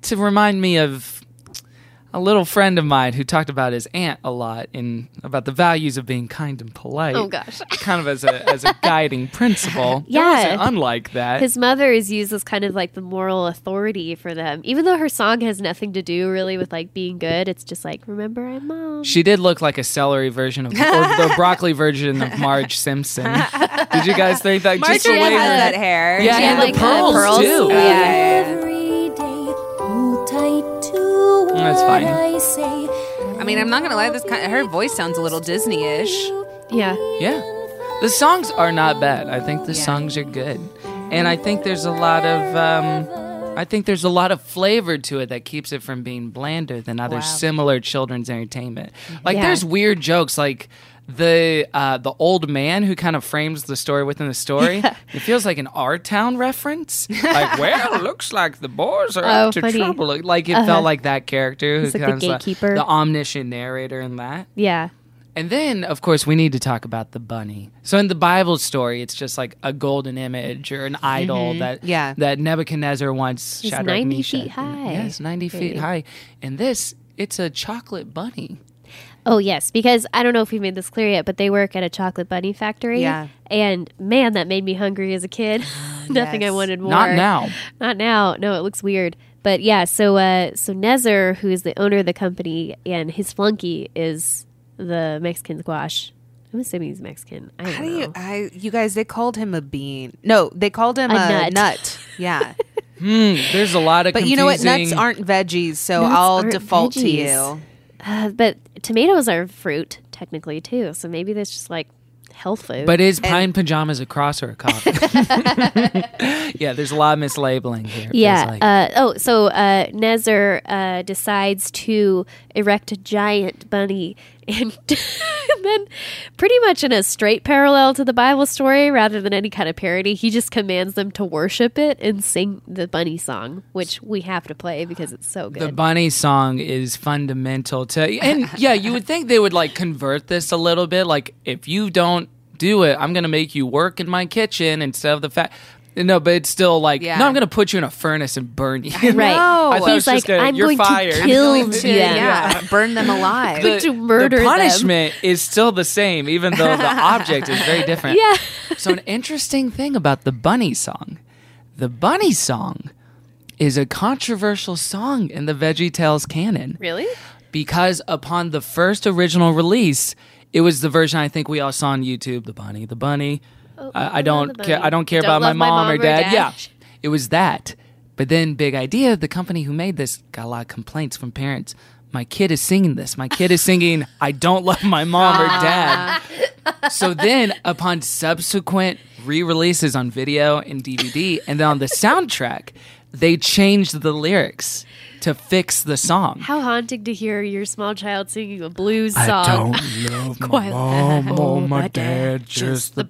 [SPEAKER 2] to remind me of a little friend of mine who talked about his aunt a lot and about the values of being kind and polite.
[SPEAKER 3] Oh, gosh.
[SPEAKER 2] kind of as a as a guiding principle. That
[SPEAKER 3] Yeah.
[SPEAKER 2] wasn't unlike that.
[SPEAKER 3] His mother is used as kind of like the moral authority for them, even though her song has nothing to do really with like being good. It's just like, remember, I'm mom.
[SPEAKER 2] she did look like a celery version of, or the broccoli version of Marge Simpson. Did you guys think that? just the
[SPEAKER 4] Marjorie
[SPEAKER 2] way
[SPEAKER 4] has
[SPEAKER 2] her-
[SPEAKER 4] that hair.
[SPEAKER 2] Yeah,
[SPEAKER 3] She had,
[SPEAKER 2] and the
[SPEAKER 3] like, uh,
[SPEAKER 2] pearls,
[SPEAKER 3] pearls.
[SPEAKER 2] too.
[SPEAKER 3] Oh, yeah.
[SPEAKER 5] Every day, hold tight to what
[SPEAKER 2] That's fine.
[SPEAKER 5] I say.
[SPEAKER 4] I mean, I'm not gonna lie. This kind her voice sounds a little Disney-ish.
[SPEAKER 3] Yeah.
[SPEAKER 2] Yeah. The songs are not bad. I think the songs are good. And I think there's a lot of um, I think there's a lot of flavor to it that keeps it from being blander than other similar children's entertainment. Like
[SPEAKER 3] Yeah.
[SPEAKER 2] there's weird jokes like the uh, the old man who kind of frames the story within the story. It feels like an R Town reference. like, well, looks like the boys are
[SPEAKER 3] Oh,
[SPEAKER 2] up to
[SPEAKER 3] funny. Uh-huh.
[SPEAKER 2] trouble. Like it felt like that character who
[SPEAKER 3] He's like the
[SPEAKER 2] kinda like
[SPEAKER 3] gatekeeper.
[SPEAKER 2] the omniscient narrator in that.
[SPEAKER 3] Yeah.
[SPEAKER 2] And then, of course, we need to talk about the bunny. So in the Bible story, it's just like a golden image or an idol that
[SPEAKER 4] Mm-hmm. Yeah.
[SPEAKER 2] that Nebuchadnezzar once
[SPEAKER 3] It's
[SPEAKER 2] shattered.
[SPEAKER 3] 90
[SPEAKER 2] Meshach.
[SPEAKER 3] feet high.
[SPEAKER 2] Yes, ninety feet high. And this, it's a chocolate bunny.
[SPEAKER 3] Oh, yes. Because I don't know if we made this clear yet, but they work at a chocolate bunny factory.
[SPEAKER 4] Yeah.
[SPEAKER 3] And man, that made me hungry as a kid. Nothing I wanted more.
[SPEAKER 2] Not now.
[SPEAKER 3] Not now. No, it looks weird. But yeah, so uh, so Nezer, who is the owner of the company, and his flunky is the Mexican squash. I'm assuming he's Mexican. I don't
[SPEAKER 4] How do
[SPEAKER 3] know.
[SPEAKER 4] you, I, you guys, they called him a bean. No, they called him
[SPEAKER 3] A
[SPEAKER 4] a,
[SPEAKER 3] nut.
[SPEAKER 4] nut. Yeah.
[SPEAKER 2] Hmm, there's a lot of
[SPEAKER 4] But you know what? Nuts
[SPEAKER 2] confusing-
[SPEAKER 4] aren't veggies, so
[SPEAKER 3] Nuts
[SPEAKER 4] I'll
[SPEAKER 3] aren't
[SPEAKER 4] default to
[SPEAKER 3] veggies.
[SPEAKER 4] you.
[SPEAKER 3] Uh, but tomatoes are fruit technically too, so maybe that's just like health food.
[SPEAKER 2] But is pine pajamas a cross or a coffin? yeah, there's a lot of mislabeling here. it feels
[SPEAKER 3] yeah.
[SPEAKER 2] like.
[SPEAKER 3] uh, oh, so uh, Nezer uh, decides to erect a giant bunny, and, and then pretty much in a straight parallel to the Bible story, rather than any kind of parody, he just commands them to worship it and sing the bunny song, which we have to play because it's so
[SPEAKER 2] the
[SPEAKER 3] good.
[SPEAKER 2] bunny song is fundamental to, and yeah, you would think they would like convert this a little bit. Like, if you don't do it, I'm gonna make you work in my kitchen instead of the fact. No, but it's still like
[SPEAKER 4] Yeah.
[SPEAKER 2] no. I'm gonna put you in a furnace and burn you.
[SPEAKER 3] Right.
[SPEAKER 4] No.
[SPEAKER 2] I thought it
[SPEAKER 3] He's
[SPEAKER 2] was just
[SPEAKER 3] like,
[SPEAKER 2] a,
[SPEAKER 3] I'm
[SPEAKER 2] you're
[SPEAKER 3] going to
[SPEAKER 2] fired.
[SPEAKER 3] kill
[SPEAKER 4] Going to-
[SPEAKER 3] you.
[SPEAKER 4] yeah. Burn them alive.
[SPEAKER 2] the,
[SPEAKER 3] to murder
[SPEAKER 2] the
[SPEAKER 3] them.
[SPEAKER 2] punishment is still the same, even though the object is very different.
[SPEAKER 3] Yeah.
[SPEAKER 2] So, an interesting thing about the bunny song the bunny song is a controversial song in the Veggie Tales canon
[SPEAKER 3] really?
[SPEAKER 2] because upon the first original release, it was the version I think we all saw on YouTube the bunny, the bunny. I, I
[SPEAKER 3] Oh, the
[SPEAKER 2] don't
[SPEAKER 3] bunny.
[SPEAKER 2] care. I don't care
[SPEAKER 3] Don't
[SPEAKER 2] about my
[SPEAKER 3] love my
[SPEAKER 2] mom, or,
[SPEAKER 3] mom or
[SPEAKER 2] dad.
[SPEAKER 3] dad.
[SPEAKER 2] Yeah, it was that. But then Big Idea, the company who made this, got a lot of complaints from parents. My kid is singing this. My kid is singing "I don't love my mom or dad."
[SPEAKER 3] Ah.
[SPEAKER 2] so then, upon subsequent re-releases on video and DVD, and then on the soundtrack, they changed the lyrics to fix the song.
[SPEAKER 3] How haunting to hear your small child singing a blues
[SPEAKER 2] I
[SPEAKER 3] song.
[SPEAKER 2] don't love my
[SPEAKER 3] Quiet.
[SPEAKER 2] Mm. mom or my dad, just the.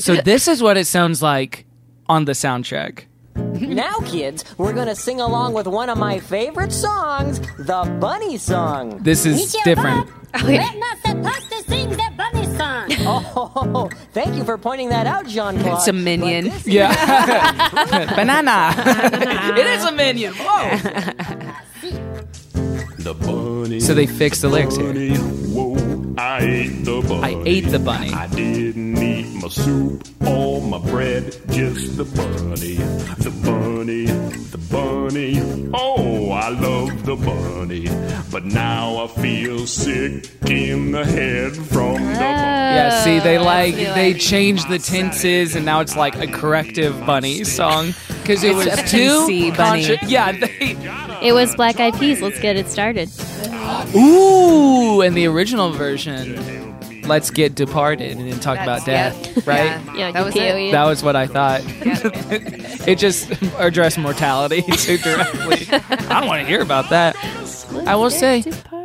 [SPEAKER 2] So this is what it sounds like on the soundtrack.
[SPEAKER 6] Now, kids, we're gonna sing along with one of my favorite songs, the Bunny Song.
[SPEAKER 2] This is different.
[SPEAKER 5] We're not supposed to sing the bunny song.
[SPEAKER 6] Oh, thank you for pointing that out, Jean Claude.
[SPEAKER 4] It's a minion.
[SPEAKER 2] Yeah. Banana. it is a minion. Whoa.
[SPEAKER 7] The bunny.
[SPEAKER 2] So they fixed the lyrics here.
[SPEAKER 7] bunny. Whoa, I ate the bunny.
[SPEAKER 2] I ate the bunny.
[SPEAKER 7] I didn't eat my soup or my bread, just the bunny. The bunny, the bunny. Oh, I love the bunny. But now I feel sick in the head from the bunny.
[SPEAKER 2] Yeah, see,
[SPEAKER 4] Oh,
[SPEAKER 2] they like they changed the tenses, and now it's like a corrective bunny song because it was
[SPEAKER 4] It's a
[SPEAKER 2] too
[SPEAKER 4] PC bunny.
[SPEAKER 2] yeah, they,
[SPEAKER 3] It was Black Eyed Peas. Let's get it started.
[SPEAKER 2] ooh, and the original version. Let's get departed and then talk about death, right?
[SPEAKER 3] Yeah,
[SPEAKER 4] that was it.
[SPEAKER 2] That was what I thought. it just addressed mortality too directly. I don't want to hear about that. I will say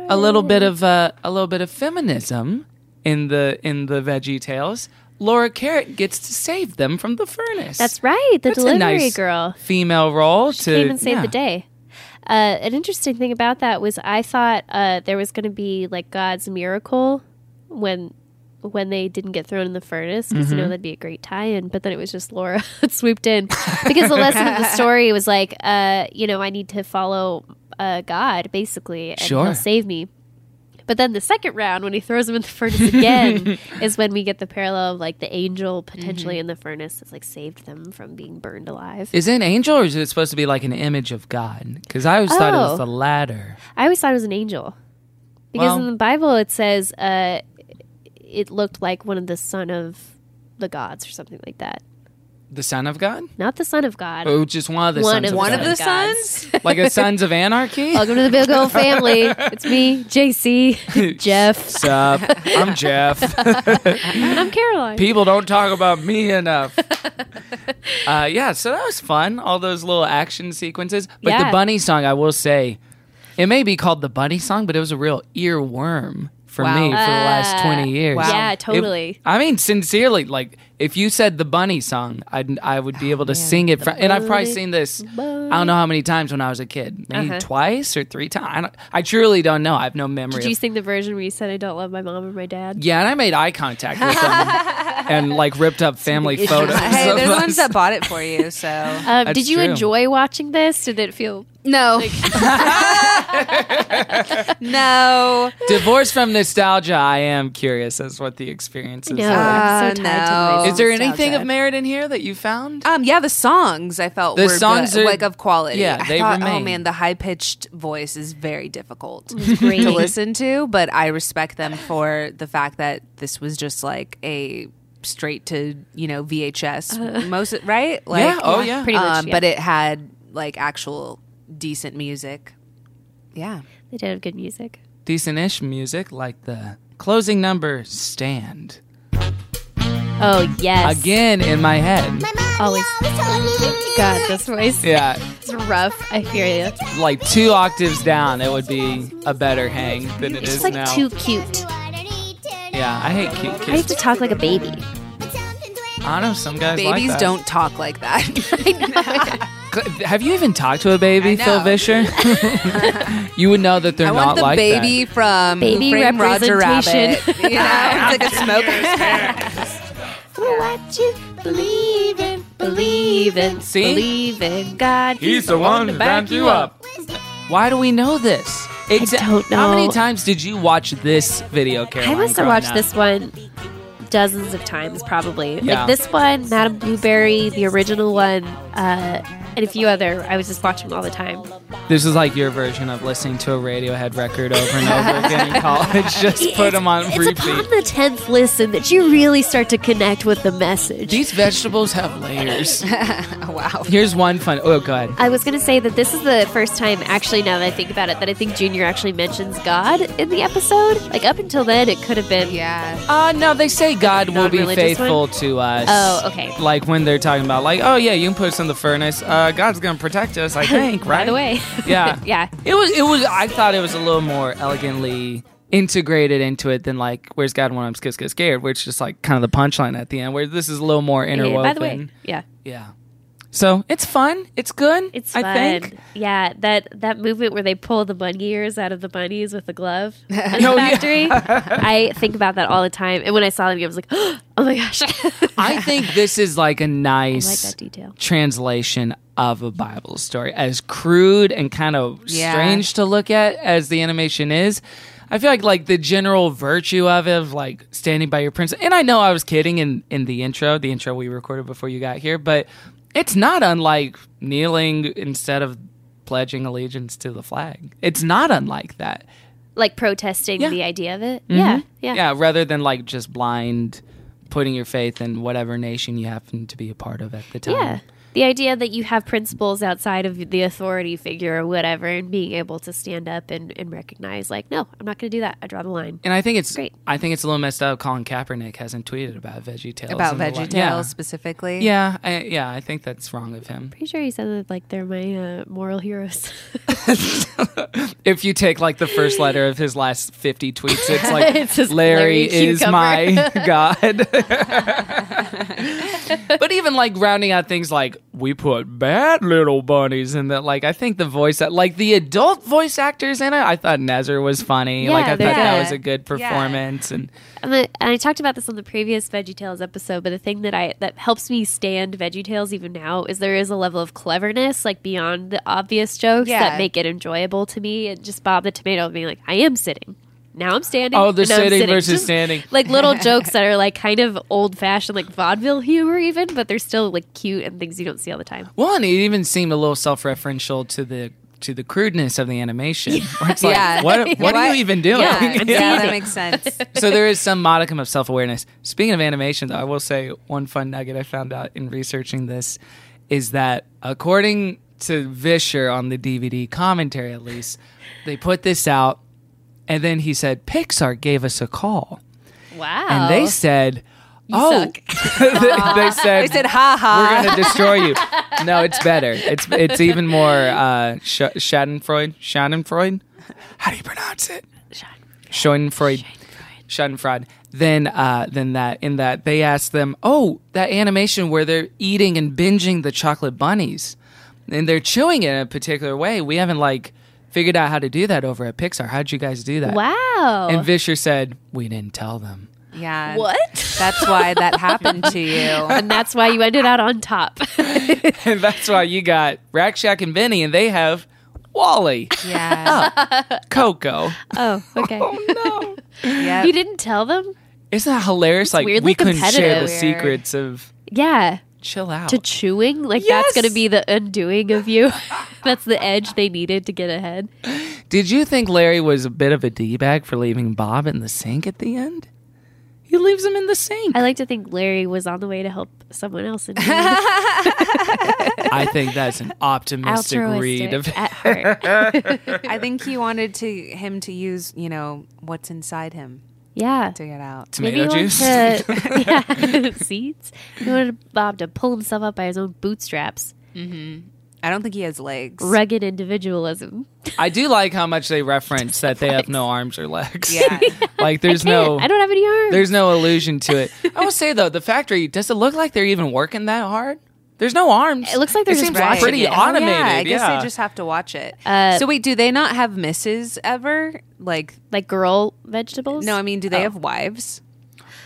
[SPEAKER 2] a little bit of uh, a little bit of feminism in the in the Veggie Tales. Laura Carrot gets to save them from the furnace.
[SPEAKER 3] That's right. The
[SPEAKER 2] That's a
[SPEAKER 3] delivery
[SPEAKER 2] nice
[SPEAKER 3] girl
[SPEAKER 2] Female role to
[SPEAKER 3] came and saved
[SPEAKER 2] yeah.
[SPEAKER 3] the day. Uh, an interesting thing about that was I thought uh, there was going to be like God's miracle when when they didn't get thrown in the furnace because
[SPEAKER 2] Mm-hmm.
[SPEAKER 3] you know that'd be a great tie-in. But then it was just Laura that swooped in because the lesson of the story was like, uh, you know, I need to follow uh, God basically, and
[SPEAKER 2] Sure.
[SPEAKER 3] He'll save me. But then the second round, when he throws him in the furnace again, is when we get the parallel of like the angel
[SPEAKER 2] Mm-hmm.
[SPEAKER 3] potentially in the furnace that's like saved them from being burned alive.
[SPEAKER 2] Is it an angel or is it supposed to be like an image of God? Because I always thought it
[SPEAKER 3] Oh.
[SPEAKER 2] was the latter.
[SPEAKER 3] I always thought it was an angel because
[SPEAKER 2] Well-
[SPEAKER 3] in the Bible it says uh, it looked like one of the son of the gods or something like that.
[SPEAKER 2] The son of God?
[SPEAKER 3] Not the son of God.
[SPEAKER 2] Oh, just one of the
[SPEAKER 3] One
[SPEAKER 2] sons
[SPEAKER 3] of
[SPEAKER 2] of,
[SPEAKER 4] One
[SPEAKER 2] God.
[SPEAKER 4] of the
[SPEAKER 3] Bunny gods.
[SPEAKER 4] sons?
[SPEAKER 2] like the sons of anarchy?
[SPEAKER 3] Welcome to the big old family. It's me, JC, Jeff,
[SPEAKER 2] What's up? I'm Jeff.
[SPEAKER 3] and I'm Caroline.
[SPEAKER 2] People don't talk about me enough. uh, yeah, so that was fun. All those little action sequences. But
[SPEAKER 3] Yeah.
[SPEAKER 2] the bunny song, I will say, it may be called the bunny song, but it was a real earworm for
[SPEAKER 4] Wow.
[SPEAKER 2] me for the last 20 years.
[SPEAKER 4] Wow.
[SPEAKER 3] Yeah,
[SPEAKER 2] It-
[SPEAKER 3] totally.
[SPEAKER 2] I mean, sincerely, like, if you said the bunny song, I'd, I would be able to sing it. Fr- and I've probably
[SPEAKER 3] Oh, bunny- Uh-huh.
[SPEAKER 2] seen this, I don't know how many times when I was a kid. Maybe twice or three times. I, don't, I truly don't know. I have no memory
[SPEAKER 3] Did
[SPEAKER 2] of
[SPEAKER 3] you sing the version where you said I don't love my mom or my dad?
[SPEAKER 2] yeah, and I made eye contact with them and like ripped up family photos.
[SPEAKER 4] Hey,
[SPEAKER 2] of
[SPEAKER 4] they're the
[SPEAKER 2] us.
[SPEAKER 4] ones that bought it for you, so.
[SPEAKER 3] Um,
[SPEAKER 2] That's
[SPEAKER 3] did you
[SPEAKER 2] true.
[SPEAKER 3] enjoy watching this? Did it feel
[SPEAKER 4] No. No.
[SPEAKER 2] Divorced from nostalgia, I am curious as what the experience is.
[SPEAKER 3] No, I'm
[SPEAKER 2] like.
[SPEAKER 3] so
[SPEAKER 4] Uh,
[SPEAKER 3] tied to
[SPEAKER 4] no.
[SPEAKER 3] my
[SPEAKER 2] Is there
[SPEAKER 3] nostalgia.
[SPEAKER 2] anything of merit in here that you found?
[SPEAKER 4] Um, yeah, the songs I felt
[SPEAKER 2] The
[SPEAKER 4] were
[SPEAKER 2] songs
[SPEAKER 4] good,
[SPEAKER 2] are-
[SPEAKER 4] like of quality.
[SPEAKER 2] yeah,
[SPEAKER 4] I
[SPEAKER 2] they
[SPEAKER 4] thought, Oh
[SPEAKER 2] remain.
[SPEAKER 4] man, the high pitched voice is very difficult
[SPEAKER 3] grating.
[SPEAKER 4] to listen to, but I respect them for the fact that this was just like a straight to you know VHS most right like
[SPEAKER 2] yeah. Oh, yeah.
[SPEAKER 3] Uh-huh. Pretty much,
[SPEAKER 4] um,
[SPEAKER 3] yeah.
[SPEAKER 4] but it had like actual decent music. Yeah,
[SPEAKER 3] They did have good music.
[SPEAKER 2] Decent-ish music like the closing number "Stand"
[SPEAKER 3] Oh yes.
[SPEAKER 2] again in my head.
[SPEAKER 3] Always. God, this voice
[SPEAKER 2] Yeah,
[SPEAKER 3] is rough. I fear you.
[SPEAKER 2] like two octaves down, it would be a better hang than it is
[SPEAKER 3] It's like
[SPEAKER 2] now.
[SPEAKER 3] too cute.
[SPEAKER 2] yeah, I hate cute
[SPEAKER 3] I have
[SPEAKER 2] kids.
[SPEAKER 3] to talk like a baby.
[SPEAKER 2] I know some guys like
[SPEAKER 4] babies
[SPEAKER 2] that.
[SPEAKER 4] don't talk like that.
[SPEAKER 2] Cl- Have you even talked to a baby,
[SPEAKER 4] I
[SPEAKER 2] Phil
[SPEAKER 4] know.
[SPEAKER 2] Vischer? you would know that they're
[SPEAKER 4] I
[SPEAKER 2] not
[SPEAKER 4] want the
[SPEAKER 2] like that.
[SPEAKER 4] baby from
[SPEAKER 3] Baby
[SPEAKER 4] Who Framed Roger Rabbit.
[SPEAKER 3] representation.
[SPEAKER 4] You know, it's like a smoker.
[SPEAKER 3] What you believe in, believe in,
[SPEAKER 2] See?
[SPEAKER 3] believe in God.
[SPEAKER 7] He's the one
[SPEAKER 2] to back you up. Why do we know this? Exa-
[SPEAKER 3] don't
[SPEAKER 2] How many
[SPEAKER 3] know.
[SPEAKER 2] times did you watch this video,
[SPEAKER 3] I
[SPEAKER 2] Caroline?
[SPEAKER 3] must have
[SPEAKER 2] growing
[SPEAKER 3] watched
[SPEAKER 2] up?
[SPEAKER 3] this one dozens of times, probably.
[SPEAKER 2] Yeah.
[SPEAKER 3] Like this one, Madame Blueberry, the original one, uh, and a few other. I was just watching them all the time.
[SPEAKER 2] This is like your version of listening to a Radiohead record over and over again in college. Just put them on
[SPEAKER 3] It's upon
[SPEAKER 2] repeat.
[SPEAKER 3] the tenth listen that you really start to connect with the message.
[SPEAKER 2] These vegetables have layers.
[SPEAKER 4] wow.
[SPEAKER 2] Here's one fun. Oh, go ahead.
[SPEAKER 3] I was going to say that this is the first time, actually, now that I think about it, that I think Junior actually mentions God in the episode. Like, up until then, it could have been.
[SPEAKER 4] Yeah.
[SPEAKER 2] Uh, no, they say God will be
[SPEAKER 3] Non-religious
[SPEAKER 2] faithful to us.
[SPEAKER 3] Oh, okay.
[SPEAKER 2] Like when they're talking about, like, oh yeah, you can put us in the furnace. Uh, God's gonna protect us, I think. Right.
[SPEAKER 3] By the way.
[SPEAKER 2] Yeah.
[SPEAKER 3] yeah.
[SPEAKER 2] It was. It was. I thought it was a little more elegantly integrated into it than like "Where's God when I'm Skis Skis Scared," which is like kind of the punchline at the end. Where this is a little more
[SPEAKER 3] Yeah,
[SPEAKER 2] interwoven.
[SPEAKER 3] by the way. Yeah.
[SPEAKER 2] Yeah. So it's fun. It's good.
[SPEAKER 3] It's
[SPEAKER 2] I
[SPEAKER 3] fun.
[SPEAKER 2] think.
[SPEAKER 3] Yeah, that that movement where they pull the bunny ears out of the bunnies with the glove in the
[SPEAKER 2] Oh, yeah.
[SPEAKER 3] factory. I think about that all the time. And when I saw it, I was like, oh my gosh.
[SPEAKER 2] I think this is like a
[SPEAKER 3] I like
[SPEAKER 2] nice
[SPEAKER 3] that detail.
[SPEAKER 2] translation of a Bible story, as crude and kind of
[SPEAKER 4] Yeah.
[SPEAKER 2] strange to look at as the animation is. I feel like like the general virtue of it, of like standing by your prince. And I know I was kidding in in the intro, the intro we recorded before you got here, but it's not unlike kneeling instead of pledging allegiance to the flag. It's not unlike that.
[SPEAKER 3] Like protesting
[SPEAKER 2] Yeah.
[SPEAKER 3] the idea of it. Yeah, Mm-hmm. yeah.
[SPEAKER 2] Yeah, rather than like just blind putting your faith in whatever nation you happen to be a part of at the time.
[SPEAKER 3] Yeah. The idea that you have principles outside of the authority figure or whatever and being able to stand up and, and recognize, like, no, I'm not going to do that. I draw the line.
[SPEAKER 2] And I think it's
[SPEAKER 3] Great.
[SPEAKER 2] I think it's a little messed up. Colin Kaepernick hasn't tweeted about Veggie Tales.
[SPEAKER 4] About
[SPEAKER 2] in a while.
[SPEAKER 4] VeggieTales specifically.
[SPEAKER 2] Yeah, yeah, I, yeah. I think that's wrong of him.
[SPEAKER 3] Pretty sure he said that, like, they're my uh, moral heroes.
[SPEAKER 2] If you take like the first letter of his last fifty tweets, it's like
[SPEAKER 3] It says
[SPEAKER 2] Larry,
[SPEAKER 3] Larry
[SPEAKER 2] is
[SPEAKER 3] Cucumber.
[SPEAKER 2] my god. but even like rounding out things like we put bad little bunnies in that. Like I think the voice like the adult voice actors in it. I thought Nazar was funny. like I
[SPEAKER 3] Yeah,
[SPEAKER 2] thought
[SPEAKER 3] they're
[SPEAKER 2] that
[SPEAKER 4] good.
[SPEAKER 2] was a good performance and.
[SPEAKER 3] And I, and I talked about this on the previous VeggieTales episode, but the thing that I that helps me stand VeggieTales even now is there is a level of cleverness, like beyond the obvious jokes,
[SPEAKER 4] Yeah.
[SPEAKER 3] that make it enjoyable to me. And just Bob the Tomato being like, "I am sitting." Now I'm standing.
[SPEAKER 2] Oh, the
[SPEAKER 3] and now I'm
[SPEAKER 2] sitting versus standing.
[SPEAKER 3] Like little jokes that are like kind of old fashioned, like vaudeville humor, even, but they're still like cute and things you don't see all the time.
[SPEAKER 2] Well, and it even seemed a little self-referential to the to the crudeness of the animation. Where it's like,
[SPEAKER 4] Yeah.
[SPEAKER 2] what, what are
[SPEAKER 4] What?
[SPEAKER 2] you even doing?
[SPEAKER 4] Yeah,
[SPEAKER 3] I'm seeing
[SPEAKER 4] yeah, that
[SPEAKER 3] it.
[SPEAKER 4] makes sense.
[SPEAKER 2] so there is some modicum of self-awareness. Speaking of animation, though, I will say one fun nugget I found out in researching this is that according to Vischer on the DVD commentary, at least they put this out, and then he said Pixar gave us a call,
[SPEAKER 3] Wow.
[SPEAKER 2] and they said, "Oh,
[SPEAKER 3] suck.
[SPEAKER 2] they said
[SPEAKER 4] They said, ha
[SPEAKER 2] we're
[SPEAKER 4] ha.
[SPEAKER 2] gonna destroy you. No, it's better. It's it's even more uh, sh- Schadenfreude. Schadenfreude. How do you pronounce it? Schadenfreude. Schadenfreude. Then uh, then that in that they asked them, oh, that animation where they're eating and binging the chocolate bunnies, and they're chewing it in a particular way. We haven't like figured out how to do that over at Pixar. How'd you guys do that?
[SPEAKER 3] wow.
[SPEAKER 2] And Vischer said, we didn't tell them.
[SPEAKER 4] Yeah.
[SPEAKER 3] what?
[SPEAKER 4] That's why that happened to you.
[SPEAKER 3] and that's why you ended out on top.
[SPEAKER 2] And that's why you got Rack Shack and Benny, and they have Wally.
[SPEAKER 4] Yeah.
[SPEAKER 2] Coco.
[SPEAKER 3] Oh, okay.
[SPEAKER 2] Oh.
[SPEAKER 4] yeah.
[SPEAKER 3] You didn't tell them?
[SPEAKER 2] Isn't that hilarious? like
[SPEAKER 3] weirdly
[SPEAKER 2] we couldn't share the
[SPEAKER 3] competitive.
[SPEAKER 2] secrets of
[SPEAKER 3] Yeah.
[SPEAKER 2] chill out.
[SPEAKER 3] To chewing? Like that's going
[SPEAKER 2] Yes.
[SPEAKER 3] to be the undoing of you. that's the edge they needed to get ahead.
[SPEAKER 2] Did you think Larry was a bit of a d bag for leaving Bob in the sink at the end? He leaves him in the sink.
[SPEAKER 3] I like to think Larry was on the way to help someone else in need.
[SPEAKER 2] I think that's an optimistic read of
[SPEAKER 3] altruistic at heart.
[SPEAKER 4] I think he wanted to him to use, you know, what's inside him
[SPEAKER 3] Yeah.
[SPEAKER 4] to get out.
[SPEAKER 2] tomato
[SPEAKER 3] Maybe he
[SPEAKER 2] juice.
[SPEAKER 3] wanted to- yeah, seeds. He wanted Bob to pull himself up by his own bootstraps.
[SPEAKER 4] I don't think he has legs.
[SPEAKER 3] Rugged individualism.
[SPEAKER 2] I do like how much they reference that they have no arms or legs.
[SPEAKER 4] Yeah.
[SPEAKER 2] like there's no
[SPEAKER 3] I don't have any arms.
[SPEAKER 2] there's no allusion to it. I will say though, the factory does it look like they're even working that hard? There's no arms.
[SPEAKER 3] It looks like they're
[SPEAKER 2] it
[SPEAKER 3] just
[SPEAKER 2] seems
[SPEAKER 3] watching
[SPEAKER 2] pretty
[SPEAKER 3] it. Oh,
[SPEAKER 2] automated.
[SPEAKER 4] Yeah, I guess
[SPEAKER 2] yeah.
[SPEAKER 4] they just have to watch it.
[SPEAKER 3] Uh,
[SPEAKER 4] so wait, do they not have misses ever? Like,
[SPEAKER 3] like girl vegetables.
[SPEAKER 4] no, I mean, do they have wives?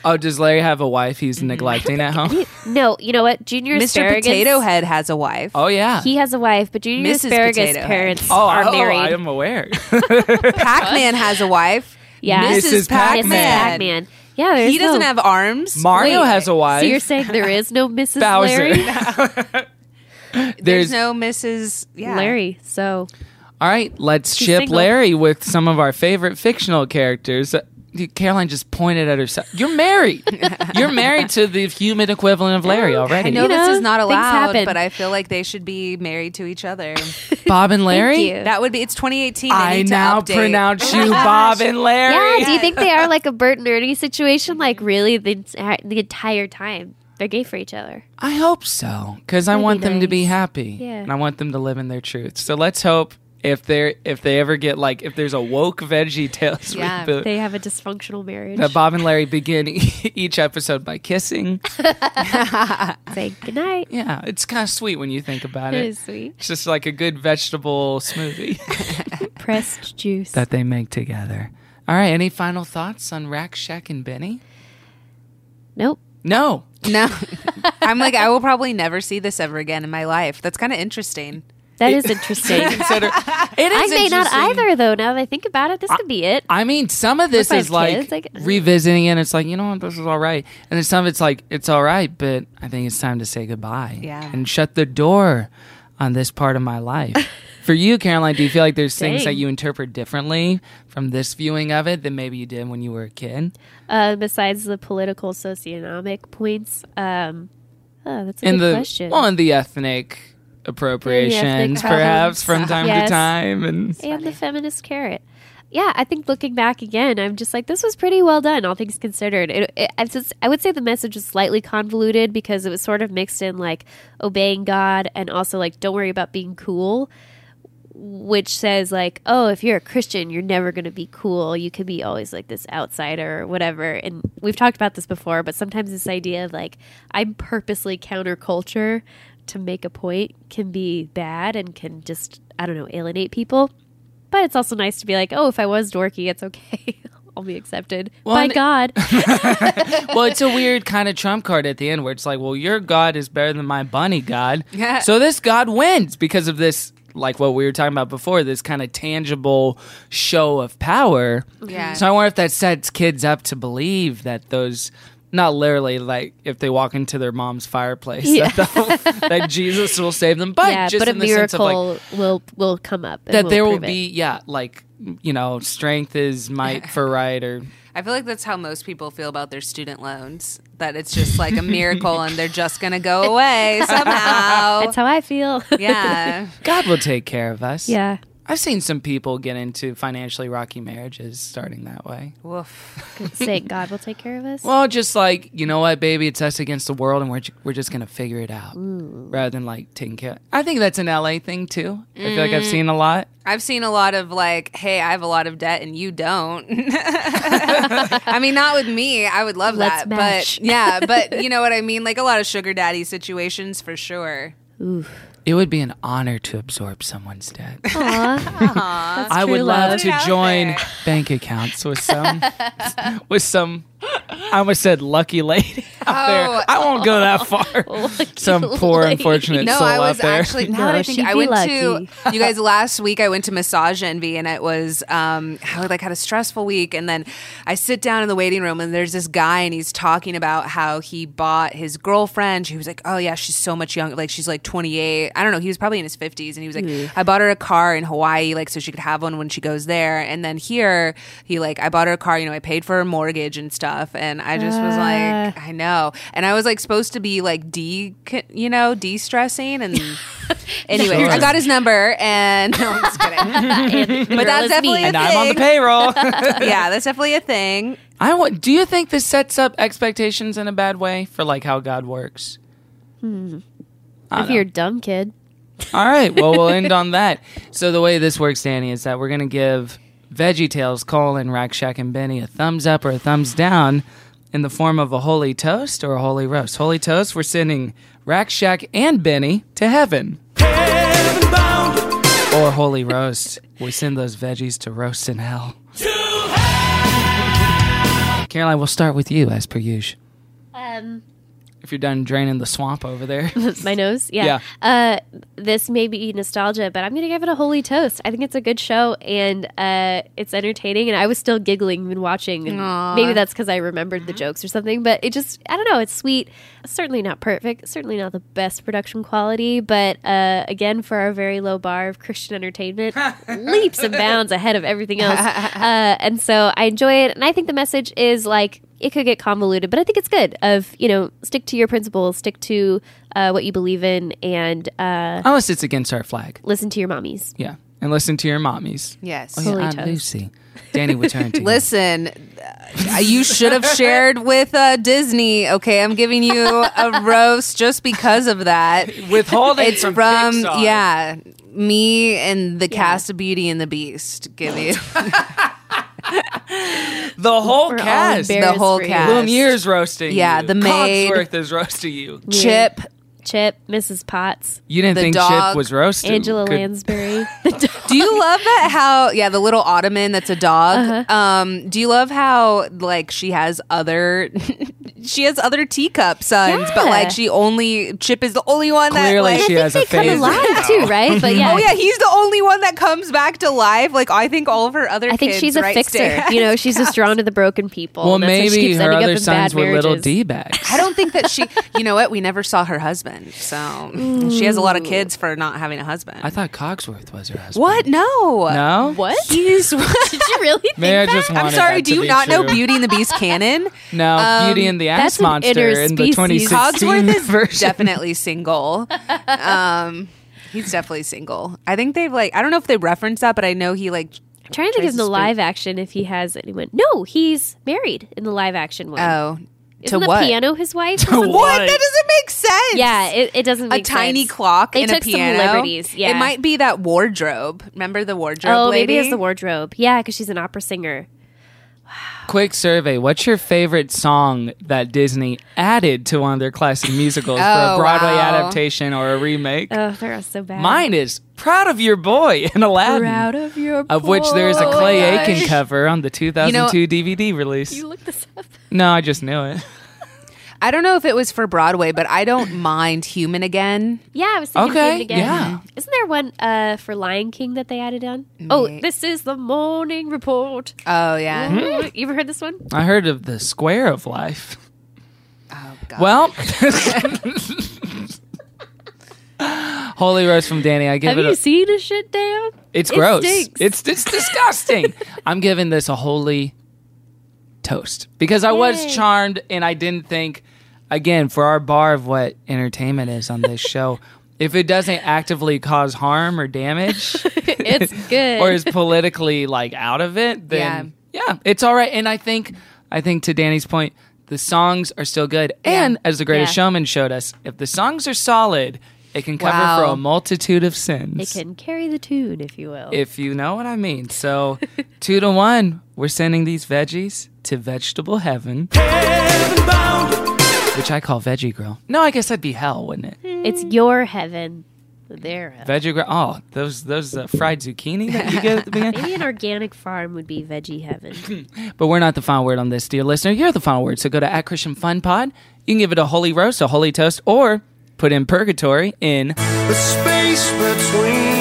[SPEAKER 2] Oh, does Larry have a wife he's
[SPEAKER 3] Mm-hmm.
[SPEAKER 2] neglecting at home?
[SPEAKER 3] no. You know what? Junior
[SPEAKER 4] Mr.
[SPEAKER 3] asparagus.
[SPEAKER 4] Potato Head has a wife.
[SPEAKER 2] Oh yeah.
[SPEAKER 3] He has a wife, but Junior
[SPEAKER 4] Mrs.
[SPEAKER 3] asparagus
[SPEAKER 4] Potato Head.
[SPEAKER 3] parents
[SPEAKER 2] oh,
[SPEAKER 3] are
[SPEAKER 2] oh, I
[SPEAKER 3] married.
[SPEAKER 2] am aware.
[SPEAKER 4] Pac-Man has a wife.
[SPEAKER 3] yeah,
[SPEAKER 2] Mrs. Mrs.
[SPEAKER 3] Pac-Man.
[SPEAKER 4] Pac-Man.
[SPEAKER 3] Yeah, there's
[SPEAKER 4] He doesn't
[SPEAKER 3] no-
[SPEAKER 4] have arms.
[SPEAKER 2] Mario
[SPEAKER 3] Wait,
[SPEAKER 2] has a wife.
[SPEAKER 3] So you're saying there is no Mrs.
[SPEAKER 2] Bowser.
[SPEAKER 3] Larry?
[SPEAKER 2] There's
[SPEAKER 4] There's, no Mrs. Yeah.
[SPEAKER 3] Larry. So
[SPEAKER 2] All right, let's
[SPEAKER 3] She's
[SPEAKER 2] ship
[SPEAKER 3] single.
[SPEAKER 2] Larry with some of our favorite fictional characters. Uh, Caroline just pointed at herself. You're married. You're married to the human equivalent of
[SPEAKER 3] Oh,
[SPEAKER 2] Larry already.
[SPEAKER 4] I know
[SPEAKER 3] You
[SPEAKER 4] this
[SPEAKER 3] know,
[SPEAKER 4] is not
[SPEAKER 3] things
[SPEAKER 4] allowed,
[SPEAKER 3] happen.
[SPEAKER 4] but I feel like they should be married to each other.
[SPEAKER 2] Bob and Larry.
[SPEAKER 3] you.
[SPEAKER 4] that would be. It's 2018. They
[SPEAKER 2] I
[SPEAKER 4] need to
[SPEAKER 2] now
[SPEAKER 4] update.
[SPEAKER 2] pronounce you Bob and Larry.
[SPEAKER 3] Oh yeah, do you think they are like a Bert and Ernie situation? Like really, the, enti- the entire time they're gay for each other.
[SPEAKER 2] I hope so, because I
[SPEAKER 3] That'd
[SPEAKER 2] want
[SPEAKER 3] be
[SPEAKER 2] them to be
[SPEAKER 3] nice.
[SPEAKER 2] happy,
[SPEAKER 3] Yeah.
[SPEAKER 2] and I want them to live in their truth. So let's hope if they're if they ever get like if there's a woke Veggie Tales
[SPEAKER 4] Yeah,
[SPEAKER 2] reboot,
[SPEAKER 3] They have a dysfunctional marriage.
[SPEAKER 2] that Bob and Larry begin e- each episode by kissing.
[SPEAKER 3] Say goodnight.
[SPEAKER 2] Yeah, it's kind of sweet when you think about
[SPEAKER 3] That
[SPEAKER 2] it.
[SPEAKER 3] is sweet.
[SPEAKER 2] It's just like a good vegetable smoothie
[SPEAKER 3] Pressed juice.
[SPEAKER 2] that they make together. All right, any final thoughts on Rack Shack and Benny?
[SPEAKER 3] nope.
[SPEAKER 2] No.
[SPEAKER 4] No, I'm like I will probably never see this ever again in my life. That's kind of interesting.
[SPEAKER 3] That is interesting.
[SPEAKER 2] Consider it
[SPEAKER 3] I
[SPEAKER 2] is
[SPEAKER 3] may not
[SPEAKER 2] interesting.
[SPEAKER 3] either, though. Now that I think about it, this could be it.
[SPEAKER 2] I mean, some of this
[SPEAKER 3] If I
[SPEAKER 2] is
[SPEAKER 3] have
[SPEAKER 2] like
[SPEAKER 3] kids, I guess.
[SPEAKER 2] revisiting it. It's like, you know what, this is all right. And then some of it's like, it's all right, but I think it's time to say goodbye.
[SPEAKER 4] Yeah.
[SPEAKER 2] And shut the door on this part of my life. For you, Caroline, do you feel like there's things that
[SPEAKER 3] Dang.
[SPEAKER 2] you interpret differently from this viewing of it than maybe you did when you were a kid?
[SPEAKER 3] Uh, besides the political socioeconomic points, um, oh, that's a
[SPEAKER 2] in
[SPEAKER 3] good
[SPEAKER 2] the
[SPEAKER 3] question.
[SPEAKER 2] well, in the ethnic appropriations, perhaps from time
[SPEAKER 3] Yes.
[SPEAKER 2] to time, and
[SPEAKER 3] and the feminist carrot. Yeah, I think looking back again, I'm just like this was pretty well done, all things considered. It, it, it's just, I would say the message was slightly convoluted because it was sort of mixed in like obeying God and also like don't worry about being cool, which says like oh if you're a Christian you're never going to be cool, you could be always like this outsider or whatever. And we've talked about this before, but sometimes this idea of like I'm purposely counterculture to make a point can be bad and can just I don't know alienate people. But it's also nice to be like, oh, if I was dorky, it's okay. I'll be accepted by
[SPEAKER 2] and-
[SPEAKER 3] God.
[SPEAKER 2] well, it's a weird kind of trump card at the end where it's like, well, your god is better than my bunny god, so this god wins because of this, like what we were talking about before, this kind of tangible show of power.
[SPEAKER 4] Yeah.
[SPEAKER 2] So I wonder if that sets kids up to believe that those. Not literally, like if they walk into their mom's fireplace, that, they'll- that Jesus will save them, but
[SPEAKER 3] yeah,
[SPEAKER 2] just
[SPEAKER 3] but a
[SPEAKER 2] in the sense of like,
[SPEAKER 3] miracle will will come up. and
[SPEAKER 2] that
[SPEAKER 3] we'll
[SPEAKER 2] there will
[SPEAKER 3] prove it.
[SPEAKER 2] be yeah like you know strength is might for right or
[SPEAKER 4] I feel like that's how most people feel about their student loans. That it's just like a miracle, and they're just gonna go away somehow.
[SPEAKER 3] That's how I feel.
[SPEAKER 4] yeah.
[SPEAKER 2] god will take care of us
[SPEAKER 3] yeah.
[SPEAKER 2] i've seen some people get into financially rocky marriages starting that way
[SPEAKER 4] Woof.
[SPEAKER 3] Saying God will take care of us.
[SPEAKER 2] well just like you know what baby it's us against the world and we're, ju- we're just gonna figure it out rather than like taking care i think that's an la thing too i feel like i've seen a lot
[SPEAKER 4] I've seen a lot of like, hey, I have a lot of debt and you don't. I mean, not with me. I would love
[SPEAKER 3] Let's
[SPEAKER 4] that.
[SPEAKER 3] match.
[SPEAKER 4] But yeah, but you know what I mean? Like a lot of sugar daddy situations for sure.
[SPEAKER 2] it would be an honor to absorb someone's debt
[SPEAKER 3] Aw.
[SPEAKER 2] I would
[SPEAKER 3] true
[SPEAKER 2] love,
[SPEAKER 3] love.
[SPEAKER 2] to join bank accounts with some with some I almost said lucky lady. out
[SPEAKER 4] Oh.
[SPEAKER 2] there. I won't go that far. Some poor,
[SPEAKER 3] lady.
[SPEAKER 2] unfortunate
[SPEAKER 4] No,
[SPEAKER 2] soul
[SPEAKER 4] I was
[SPEAKER 2] out there.
[SPEAKER 4] actually now
[SPEAKER 8] No,
[SPEAKER 4] that I
[SPEAKER 8] she'd
[SPEAKER 4] think I
[SPEAKER 8] be
[SPEAKER 4] went
[SPEAKER 8] lucky.
[SPEAKER 4] to you guys last week. I went to Massage Envy, and it was um, I like had a stressful week, and then I sit down in the waiting room, and there's this guy, and he's talking about how he bought his girlfriend. He was like, "Oh yeah, she's so much younger. Like she's like 28. I don't know. He was probably in his 50s, and he was like, I bought her a car in Hawaii, like so she could have one when she goes there. And then here, he like I bought her a car. You know, I paid for her mortgage and stuff, and I just was like, I know. And I was like supposed to be like de, you know, de stressing and. Anyway,
[SPEAKER 2] Sure.
[SPEAKER 4] I got his number, and no, I'm just kidding. but that's
[SPEAKER 3] is me.
[SPEAKER 4] definitely a
[SPEAKER 2] and
[SPEAKER 4] thing.
[SPEAKER 2] I'm on the payroll.
[SPEAKER 4] yeah, that's definitely a thing.
[SPEAKER 2] I want. Do you think this sets up expectations in a bad way for like how God works?
[SPEAKER 3] if you're a dumb kid.
[SPEAKER 2] All right. Well, we'll end on that. So the way this works, Danny, is that we're gonna give Veggie Tales, Colin, Rack Shack, and Benny a thumbs up or a thumbs down in the form of a holy toast or a holy roast. Holy toast, we're sending Rack Shack and Benny to heaven. Heaven bound. Or holy roast, we send those veggies to roast in hell. Caroline, we'll start with you as per usual.
[SPEAKER 3] Um,
[SPEAKER 2] If you're done draining the swamp over there.
[SPEAKER 3] my nose. Yeah. Uh, this may be nostalgia, but I'm going to give it a holy toast. I think it's a good show and uh, it's entertaining. And I was still giggling when watching. and maybe that's because I remembered the jokes or something, but it just, I don't know, it's sweet. Certainly not perfect. Certainly not the best production quality, but uh, again, for our very low bar of Christian entertainment, leaps and bounds ahead of everything else. Uh, and so I enjoy it. And I think the message is like, it could get convoluted, but I think it's good. Of you know, stick to your principles, stick to uh, what you believe in, and uh,
[SPEAKER 2] Unless it's against our flag.
[SPEAKER 3] listen to your mommies.
[SPEAKER 2] Yeah. And listen to your mommies.
[SPEAKER 4] Yes.
[SPEAKER 2] Oh,
[SPEAKER 3] Holy
[SPEAKER 2] yeah, I'm
[SPEAKER 3] toast.
[SPEAKER 2] Lucy. Danny would turn to you.
[SPEAKER 4] Listen, uh, you should have shared with uh, Disney. Okay, I'm giving you a roast just because of that.
[SPEAKER 2] Withholding
[SPEAKER 4] It's from, yeah, me and the cast of Beauty and the Beast. Give you
[SPEAKER 2] The whole
[SPEAKER 3] We're all
[SPEAKER 2] cast.
[SPEAKER 4] the
[SPEAKER 3] embarrassed
[SPEAKER 4] whole
[SPEAKER 3] for you.
[SPEAKER 4] cast.
[SPEAKER 2] Lumiere's roasting
[SPEAKER 4] Yeah,
[SPEAKER 2] you.
[SPEAKER 4] the maid.
[SPEAKER 2] Cogsworth is roasting you.
[SPEAKER 4] Chip.
[SPEAKER 3] Chip, Mrs. Potts,
[SPEAKER 2] You didn't
[SPEAKER 4] The
[SPEAKER 2] think Chip
[SPEAKER 4] dog.
[SPEAKER 2] was roasting.
[SPEAKER 3] Angela
[SPEAKER 2] Good-
[SPEAKER 3] Lansbury. The dog-
[SPEAKER 4] Do you love that? How yeah, the little ottoman that's a
[SPEAKER 3] Uh-huh.
[SPEAKER 4] dog. Um, do you love how like she has other, she has other teacup sons, but
[SPEAKER 3] Yeah.
[SPEAKER 4] like she only Chip is the only one that
[SPEAKER 2] Clearly
[SPEAKER 4] like.
[SPEAKER 2] she has
[SPEAKER 3] they
[SPEAKER 2] a
[SPEAKER 3] come
[SPEAKER 2] phase.
[SPEAKER 3] alive too, right? But yeah,
[SPEAKER 4] Oh yeah, he's the only one that comes back to life. Like I think all of her other.
[SPEAKER 3] I think
[SPEAKER 4] kids,
[SPEAKER 3] she's a
[SPEAKER 4] right,
[SPEAKER 3] fixer.
[SPEAKER 4] stay-
[SPEAKER 3] You know, she's just drawn to the broken people.
[SPEAKER 2] Well,
[SPEAKER 3] and that's why she
[SPEAKER 2] maybe
[SPEAKER 3] keeps
[SPEAKER 2] her
[SPEAKER 3] ending up
[SPEAKER 2] other
[SPEAKER 3] in bad
[SPEAKER 2] sons were little
[SPEAKER 3] marriages.
[SPEAKER 2] D bags.
[SPEAKER 4] I don't think that she. You know what? We never saw her husband, so she has a lot of kids for not having a husband.
[SPEAKER 2] I thought Cogsworth was her husband.
[SPEAKER 4] what? No.
[SPEAKER 2] No?
[SPEAKER 3] What?
[SPEAKER 4] He's.
[SPEAKER 3] Did you really think
[SPEAKER 2] Maybe I
[SPEAKER 3] that?
[SPEAKER 2] just wanted
[SPEAKER 4] I'm sorry.
[SPEAKER 2] that
[SPEAKER 4] Do
[SPEAKER 2] to
[SPEAKER 4] you
[SPEAKER 2] be
[SPEAKER 4] not know
[SPEAKER 2] true.
[SPEAKER 4] Beauty and the Beast canon?
[SPEAKER 2] No, Beauty and the Ass
[SPEAKER 3] Um, that's an
[SPEAKER 2] Monster in the
[SPEAKER 3] interspecies.
[SPEAKER 2] 2016
[SPEAKER 4] Cogsworth is
[SPEAKER 2] version.
[SPEAKER 4] definitely single. Um, he's definitely single. I think they've like I don't know if they reference that, but I know he like
[SPEAKER 3] I'm trying to think
[SPEAKER 4] tries
[SPEAKER 3] in
[SPEAKER 4] to
[SPEAKER 3] the
[SPEAKER 4] speak.
[SPEAKER 3] live action if he has anyone. No, he's married in the live action one.
[SPEAKER 4] oh
[SPEAKER 3] Isn't
[SPEAKER 4] to
[SPEAKER 3] the
[SPEAKER 4] what?
[SPEAKER 3] piano his wife? or
[SPEAKER 4] What?
[SPEAKER 3] something?
[SPEAKER 4] That doesn't make sense.
[SPEAKER 3] Yeah, it, it doesn't
[SPEAKER 4] a
[SPEAKER 3] make
[SPEAKER 4] tiny
[SPEAKER 3] sense.
[SPEAKER 4] clock
[SPEAKER 3] They
[SPEAKER 4] and
[SPEAKER 3] took
[SPEAKER 4] a piano.
[SPEAKER 3] some liberties. Yeah,
[SPEAKER 4] It might be that wardrobe. Remember the wardrobe
[SPEAKER 3] Oh,
[SPEAKER 4] lady?
[SPEAKER 3] maybe it's the wardrobe. Yeah, because she's an opera singer.
[SPEAKER 2] Quick survey. What's your favorite song that Disney added to one of their classic musicals for a
[SPEAKER 4] Oh,
[SPEAKER 2] Broadway
[SPEAKER 4] wow.
[SPEAKER 2] adaptation or a remake?
[SPEAKER 3] Oh, they're all so bad.
[SPEAKER 2] Mine is Proud of Your Boy in Aladdin.
[SPEAKER 3] Proud of your.
[SPEAKER 2] of which there is a Clay
[SPEAKER 4] Oh my gosh.
[SPEAKER 2] Aiken cover on the 2002 DVD release.
[SPEAKER 3] You look this up.
[SPEAKER 2] no, I just knew it.
[SPEAKER 4] I don't know if it was for Broadway, but I don't mind Human Again.
[SPEAKER 3] Yeah, I was thinking
[SPEAKER 2] Okay,
[SPEAKER 3] Human again.
[SPEAKER 2] yeah.
[SPEAKER 3] Isn't there one uh, for Lion King that they added on? Oh, this is the morning report.
[SPEAKER 4] Oh yeah.
[SPEAKER 3] You ever heard this one?
[SPEAKER 2] I heard of the Square of Life.
[SPEAKER 4] Oh god.
[SPEAKER 2] Well, Holy Rose from Danny, I give
[SPEAKER 3] Have
[SPEAKER 2] it.
[SPEAKER 3] you
[SPEAKER 2] a,
[SPEAKER 3] seen this shit, damn?
[SPEAKER 2] it's
[SPEAKER 3] it
[SPEAKER 2] gross.
[SPEAKER 3] stinks.
[SPEAKER 2] It's it's disgusting. I'm giving this a holy toast because I was charmed and I didn't think again for our bar of what entertainment is on this show. if it doesn't actively cause harm or damage,
[SPEAKER 3] It's good.
[SPEAKER 2] or is politically like out of it, then yeah. it's all right. And I think, I think to Danny's point, the songs are still good. And as the Greatest
[SPEAKER 3] Yeah.
[SPEAKER 2] Showman showed us, if the songs are solid, it can cover
[SPEAKER 4] Wow.
[SPEAKER 2] for a multitude of sins.
[SPEAKER 3] it can carry the tune, if you will.
[SPEAKER 2] If you know what I mean. So, two to one, we're sending these veggies to vegetable heaven. Which I call veggie grill. No, I guess that'd be hell, wouldn't it?
[SPEAKER 3] it's your heaven. Their heaven.
[SPEAKER 2] Veggie grill. Oh, those those uh, fried zucchini that you get at the beginning.
[SPEAKER 3] Maybe an organic farm would be veggie heaven.
[SPEAKER 2] But we're not the final word on this, dear listener. You're the final word. So go to at Christian Fun Pod You can give it a holy roast, a holy toast, or put in purgatory in.
[SPEAKER 9] The space between.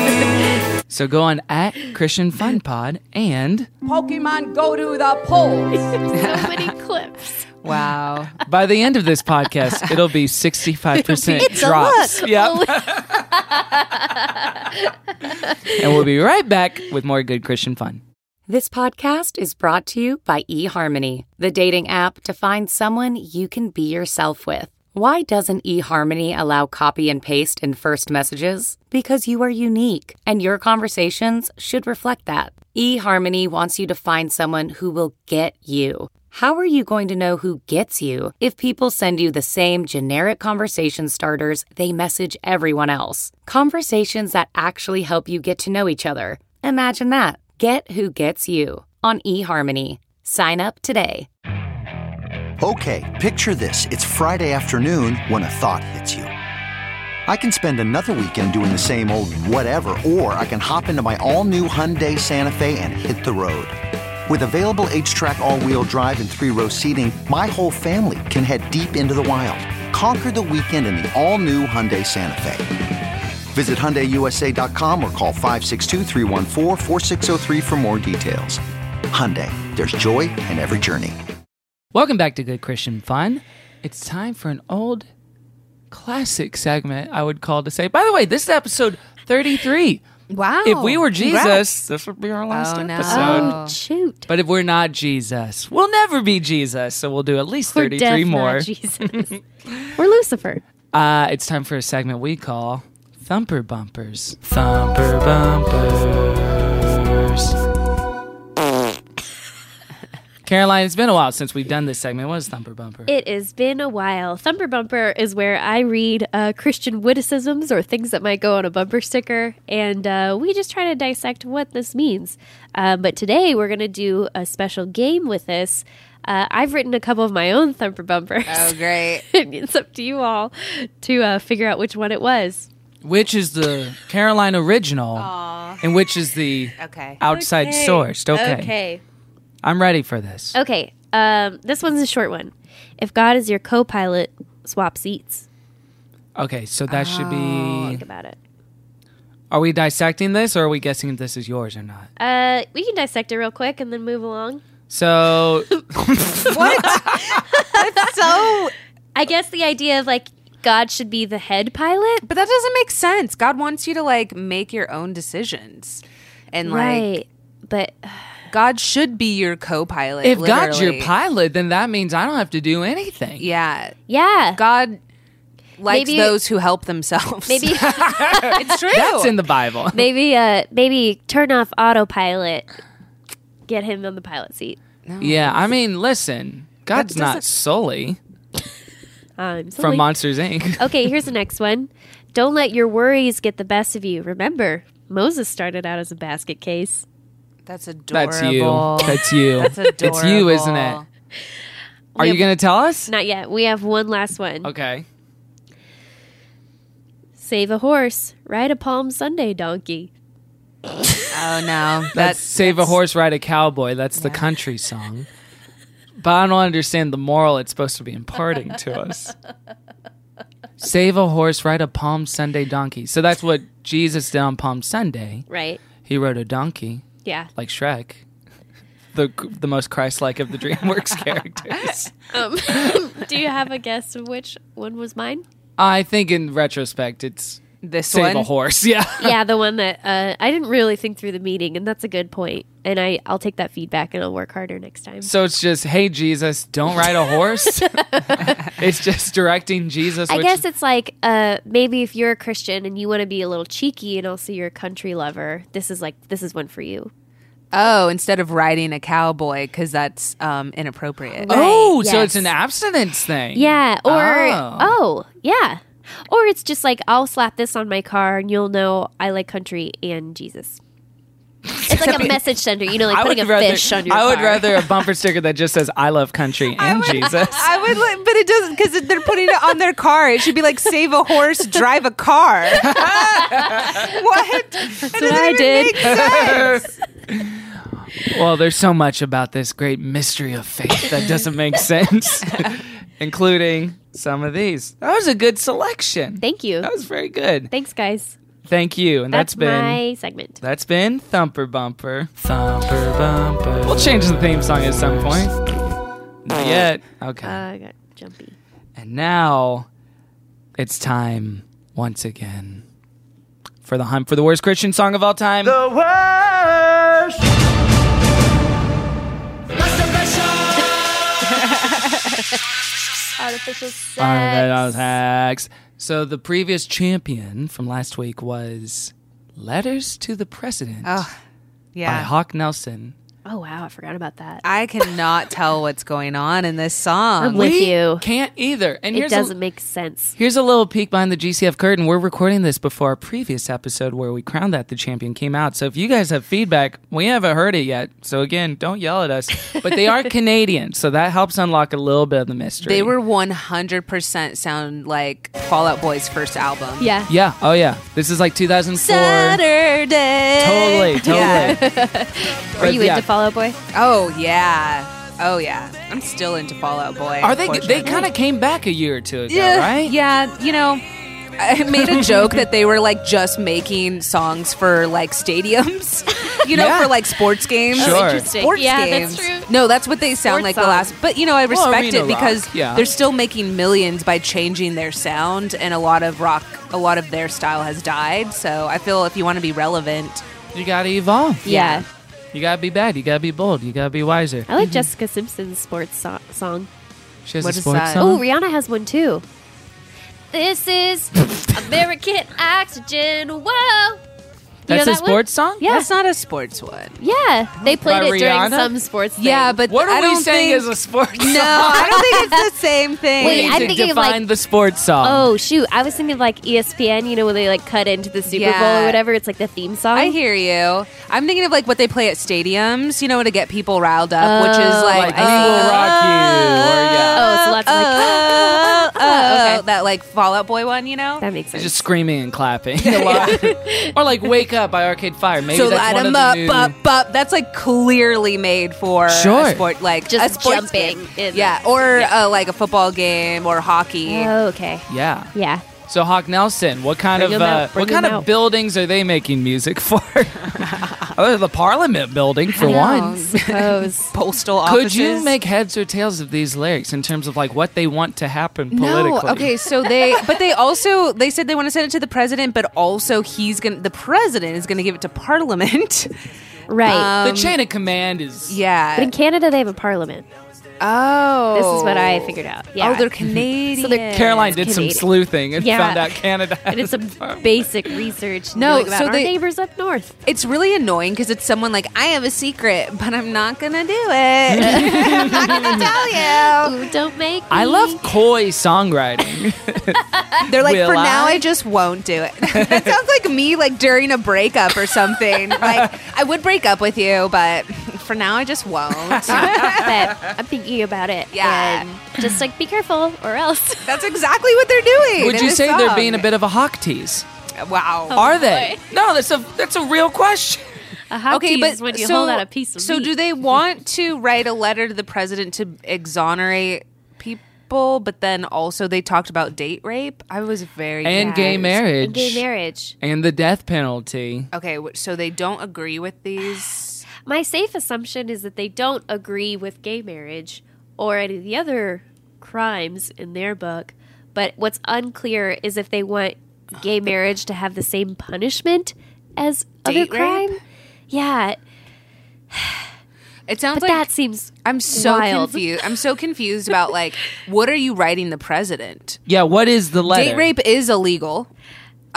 [SPEAKER 2] So go on at Christian Fun Pod and
[SPEAKER 4] Pokemon go to the polls.
[SPEAKER 3] So many clips.
[SPEAKER 4] wow.
[SPEAKER 2] by the end of this podcast, it'll be 65% drops. Yep. and we'll be right back with more good Christian fun.
[SPEAKER 10] This podcast is brought to you by eHarmony, the dating app to find someone you can be yourself with. Why doesn't eHarmony allow copy and paste in first messages? Because you are unique and your conversations should reflect that. eHarmony wants you to find someone who will get you. How are you going to know who gets you if people send you the same generic conversation starters they message everyone else? Conversations that actually help you get to know each other. Imagine that. Get who gets you on eHarmony. Sign up today.
[SPEAKER 9] Okay, picture this. It's Friday afternoon when a thought hits you. I can spend another weekend doing the same old whatever, or I can hop into my all new Hyundai Santa Fe and hit the road. With available H track, all wheel drive, and three row seating, my whole family can head deep into the wild. Conquer the weekend in the all new Hyundai Santa Fe. Visit HyundaiUSA.com or call 562-314-4603 for more details. Hyundai, there's joy in every journey.
[SPEAKER 2] Welcome back to Good Christian Fun. It's time for an old classic segment I would call to say. By the way, this is episode 33.
[SPEAKER 4] Wow.
[SPEAKER 2] If we were Jesus,
[SPEAKER 4] Oh, Congrats.
[SPEAKER 2] this would be our last
[SPEAKER 4] Oh, no.
[SPEAKER 2] episode.
[SPEAKER 4] Oh.
[SPEAKER 3] Oh, shoot.
[SPEAKER 2] But if we're not Jesus, we'll never be Jesus. So we'll do at least 33 more.
[SPEAKER 3] Jesus. We're Lucifer.
[SPEAKER 2] Uh, it's time for a segment we call Thumper Bumpers. Thumper Bumpers. Caroline, it's been a while since we've done this segment. What is Thumper Bumper?
[SPEAKER 3] It has been a while. Thumper Bumper is where I read uh, Christian witticisms or things that might go on a bumper sticker, and uh, we just try to dissect what this means. Uh, but today we're going to do a special game with this. Uh, I've written a couple of my own Thumper Bumpers.
[SPEAKER 4] Oh, great.
[SPEAKER 3] it's up to you all to uh, figure out which one it was.
[SPEAKER 2] which is the Caroline original, and which is the
[SPEAKER 4] Okay.
[SPEAKER 2] outside sourced? Okay.
[SPEAKER 3] Okay.
[SPEAKER 2] I'm ready for this.
[SPEAKER 3] Okay. Um, this one's a short one. If God is your co pilot, swap seats.
[SPEAKER 2] Okay, so that should
[SPEAKER 3] Think
[SPEAKER 4] Oh.
[SPEAKER 2] be.
[SPEAKER 3] about it.
[SPEAKER 2] Are we dissecting this, or are we guessing if this is yours or not?
[SPEAKER 3] Uh, we can dissect it real quick and then move along.
[SPEAKER 2] So
[SPEAKER 4] So,
[SPEAKER 3] I guess the idea of like God should be the head pilot.
[SPEAKER 4] but that doesn't make sense. God wants you to like make your own decisions. And like
[SPEAKER 3] But
[SPEAKER 4] God should be your co-pilot.
[SPEAKER 2] if God's your
[SPEAKER 4] literally.
[SPEAKER 2] pilot, then that means I don't have to do anything.
[SPEAKER 4] Yeah.
[SPEAKER 3] yeah.
[SPEAKER 4] God likes
[SPEAKER 3] Maybe-
[SPEAKER 4] those who help themselves.
[SPEAKER 3] Maybe
[SPEAKER 4] it's true.
[SPEAKER 2] That's in the Bible.
[SPEAKER 3] maybe uh maybe turn off autopilot. Get him on the pilot seat.
[SPEAKER 2] Yeah, I mean, listen, God's not Sully
[SPEAKER 3] Um, so
[SPEAKER 2] from
[SPEAKER 3] like-
[SPEAKER 2] Monsters Inc.
[SPEAKER 3] okay, here's the next one. Don't let your worries get the best of you. Remember, Moses started out as a basket case.
[SPEAKER 4] That's adorable.
[SPEAKER 2] That's you. That's you.
[SPEAKER 4] That's adorable.
[SPEAKER 2] It's you, isn't it? Are you going to tell us?
[SPEAKER 3] Not yet. We have one last one.
[SPEAKER 2] Okay.
[SPEAKER 3] Save a horse. Ride a Palm Sunday donkey.
[SPEAKER 4] Oh no.
[SPEAKER 2] That's
[SPEAKER 4] That's
[SPEAKER 2] Save a Horse, Ride a Cowboy. That's the country song. But I don't understand the moral it's supposed to be imparting to us. Save a horse, ride a Palm Sunday donkey. So that's what Jesus did on Palm Sunday.
[SPEAKER 3] Right.
[SPEAKER 2] He rode a donkey,
[SPEAKER 3] Yeah.
[SPEAKER 2] like Shrek, the the most Christ-like of the DreamWorks characters.
[SPEAKER 3] Um, do you have a guess of which one was mine?
[SPEAKER 2] I think in retrospect, it's
[SPEAKER 4] this
[SPEAKER 2] save
[SPEAKER 4] one.
[SPEAKER 2] a horse. Yeah.
[SPEAKER 3] yeah, the one that uh, I didn't really think through the meeting, and that's a good point. And I, I'll take that feedback and I'll work harder next time.
[SPEAKER 2] So it's just, hey Jesus, don't ride a horse. it's just directing Jesus.
[SPEAKER 3] I
[SPEAKER 2] which,
[SPEAKER 3] guess it's like uh, maybe if you're a Christian and you want to be a little cheeky and also you're a country lover, this is like this is one for you.
[SPEAKER 4] Oh, instead of riding a cowboy because that's um, inappropriate.
[SPEAKER 2] oh,
[SPEAKER 3] Right,
[SPEAKER 2] so it's
[SPEAKER 3] yes.
[SPEAKER 2] an abstinence thing.
[SPEAKER 3] Yeah, or
[SPEAKER 2] Oh.
[SPEAKER 3] oh. yeah, or it's just like I'll slap this on my car and you'll know I like country and Jesus. It's like a message sender, you know, like putting a fish on your.
[SPEAKER 2] I would
[SPEAKER 3] car.
[SPEAKER 2] rather a bumper sticker that just says "I love country" and Jesus.
[SPEAKER 4] I would, li- but it doesn't because they're putting it on their car. It should be like save a horse, drive a car. what? That's
[SPEAKER 3] what I did.
[SPEAKER 2] Well, there's so much about this great mystery of faith that doesn't make sense. including some of these. That was a good selection.
[SPEAKER 3] Thank you. That
[SPEAKER 2] was very good.
[SPEAKER 3] Thanks, guys.
[SPEAKER 2] Thank you. And
[SPEAKER 3] That's
[SPEAKER 2] that's been
[SPEAKER 3] my segment.
[SPEAKER 2] That's been Thumper Bumper. Thumper Bumper. We'll change the theme song at some point. Not yet. Okay.
[SPEAKER 3] Uh, I got jumpy.
[SPEAKER 2] And now it's time once again for the hunt for the worst Christian song of all time. The worst.
[SPEAKER 3] Artificial sex.
[SPEAKER 2] Armadillo sex. So the previous champion from last week was Letters to the President
[SPEAKER 4] Oh,
[SPEAKER 2] by
[SPEAKER 4] yeah.
[SPEAKER 2] Hawk Nelson.
[SPEAKER 3] Oh wow, I forgot about that.
[SPEAKER 4] I cannot tell what's going on in this song.
[SPEAKER 3] I'm with
[SPEAKER 2] we
[SPEAKER 3] you.
[SPEAKER 2] Can't either. And
[SPEAKER 3] It
[SPEAKER 2] here's a-
[SPEAKER 3] doesn't make sense.
[SPEAKER 2] Here's a little peek behind the GCF curtain. We're recording this before our previous episode where we crowned that the champion came out. So if you guys have feedback, we haven't heard it yet. So again, don't yell at us. But they are Canadian, so that helps unlock a little bit of the mystery.
[SPEAKER 4] They were 100% sound like Fallout Boy's first album.
[SPEAKER 3] Yeah.
[SPEAKER 2] Yeah. Oh yeah. This is like 2004.
[SPEAKER 4] Saturday.
[SPEAKER 2] Totally. Totally.
[SPEAKER 3] Are you
[SPEAKER 2] yeah.
[SPEAKER 3] into Follow Boy?
[SPEAKER 4] Oh yeah. Oh yeah. I'm still into Fallout Boy.
[SPEAKER 2] Are they? They
[SPEAKER 4] unfortunately.
[SPEAKER 2] kind of came back a year or two ago,
[SPEAKER 4] yeah,
[SPEAKER 2] right?
[SPEAKER 4] Yeah, you know, I made a joke that they were like just making songs for like stadiums, you know,
[SPEAKER 2] Yeah.
[SPEAKER 4] for like sports games.
[SPEAKER 2] Sure. Oh,
[SPEAKER 3] interesting.
[SPEAKER 4] Sports
[SPEAKER 3] Yeah,
[SPEAKER 4] games.
[SPEAKER 3] that's true.
[SPEAKER 4] No, that's what they sound
[SPEAKER 3] Sports
[SPEAKER 4] like the
[SPEAKER 3] songs.
[SPEAKER 4] last. But you know, I
[SPEAKER 2] Well,
[SPEAKER 4] respect
[SPEAKER 2] arena
[SPEAKER 4] it because
[SPEAKER 2] rock, yeah.
[SPEAKER 4] they're still making millions by changing their sound, and a lot of rock, a lot of their style has died. So I feel if you want to be relevant,
[SPEAKER 2] You gotta evolve.
[SPEAKER 3] Yeah.
[SPEAKER 2] You gotta be bad. You gotta be bold. You gotta be wiser.
[SPEAKER 3] I like Jessica Simpson's sports so- song.
[SPEAKER 2] She has
[SPEAKER 4] What
[SPEAKER 2] a
[SPEAKER 4] is
[SPEAKER 2] sports
[SPEAKER 4] that?
[SPEAKER 3] Oh,
[SPEAKER 2] song.
[SPEAKER 3] Rihanna has one too. This is American oxygen. Whoa.
[SPEAKER 4] Oh,
[SPEAKER 2] That's
[SPEAKER 3] know
[SPEAKER 2] a
[SPEAKER 3] that one?
[SPEAKER 2] sports song.
[SPEAKER 3] Yeah.
[SPEAKER 4] that's not a sports one.
[SPEAKER 3] Yeah, they played
[SPEAKER 2] By
[SPEAKER 3] it during
[SPEAKER 2] Rihanna?
[SPEAKER 3] some sports. Thing.
[SPEAKER 4] Yeah, but
[SPEAKER 2] What are
[SPEAKER 4] I
[SPEAKER 2] we
[SPEAKER 4] don't
[SPEAKER 2] saying
[SPEAKER 4] think,
[SPEAKER 2] as a sports
[SPEAKER 4] No,
[SPEAKER 2] song?
[SPEAKER 4] I don't think it's the same thing.
[SPEAKER 3] Wait,
[SPEAKER 2] We need
[SPEAKER 3] I'm
[SPEAKER 2] to
[SPEAKER 3] thinking of, like-
[SPEAKER 2] define the sports song.
[SPEAKER 3] Oh shoot! I was thinking of like E ESPN. You know when they like cut into the Super
[SPEAKER 4] Yeah.
[SPEAKER 3] Bowl or whatever. It's like the theme song.
[SPEAKER 2] Oh.
[SPEAKER 4] I hear you. I'm thinking of like what they play at stadiums, you know, to get people riled up, which is like,
[SPEAKER 2] Oh,
[SPEAKER 4] uh,
[SPEAKER 2] like we will rock you or yeah
[SPEAKER 3] Oh, it's lots of like.
[SPEAKER 4] oh,
[SPEAKER 3] oh, okay.
[SPEAKER 4] that like Fallout Boy one, you know.
[SPEAKER 3] That makes sense.
[SPEAKER 2] just screaming and clapping a lot. or like wake up by arcade fire maybe
[SPEAKER 4] so
[SPEAKER 2] that's
[SPEAKER 4] light
[SPEAKER 2] one of
[SPEAKER 4] them
[SPEAKER 2] the
[SPEAKER 4] up,
[SPEAKER 2] new-
[SPEAKER 4] up, up. That's like clearly made for
[SPEAKER 2] Sure.
[SPEAKER 4] a sport, like
[SPEAKER 3] Just
[SPEAKER 4] a sports
[SPEAKER 3] jumping
[SPEAKER 4] game.
[SPEAKER 3] in.
[SPEAKER 4] yeah, Uh, or Uh, like a football game or hockey.
[SPEAKER 3] Oh, okay.
[SPEAKER 2] yeah
[SPEAKER 3] Yeah.
[SPEAKER 2] so hawk nelson what kind
[SPEAKER 3] Bring
[SPEAKER 2] of
[SPEAKER 3] 'em out,
[SPEAKER 2] uh, what
[SPEAKER 3] bring 'em
[SPEAKER 2] kind of
[SPEAKER 3] out.
[SPEAKER 2] buildings are they making music for other than the parliament building for one
[SPEAKER 3] Suppose.
[SPEAKER 4] Postal offices.
[SPEAKER 2] could you make heads or tails of these lyrics in terms of like what they want to happen politically
[SPEAKER 4] No, okay, so they but they also they said they want to send it to the president, but also he's gonna the president is gonna give it to parliament. Um,
[SPEAKER 3] right.
[SPEAKER 2] the chain of command is
[SPEAKER 4] Yeah.
[SPEAKER 3] but in Canada, they have a parliament.
[SPEAKER 4] Oh,
[SPEAKER 3] This is what I figured out. Yeah.
[SPEAKER 4] Oh, they're Canadian.
[SPEAKER 3] So they're-
[SPEAKER 2] caroline
[SPEAKER 3] It's
[SPEAKER 2] did
[SPEAKER 3] Canadian.
[SPEAKER 2] some sleuthing and
[SPEAKER 3] Yeah.
[SPEAKER 2] found out canada
[SPEAKER 3] and it's
[SPEAKER 2] has
[SPEAKER 3] some basic research.
[SPEAKER 4] No,
[SPEAKER 3] knowing about
[SPEAKER 4] so
[SPEAKER 3] our
[SPEAKER 4] they-
[SPEAKER 3] neighbors up north.
[SPEAKER 4] it's really annoying because it's someone like I have a secret, but I'm not gonna do it. I'm not gonna tell you.
[SPEAKER 3] Ooh, don't make.
[SPEAKER 2] I
[SPEAKER 3] me.
[SPEAKER 2] love coy songwriting.
[SPEAKER 4] They're like,
[SPEAKER 2] Will
[SPEAKER 4] for now,
[SPEAKER 2] I?"
[SPEAKER 4] I just won't do it. that sounds like me, like during a breakup or something. like I would break up with you, but for now, I just won't.
[SPEAKER 3] but I'm thinking about it.
[SPEAKER 4] Yeah.
[SPEAKER 3] And just like be careful or else.
[SPEAKER 4] That's exactly what they're doing.
[SPEAKER 2] Would
[SPEAKER 4] in
[SPEAKER 2] you
[SPEAKER 4] this
[SPEAKER 2] say they're
[SPEAKER 4] song.
[SPEAKER 2] being a bit of a hawk tease?
[SPEAKER 4] wow?
[SPEAKER 2] Are they? No, that's a that's a real question.
[SPEAKER 3] A hot
[SPEAKER 4] okay,
[SPEAKER 3] tea
[SPEAKER 4] but
[SPEAKER 3] is when you
[SPEAKER 4] so,
[SPEAKER 3] hold out a piece of
[SPEAKER 4] so
[SPEAKER 3] meat.
[SPEAKER 4] do they want to write a letter to the president to exonerate people? But then also they talked about date rape. I was very
[SPEAKER 2] And gay
[SPEAKER 4] confused.
[SPEAKER 2] marriage.
[SPEAKER 3] And gay marriage.
[SPEAKER 2] And the death penalty.
[SPEAKER 4] Okay, wh- so they don't agree with these.
[SPEAKER 3] My safe assumption is that they don't agree with gay marriage or any of the other crimes in their book. But what's unclear is if they want gay marriage to have the same punishment as
[SPEAKER 4] Date
[SPEAKER 3] other
[SPEAKER 4] rape?
[SPEAKER 3] crime. Yeah,
[SPEAKER 4] It sounds
[SPEAKER 3] but
[SPEAKER 4] like
[SPEAKER 3] that seems uh,
[SPEAKER 4] I'm so
[SPEAKER 3] wild.
[SPEAKER 4] confused. I'm so confused about like what are you writing the president?
[SPEAKER 2] Yeah, what is the letter?
[SPEAKER 4] Date rape is illegal.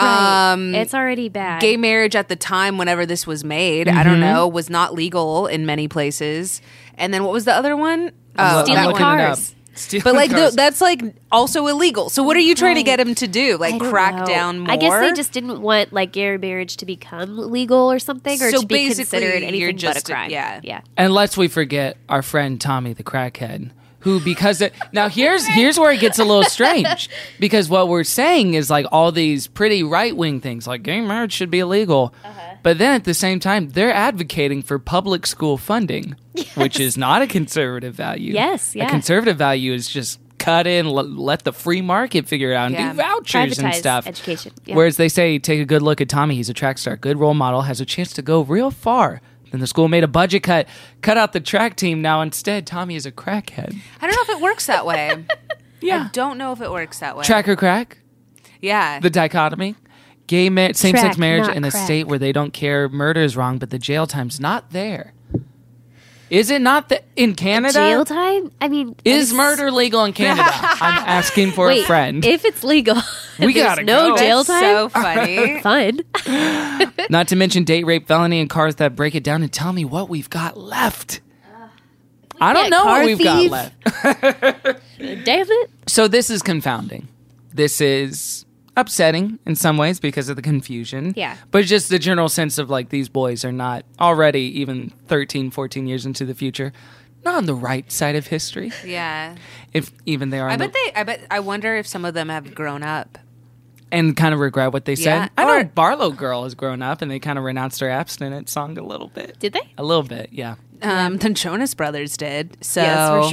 [SPEAKER 3] Right.
[SPEAKER 4] Um,
[SPEAKER 3] it's already bad.
[SPEAKER 4] gay marriage at the time whenever this was made i
[SPEAKER 2] Mm-hmm.
[SPEAKER 4] don't know was not legal in many places and then what was the other one
[SPEAKER 2] I'm
[SPEAKER 4] Oh,
[SPEAKER 2] looking
[SPEAKER 3] Stealing
[SPEAKER 4] that
[SPEAKER 2] it
[SPEAKER 4] one.
[SPEAKER 2] up.
[SPEAKER 3] cars.
[SPEAKER 2] Stealing
[SPEAKER 4] but like the,
[SPEAKER 2] cars.
[SPEAKER 4] that's like also illegal so what are you trying to get him to do
[SPEAKER 3] I
[SPEAKER 4] like
[SPEAKER 3] don't
[SPEAKER 4] crack
[SPEAKER 3] know.
[SPEAKER 4] down more
[SPEAKER 3] I guess they just didn't want like gay marriage to become legal or something, or
[SPEAKER 4] So
[SPEAKER 3] to be
[SPEAKER 4] basically,
[SPEAKER 3] considered anything
[SPEAKER 4] you're
[SPEAKER 3] but a
[SPEAKER 4] just a-
[SPEAKER 3] crime.
[SPEAKER 4] yeah.
[SPEAKER 3] yeah.
[SPEAKER 2] and lest we forget our friend Tommy the crackhead, who because it, now here's here's where it gets a little strange because what we're saying is like all these pretty right wing things like gay marriage should be illegal,
[SPEAKER 3] Uh-huh.
[SPEAKER 2] but then at the same time they're advocating for public school funding, which is not a conservative value.
[SPEAKER 3] Yes,
[SPEAKER 2] a
[SPEAKER 3] yeah.
[SPEAKER 2] conservative value is just. cut in, l- let the free market figure it out, and
[SPEAKER 3] Yeah.
[SPEAKER 2] do vouchers and
[SPEAKER 3] Privatize
[SPEAKER 2] stuff.
[SPEAKER 3] education, yeah.
[SPEAKER 2] Whereas they say, take a good look at Tommy. He's a track star, good role model, has a chance to go real far. Then the school made a budget cut, cut out the track team. Now instead, Tommy is a crackhead.
[SPEAKER 4] I don't know if it works that way. yeah. I don't know if it works that way.
[SPEAKER 2] Track or crack?
[SPEAKER 4] Yeah.
[SPEAKER 2] The dichotomy. Gay mar- same
[SPEAKER 4] Track,
[SPEAKER 2] sex marriage
[SPEAKER 4] not
[SPEAKER 2] in a
[SPEAKER 4] crack.
[SPEAKER 2] state where they don't care murder is wrong, but the jail time's not there. Is it not the in Canada?
[SPEAKER 3] Jail time? I mean, it's-
[SPEAKER 2] Is murder legal in Canada? I'm asking for
[SPEAKER 3] Wait,
[SPEAKER 2] a friend.
[SPEAKER 3] If it's legal,
[SPEAKER 2] We
[SPEAKER 3] we got
[SPEAKER 2] gotta
[SPEAKER 3] no
[SPEAKER 2] go.
[SPEAKER 3] jail
[SPEAKER 2] That's
[SPEAKER 3] time.
[SPEAKER 2] so funny.
[SPEAKER 3] Fun.
[SPEAKER 2] Not to mention date rape, felony, and cars that break it down and tell me what we've got left. I don't
[SPEAKER 3] Uh, get
[SPEAKER 2] know what
[SPEAKER 3] car
[SPEAKER 2] we've got
[SPEAKER 3] thief-
[SPEAKER 2] left.
[SPEAKER 3] Damn it.
[SPEAKER 2] So this is confounding. This is upsetting in some ways because of the confusion.
[SPEAKER 3] Yeah.
[SPEAKER 2] But just the general sense of like these boys are not already even 13, 14 years into the future, not on the right side of history.
[SPEAKER 4] Yeah.
[SPEAKER 2] If even they are,
[SPEAKER 4] I
[SPEAKER 2] on
[SPEAKER 4] bet
[SPEAKER 2] the,
[SPEAKER 4] they. I bet. I wonder if some of them have grown up.
[SPEAKER 2] and kind of regret what they
[SPEAKER 4] Yeah.
[SPEAKER 2] said. I know Barlow Girl has grown up, and they kind of renounced their abstinence song a little bit.
[SPEAKER 3] Did they?
[SPEAKER 2] A little bit, yeah.
[SPEAKER 4] Um, the Jonas Brothers did. So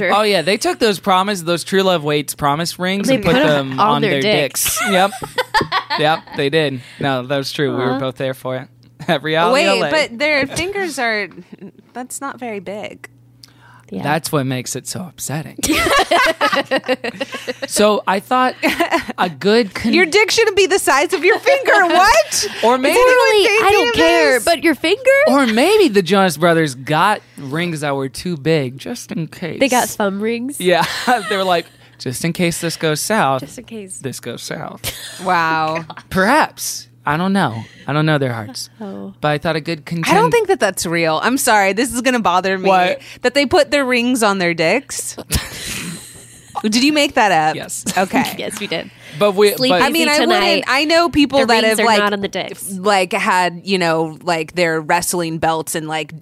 [SPEAKER 2] Oh yeah, they took those promise, those true love weights promise rings,
[SPEAKER 4] They
[SPEAKER 2] and put,
[SPEAKER 4] put 'em
[SPEAKER 2] them
[SPEAKER 4] on
[SPEAKER 2] on
[SPEAKER 4] their
[SPEAKER 2] their, dicks. yep, yep, they did. No, that was true. We
[SPEAKER 4] Aw.
[SPEAKER 2] were both there for it at reality.
[SPEAKER 4] Wait,
[SPEAKER 2] LA.
[SPEAKER 4] but their fingers are. That's not very
[SPEAKER 3] Mm.
[SPEAKER 4] big.
[SPEAKER 2] that's what makes it so upsetting. so I thought a good con-
[SPEAKER 4] Your dick shouldn't be the size of your finger. What?
[SPEAKER 2] Or maybe-
[SPEAKER 3] Literally, I don't care, but your finger.
[SPEAKER 2] or maybe the Jonas Brothers got rings that were too big just in case
[SPEAKER 3] They got thumb rings.
[SPEAKER 2] Yeah, they were like just in case this goes south.
[SPEAKER 3] Just in case.
[SPEAKER 2] this goes south.
[SPEAKER 3] Oh
[SPEAKER 4] Wow.
[SPEAKER 2] Perhaps. I don't know. I don't know their hearts.
[SPEAKER 4] Oh.
[SPEAKER 2] But I thought a good
[SPEAKER 4] I
[SPEAKER 2] contend-
[SPEAKER 4] don't think that that's real. I'm sorry. This is going to bother me. That they put their rings on their dicks. did you make that up?
[SPEAKER 2] Yes.
[SPEAKER 4] Okay.
[SPEAKER 3] yes, we did.
[SPEAKER 2] But we.
[SPEAKER 4] Sleep
[SPEAKER 2] but-
[SPEAKER 4] I mean, I wouldn't. I know people
[SPEAKER 3] The
[SPEAKER 4] that
[SPEAKER 3] rings
[SPEAKER 4] have
[SPEAKER 3] are
[SPEAKER 4] like
[SPEAKER 3] not on the dicks.
[SPEAKER 4] like had you know like their wrestling belts and like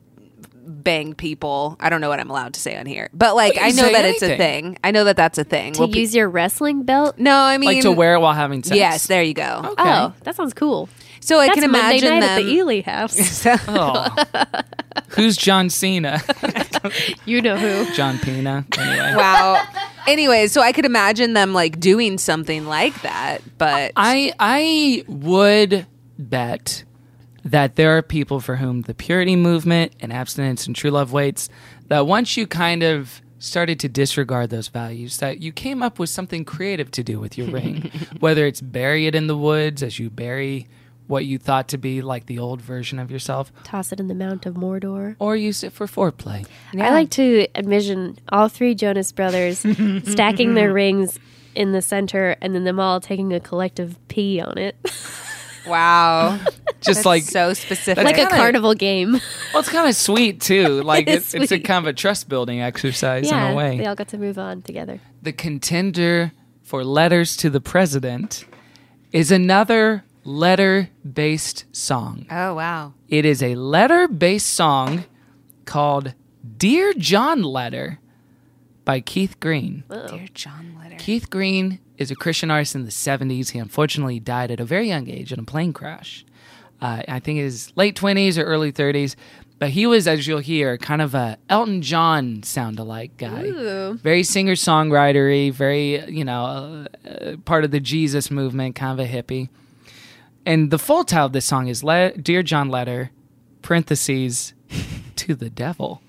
[SPEAKER 4] banged people. I don't know what I'm allowed to say on here, but like
[SPEAKER 3] You
[SPEAKER 4] I
[SPEAKER 3] can
[SPEAKER 4] know
[SPEAKER 3] say
[SPEAKER 4] that it's a
[SPEAKER 3] anything.
[SPEAKER 4] thing. I know that that's a thing.
[SPEAKER 3] To use your wrestling belt?
[SPEAKER 4] No, I mean
[SPEAKER 2] like to wear it while having sex.
[SPEAKER 4] Yes, there you go.
[SPEAKER 3] Oh, that sounds cool.
[SPEAKER 4] So I
[SPEAKER 3] That's
[SPEAKER 4] can
[SPEAKER 3] Monday
[SPEAKER 4] imagine
[SPEAKER 3] night at
[SPEAKER 4] them-
[SPEAKER 3] the Ely house.
[SPEAKER 2] Oh. Who's John Cena?
[SPEAKER 3] you know who?
[SPEAKER 2] John Pena. Anyway.
[SPEAKER 4] wow. Anyway, so I could imagine them like doing something like that, but
[SPEAKER 2] I I would bet that there are people for whom the purity movement and abstinence and true love waits that once you kind of started to disregard those values that you came up with something creative to do with your ring whether it's bury it in the woods as you bury what you thought to be like the old version of yourself
[SPEAKER 3] Toss it in the Mount of Mordor.
[SPEAKER 2] or use it for foreplay
[SPEAKER 3] I like to envision all three Jonas brothers stacking their rings in the center and then them all taking a collective pee on it.
[SPEAKER 4] wow.
[SPEAKER 2] Just
[SPEAKER 4] That's
[SPEAKER 2] like-
[SPEAKER 4] so specific.
[SPEAKER 2] That's
[SPEAKER 3] like a
[SPEAKER 2] kinda-
[SPEAKER 3] carnival game.
[SPEAKER 2] Well, it's kind of sweet too. Like
[SPEAKER 3] It is
[SPEAKER 2] it's, it's a
[SPEAKER 3] sweet.
[SPEAKER 2] kind of a trust building exercise
[SPEAKER 3] yeah,
[SPEAKER 2] in a way.
[SPEAKER 3] they all got to move on together.
[SPEAKER 2] the contender for letters to the president is another letter-based song.
[SPEAKER 4] Oh wow.
[SPEAKER 2] It is a letter-based song called "Dear John Letter" by Keith Green.
[SPEAKER 4] Dear John Letter.
[SPEAKER 2] Keith Green is a Christian artist in the 70s. He unfortunately died at a very young age in a plane crash. Uh, I think his late 20s or early 30s. But he was, as you'll hear, kind of a Elton John sound alike guy.
[SPEAKER 3] Ooh.
[SPEAKER 2] Very singer songwritery, very, you know, uh, uh, part of the Jesus movement, kind of a hippie. And the full title of this song is Le- Dear John Letter, parentheses, to the devil.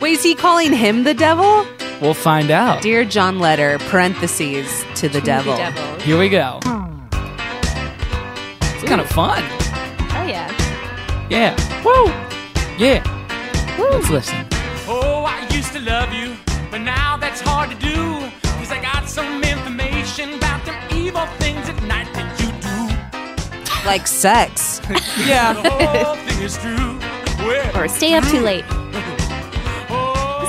[SPEAKER 4] Wait, is he calling him the devil?
[SPEAKER 2] We'll find out.
[SPEAKER 4] Dear John Letter, parentheses to the devil.
[SPEAKER 2] Here we go. It's kind of fun.
[SPEAKER 3] Oh yeah.
[SPEAKER 2] Yeah. Woo! Yeah. Let's listen.
[SPEAKER 11] Oh, I used to love you, but now that's hard to do. Cause I got some information about them evil things at night that you
[SPEAKER 4] Like sex.
[SPEAKER 11] The whole thing is true. Well,
[SPEAKER 3] Or stay up too late.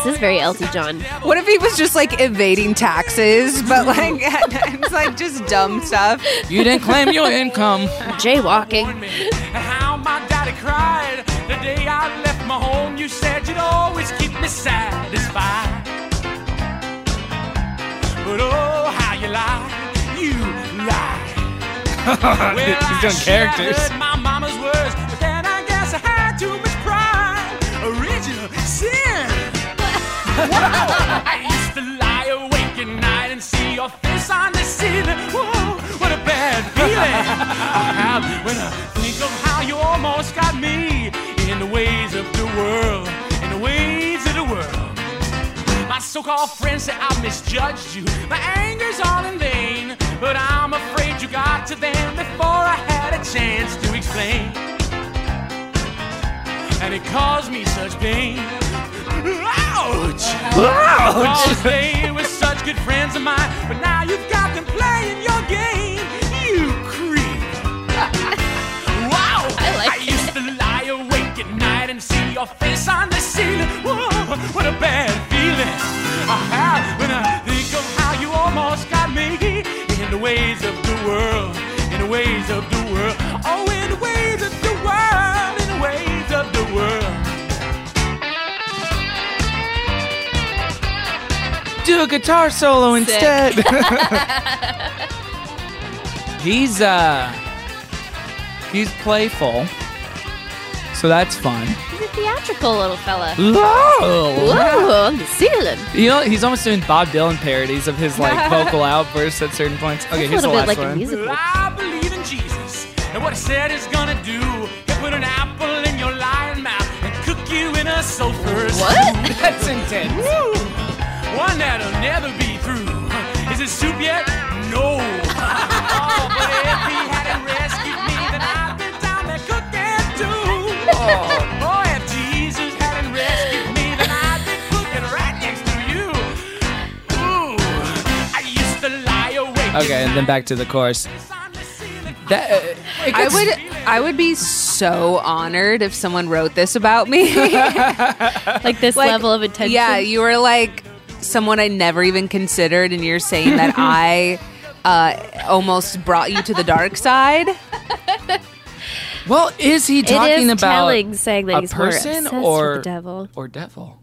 [SPEAKER 3] This is very Elton John.
[SPEAKER 4] What if he was just like evading taxes, but like it's like just dumb stuff?
[SPEAKER 2] You didn't claim your income.
[SPEAKER 3] Jaywalking.
[SPEAKER 11] And how my daddy cried the day I left my home. You said you'd always keep me satisfied. But oh, how you lie, you lie.
[SPEAKER 2] He's doing characters.
[SPEAKER 11] I heard my mama's words, but then I guess I had too much pride. Original sin. Wow. I used to when I think of how you almost got me in the ways of the world, in the ways of the world. My so-called friends say I misjudged you. My anger's all in vain, but I'm afraid you got to them before I had a chance to explain. And it caused me such pain. Ouch!
[SPEAKER 12] Ouch!
[SPEAKER 11] Because they were such good friends of mine, but now you've got them playing your game. You creep. Wow! I, used to lie awake at night and see your face on the ceiling. Whoa, what a bad feeling I have when I think of how you almost got me in the ways of the world, in the ways of the world. Oh, in the ways of the world, in the ways of the world.
[SPEAKER 2] Do a guitar solo
[SPEAKER 11] Sick.
[SPEAKER 2] instead. he's uh he's playful. So that's fun.
[SPEAKER 3] He's a theatrical little fella.
[SPEAKER 2] Whoa!
[SPEAKER 3] Whoa, on the ceiling.
[SPEAKER 2] You know, he's almost doing Bob Dylan parodies of his like vocal outbursts at certain points. Okay, here's the last one.
[SPEAKER 11] Well, I believe in Jesus and what he said is gonna do. He'll put an apple in your lion mouth and cook you in a sulfur.
[SPEAKER 2] What?
[SPEAKER 11] soup.
[SPEAKER 2] That's intense.
[SPEAKER 11] Woo! One that'll never be through. Is it soup yet? No. oh, but if he hadn't rescued me, then I'd been down there cooking too. Oh, oh if Jesus hadn't rescued me, then I'd been cooking right next to you. Ooh, I used to lie awake. at
[SPEAKER 2] Okay, and then back to the chorus. That uh, it
[SPEAKER 4] I
[SPEAKER 2] gets-
[SPEAKER 4] would I would be so honored if someone wrote this about me. like
[SPEAKER 3] this level of attention?
[SPEAKER 4] Yeah, you were like someone I never even considered and you're saying that I uh, almost brought you to the dark side.
[SPEAKER 2] Well, is he talking about
[SPEAKER 3] telling, saying that
[SPEAKER 2] a
[SPEAKER 3] he's more
[SPEAKER 2] person
[SPEAKER 3] obsessed with
[SPEAKER 2] or
[SPEAKER 3] the devil.
[SPEAKER 2] or devil?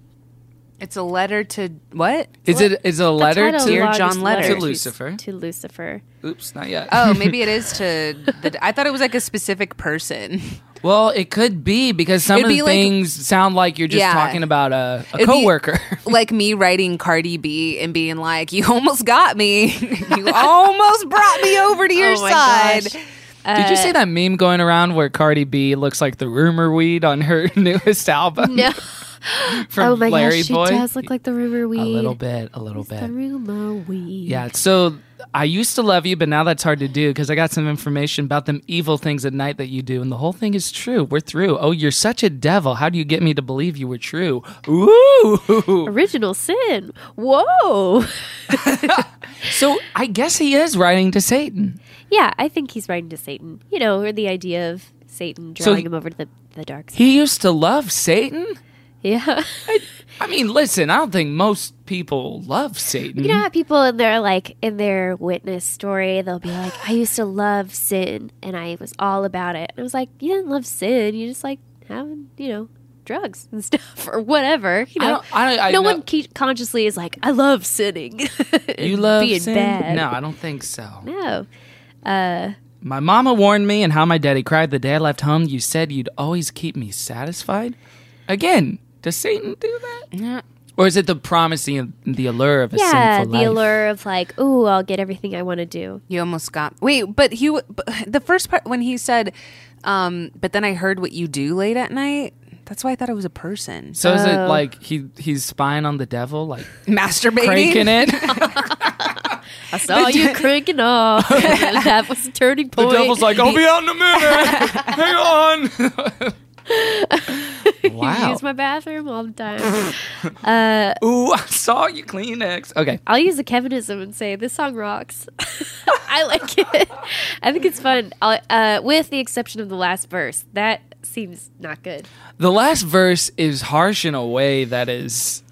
[SPEAKER 4] It's a letter to what?
[SPEAKER 2] Is it is it a letter to
[SPEAKER 4] Dear John letter
[SPEAKER 2] to Lucifer?
[SPEAKER 3] To Lucifer.
[SPEAKER 2] Oops, not yet.
[SPEAKER 4] Oh, maybe it is to the I thought it was like a specific person.
[SPEAKER 2] Well, it could be because some
[SPEAKER 4] It'd
[SPEAKER 2] of
[SPEAKER 4] be
[SPEAKER 2] the
[SPEAKER 4] like-
[SPEAKER 2] things sound like you're just
[SPEAKER 4] Yeah.
[SPEAKER 2] talking about a, a
[SPEAKER 4] It'd be-
[SPEAKER 2] coworker.
[SPEAKER 4] like me writing Cardi B and being like, "You almost got me. you almost brought me over to your
[SPEAKER 3] Oh my
[SPEAKER 4] side."
[SPEAKER 3] gosh.
[SPEAKER 2] Did
[SPEAKER 3] Uh,
[SPEAKER 2] you see that meme going around where Cardi B looks like the rumor weed on her newest album?
[SPEAKER 3] No.
[SPEAKER 2] From
[SPEAKER 3] oh my
[SPEAKER 2] Larry
[SPEAKER 3] gosh,
[SPEAKER 2] Boy?
[SPEAKER 3] she does look like the rumor weed.
[SPEAKER 2] A little bit, a little bit.
[SPEAKER 3] The rumor weed.
[SPEAKER 2] Yeah, so I used to love you, but now that's hard to do because I got some information about them evil things at night that you do, and the whole thing is true. We're through. Oh, you're such a devil. How do you get me to believe you were true? Ooh.
[SPEAKER 3] Original sin. Whoa.
[SPEAKER 2] so I guess he is writing to Satan.
[SPEAKER 3] Yeah, I think he's writing to Satan. You know, or the idea of Satan
[SPEAKER 2] So
[SPEAKER 3] drawing
[SPEAKER 2] he-
[SPEAKER 3] him over to the, the dark side.
[SPEAKER 2] He used to love Satan.
[SPEAKER 3] Yeah.
[SPEAKER 2] I mean, listen, I don't think most people love Satan.
[SPEAKER 3] You know how people in their like in their witness story, they'll be like, "I used to love sin, and I was all about it." And I was like, "You didn't love sin. You just like having, you know, drugs and stuff or whatever." You
[SPEAKER 2] I
[SPEAKER 3] know,
[SPEAKER 2] don't- I don't- I
[SPEAKER 3] no
[SPEAKER 2] know-
[SPEAKER 3] one ke- consciously is like, "I love sinning."
[SPEAKER 2] you love
[SPEAKER 3] being
[SPEAKER 2] sin?
[SPEAKER 3] bad.
[SPEAKER 2] No, I don't think so.
[SPEAKER 3] no. Uh,
[SPEAKER 2] My mama warned me, and how my daddy cried the day I left home. You said you'd always keep me satisfied. Again, does Satan do that?
[SPEAKER 4] Yeah.
[SPEAKER 2] Or is it the promising and the allure of a
[SPEAKER 3] yeah,
[SPEAKER 2] sinful
[SPEAKER 3] the
[SPEAKER 2] life?
[SPEAKER 3] allure of like, "Ooh, I'll get everything I want to do."
[SPEAKER 4] You almost got wait, but he w- but the first part when he said, um, "But then I heard what you do late at night." That's why I thought it was a person.
[SPEAKER 2] So is it like he he's spying on the devil, like
[SPEAKER 4] masturbating,
[SPEAKER 2] cranking it?
[SPEAKER 3] I saw you cranking off. that was a turning
[SPEAKER 2] the
[SPEAKER 3] point.
[SPEAKER 2] devil's like, I'll be out in a minute. Hang on.
[SPEAKER 3] You
[SPEAKER 2] wow.
[SPEAKER 3] use my bathroom all the time. uh,
[SPEAKER 2] Ooh, I saw you Kleenex. Okay.
[SPEAKER 3] I'll use a Kevinism and say this song rocks. I like it. I think it's fun. I'll, uh, with the exception of the last verse, that seems not good.
[SPEAKER 2] The last verse is harsh in a way that is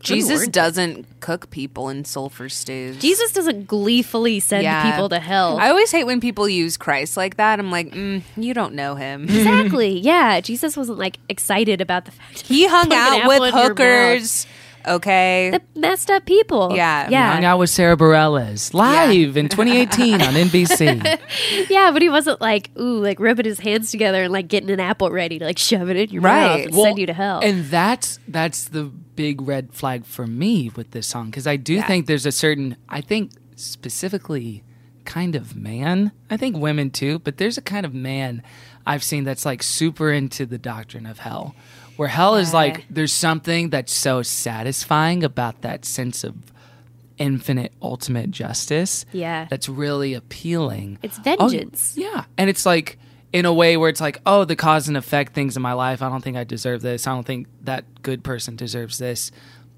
[SPEAKER 4] Jesus doesn't cook people in sulfur stews.
[SPEAKER 3] Jesus doesn't gleefully send
[SPEAKER 4] Yeah.
[SPEAKER 3] people to hell.
[SPEAKER 4] I always hate when people use Christ like that. I'm like, mm, you don't know him.
[SPEAKER 3] exactly. Yeah, Jesus wasn't like excited about the fact
[SPEAKER 4] He hung
[SPEAKER 3] Put an
[SPEAKER 4] out
[SPEAKER 3] apple in
[SPEAKER 4] with
[SPEAKER 3] your
[SPEAKER 4] hookers. Okay.
[SPEAKER 3] the messed up people.
[SPEAKER 4] Yeah.
[SPEAKER 3] yeah,
[SPEAKER 2] hung out with Sarah Bareilles live in 2018 on NBC.
[SPEAKER 3] yeah, but he wasn't like ooh, like rubbing his hands together and like getting an apple ready to like shove it in your mouth and
[SPEAKER 2] Well,
[SPEAKER 3] send you to hell.
[SPEAKER 2] And that's that's the big red flag for me with this song because I do think there's a certain I think specifically kind of man. I think women too, but there's a kind of man I've seen that's like super into the doctrine of hell, where hell is like there's something that's so satisfying about that sense of infinite ultimate justice.
[SPEAKER 3] Yeah.
[SPEAKER 2] That's really appealing.
[SPEAKER 3] It's vengeance.
[SPEAKER 2] Oh, yeah. And it's like in a way where it's like, oh, the cause and effect things in my life. I don't think I deserve this. I don't think that good person deserves this.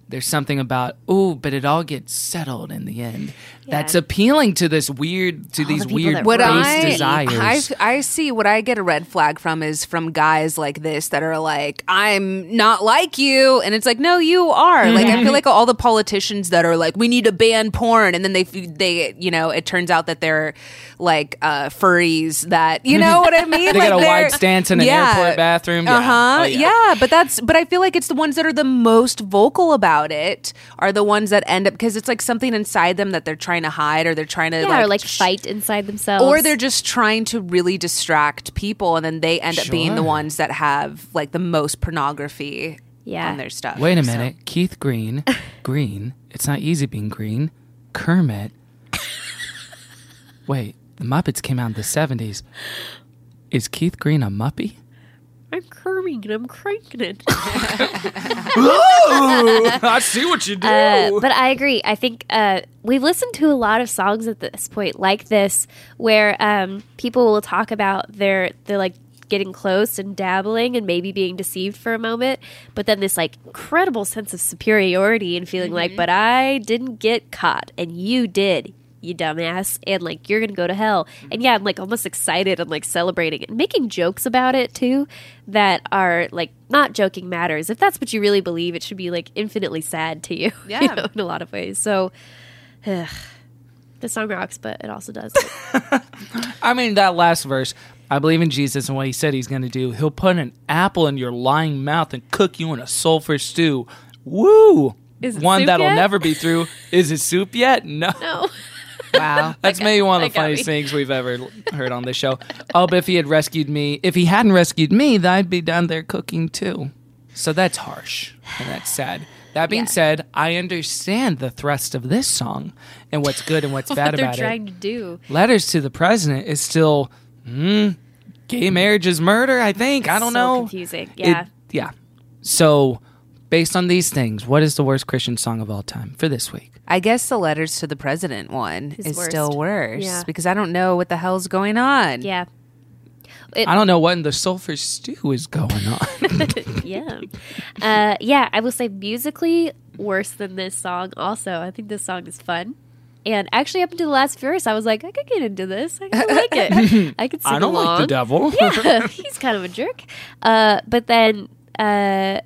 [SPEAKER 2] There's something about, oh, but it all gets settled in the end. That's appealing to this weird, to these weird
[SPEAKER 4] What
[SPEAKER 2] base
[SPEAKER 4] I,
[SPEAKER 2] desires.
[SPEAKER 4] I I see what I get a red flag from is from guys like this that are like, I'm not like you, and it's like, no, you are. Like
[SPEAKER 2] Mm-hmm.
[SPEAKER 4] I feel like all the politicians that are like, we need to ban porn, and then they f- they you know it turns out that they're like uh, furries that you know what I mean.
[SPEAKER 2] They
[SPEAKER 4] like
[SPEAKER 2] got a
[SPEAKER 4] they're-
[SPEAKER 2] wide stance in an airport bathroom. Yeah.
[SPEAKER 4] Uh huh.
[SPEAKER 2] Oh, yeah.
[SPEAKER 4] yeah. but that's but I feel like it's the ones that are the most vocal about it are the ones that end up because it's like something inside them that they're trying to hide or they're trying to
[SPEAKER 3] yeah,
[SPEAKER 4] Oh, like
[SPEAKER 3] or like fight inside themselves,
[SPEAKER 4] or they're just trying to really distract people and then they end up being the
[SPEAKER 2] Sure.
[SPEAKER 4] ones that have like the most pornography on their stuff
[SPEAKER 2] Wait a
[SPEAKER 4] So-
[SPEAKER 2] minute. Keith Green, Green, it's not easy being green. Kermit. Wait, the Muppets came out in the 70s. Is Keith Green a Muppy?
[SPEAKER 3] I'm curving and I'm cranking it.
[SPEAKER 2] I see what you do.
[SPEAKER 3] Uh, but I agree. I think uh, we've listened to a lot of songs at this point like this, where um, people will talk about their they're like getting close and dabbling and maybe being deceived for a moment, but then this like incredible sense of superiority and feeling like, but I didn't get caught and you did. You dumbass, and like you're gonna go to hell, and yeah, I'm like almost excited and like celebrating it, and making jokes about it too, that are like not joking matters. If that's what you really believe, it should be like infinitely sad to you. you
[SPEAKER 4] Yeah.
[SPEAKER 3] know, in a lot of ways. So, ugh. the song rocks, but it also does.
[SPEAKER 2] I mean, that last verse. I believe in Jesus and what he said he's going to do. He'll put an apple in your lying mouth and cook you in a sulfur stew. Woo!
[SPEAKER 3] Is it
[SPEAKER 2] one
[SPEAKER 3] soup
[SPEAKER 2] that'll
[SPEAKER 3] yet?
[SPEAKER 2] never be through. Is it soup yet? No.
[SPEAKER 3] No.
[SPEAKER 4] wow
[SPEAKER 2] That's maybe one of
[SPEAKER 3] that
[SPEAKER 2] the
[SPEAKER 3] got
[SPEAKER 2] funniest
[SPEAKER 3] me.
[SPEAKER 2] things we've ever l- heard on this show. Oh, but if he had rescued me, if he hadn't rescued me, then I'd be down there cooking too. So that's harsh and that's sad. That being said, I understand the thrust of this song and what's good and what's bad
[SPEAKER 3] what they're
[SPEAKER 2] about it
[SPEAKER 3] trying to do.
[SPEAKER 2] letters to the president is still mm, gay marriage is murder i think i don't
[SPEAKER 3] So
[SPEAKER 2] know
[SPEAKER 3] confusing.
[SPEAKER 2] It-
[SPEAKER 3] Yeah.
[SPEAKER 2] yeah so based on these things what is the worst christian song of all time for this week
[SPEAKER 4] i guess the letters to the president one is,
[SPEAKER 3] worst.
[SPEAKER 4] still worse
[SPEAKER 3] Yeah.
[SPEAKER 4] because i don't know what the hell's going on
[SPEAKER 3] yeah
[SPEAKER 2] i don't know what in the sulfur stew is going on
[SPEAKER 3] yeah. Uh, yeah, I will say musically worse than this song. Also, I think this song is fun. And actually, up until the last verse, I was like, I could get into this. I could like it. I could sing
[SPEAKER 2] I don't like the
[SPEAKER 3] along.
[SPEAKER 2] devil.
[SPEAKER 3] yeah, he's kind of a jerk. Uh, but then, uh,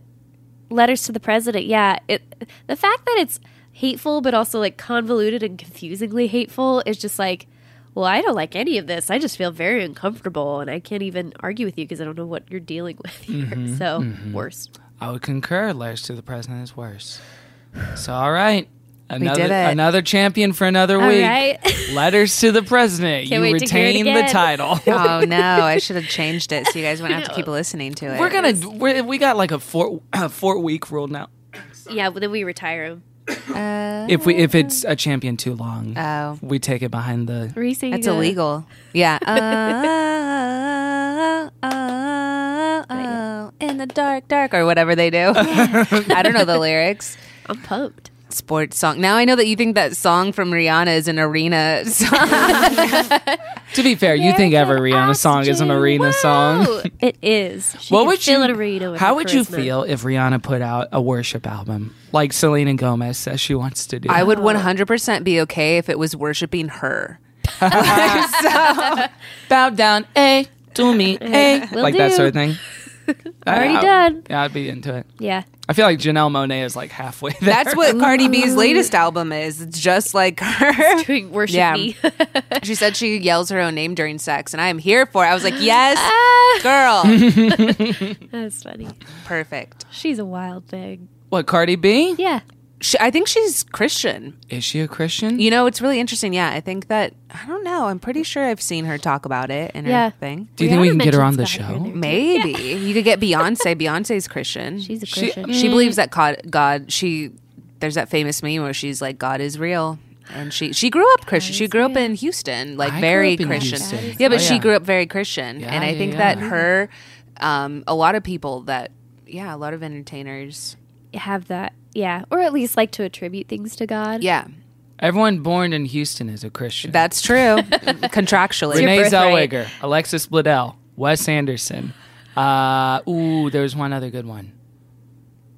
[SPEAKER 3] letters to the president. Yeah, it, the fact that it's hateful, but also like convoluted and confusingly hateful is just like, well, I don't like any of this. I just feel very uncomfortable, and I can't even argue with you because I don't know what you're dealing with here.
[SPEAKER 2] Mm-hmm,
[SPEAKER 3] so, worse.
[SPEAKER 2] i would concur letters to the president is worse so all right another
[SPEAKER 4] did it.
[SPEAKER 2] another champion for another
[SPEAKER 3] All
[SPEAKER 2] week
[SPEAKER 3] right.
[SPEAKER 2] letters to the president
[SPEAKER 3] Can't
[SPEAKER 2] you
[SPEAKER 3] wait to hear it
[SPEAKER 2] retain the
[SPEAKER 3] again.
[SPEAKER 2] title
[SPEAKER 4] oh no i should have changed it so you guys wouldn't have to keep listening to it
[SPEAKER 2] we're gonna we're, we got like a four four week rule now
[SPEAKER 3] Yeah, but then we retire him.
[SPEAKER 2] if we if it's a champion too long
[SPEAKER 4] oh
[SPEAKER 2] we take it behind the
[SPEAKER 4] that's illegal yeah uh, uh, uh, uh, in the dark dark or whatever they do i don't know the lyrics
[SPEAKER 3] I'm pumped.
[SPEAKER 4] sports song. Now I know that you think that song from Rihanna is an arena song.
[SPEAKER 2] to be fair you think every rihanna song is an arena song
[SPEAKER 3] Oh, it is. She
[SPEAKER 2] what
[SPEAKER 3] can
[SPEAKER 2] would
[SPEAKER 3] fill
[SPEAKER 2] you
[SPEAKER 3] an arena with
[SPEAKER 2] how
[SPEAKER 3] her
[SPEAKER 2] would you
[SPEAKER 3] charisma.
[SPEAKER 2] feel if rihanna put out a worship album like selena gomez says she wants to do
[SPEAKER 4] I would 100% be okay if it was worshiping her.
[SPEAKER 2] bow down eh to me eh
[SPEAKER 3] will
[SPEAKER 2] like that
[SPEAKER 3] do.
[SPEAKER 2] sort of thing
[SPEAKER 3] Already
[SPEAKER 2] I- I-
[SPEAKER 3] done.
[SPEAKER 2] yeah i'd be into it
[SPEAKER 3] Yeah.
[SPEAKER 2] i feel like janelle monet is like halfway there
[SPEAKER 4] That's what Cardi B's latest album is. It's just like her.
[SPEAKER 3] Doing worship
[SPEAKER 4] Yeah.
[SPEAKER 3] me.
[SPEAKER 4] She said she yells her own name during sex, and I am here for it. I was like, yes,
[SPEAKER 3] Ah.
[SPEAKER 4] girl.
[SPEAKER 3] That's funny.
[SPEAKER 4] Perfect.
[SPEAKER 3] She's a wild thing.
[SPEAKER 2] what cardi b
[SPEAKER 3] Yeah.
[SPEAKER 4] She, I think she's Christian.
[SPEAKER 2] is she a christian
[SPEAKER 4] You know, it's really interesting. Yeah, I think that, I don't know. I'm pretty sure I've seen her talk about it in
[SPEAKER 3] Yeah.
[SPEAKER 4] her thing.
[SPEAKER 2] do you think we can get her on the
[SPEAKER 3] mentions that here and
[SPEAKER 2] show
[SPEAKER 4] Maybe. You could get Beyonce. Beyonce's Christian.
[SPEAKER 3] She's a
[SPEAKER 2] She-
[SPEAKER 3] Christian. Mm.
[SPEAKER 4] She believes that God, God, she there's that famous meme where she's like, God is real. and she she grew up Christian. She grew up in Houston, like
[SPEAKER 12] I grew
[SPEAKER 4] very
[SPEAKER 12] up in
[SPEAKER 4] Christian.
[SPEAKER 12] Houston. That is
[SPEAKER 4] Yeah, but
[SPEAKER 12] Oh,
[SPEAKER 4] she
[SPEAKER 12] yeah.
[SPEAKER 4] grew up very Christian,
[SPEAKER 12] Yeah,
[SPEAKER 4] and I
[SPEAKER 12] yeah,
[SPEAKER 4] think
[SPEAKER 12] yeah.
[SPEAKER 4] that
[SPEAKER 3] Mm-hmm.
[SPEAKER 4] her, um, a lot of people that, yeah, a lot of entertainers
[SPEAKER 3] have that. Yeah, or at least like to attribute things to God.
[SPEAKER 4] Yeah,
[SPEAKER 2] Everyone born in Houston is a Christian.
[SPEAKER 4] That's true. Contractually,
[SPEAKER 2] Renee Zellweger, Alexis Bledel, Wes Anderson. Uh, ooh, there was one other good one.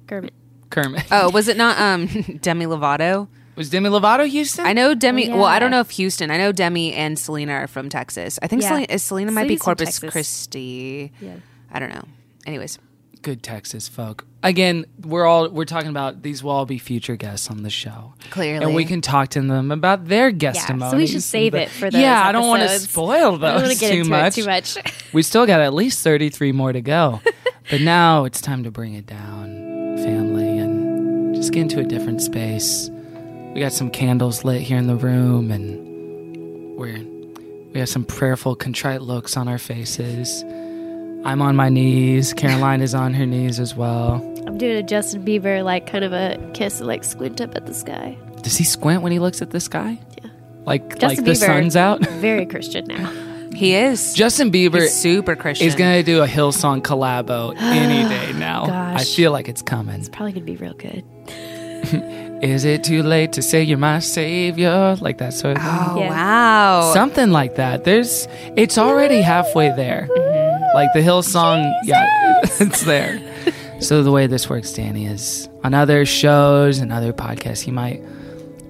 [SPEAKER 3] Kermit.
[SPEAKER 2] Kermit.
[SPEAKER 4] Oh, was it not um, Demi Lovato?
[SPEAKER 2] Was Demi Lovato Houston?
[SPEAKER 4] I know Demi.
[SPEAKER 2] Yeah.
[SPEAKER 4] Well, I don't know if Houston. I know Demi and Selena are from Texas. I think
[SPEAKER 2] Yeah.
[SPEAKER 4] Selena, is Selena might be
[SPEAKER 2] Selena's from
[SPEAKER 4] Corpus
[SPEAKER 2] Texas.
[SPEAKER 4] Christi.
[SPEAKER 2] Yeah.
[SPEAKER 4] I don't know. Anyways,
[SPEAKER 2] Good Texas folk. Again, we're all we're talking about these will all be future guests on the show.
[SPEAKER 4] Clearly.
[SPEAKER 2] And we can talk to them about their guest
[SPEAKER 3] Yeah, so we should save it for those.
[SPEAKER 2] Yeah, I don't want to
[SPEAKER 3] episodes.
[SPEAKER 2] spoil
[SPEAKER 3] I don't wanna
[SPEAKER 2] those
[SPEAKER 3] get
[SPEAKER 2] too
[SPEAKER 3] into
[SPEAKER 2] much.
[SPEAKER 3] It too much.
[SPEAKER 2] We still got at least 33 more to go. but now it's time to bring it down, family, and just get into a different space. We got some candles lit here in the room, and we're, we have some prayerful, contrite looks on our faces. I'm on my knees. Caroline is on her knees as well.
[SPEAKER 3] I'm doing a Justin Bieber like kind of a kiss, like squint up at the sky.
[SPEAKER 2] Does he squint when he looks at the sky? Yeah. Like,
[SPEAKER 3] Justin
[SPEAKER 2] like the
[SPEAKER 3] Bieber,
[SPEAKER 2] sun's out?
[SPEAKER 3] very Christian now.
[SPEAKER 4] He is.
[SPEAKER 2] Justin Bieber
[SPEAKER 4] He's super Christian.
[SPEAKER 2] is going to do a Hillsong collabo any day now. I
[SPEAKER 3] Gosh.
[SPEAKER 2] feel like it's coming.
[SPEAKER 3] It's probably gonna be real good.
[SPEAKER 2] Is it too late to say you're my savior? Like that sort of thing.
[SPEAKER 4] Oh, Yeah. wow.
[SPEAKER 2] Something like that. There's it's already halfway there.
[SPEAKER 4] Mm-hmm.
[SPEAKER 2] Like the Hill song, yeah, it's there. so the way this works, Danny, is on other shows and other podcasts, you might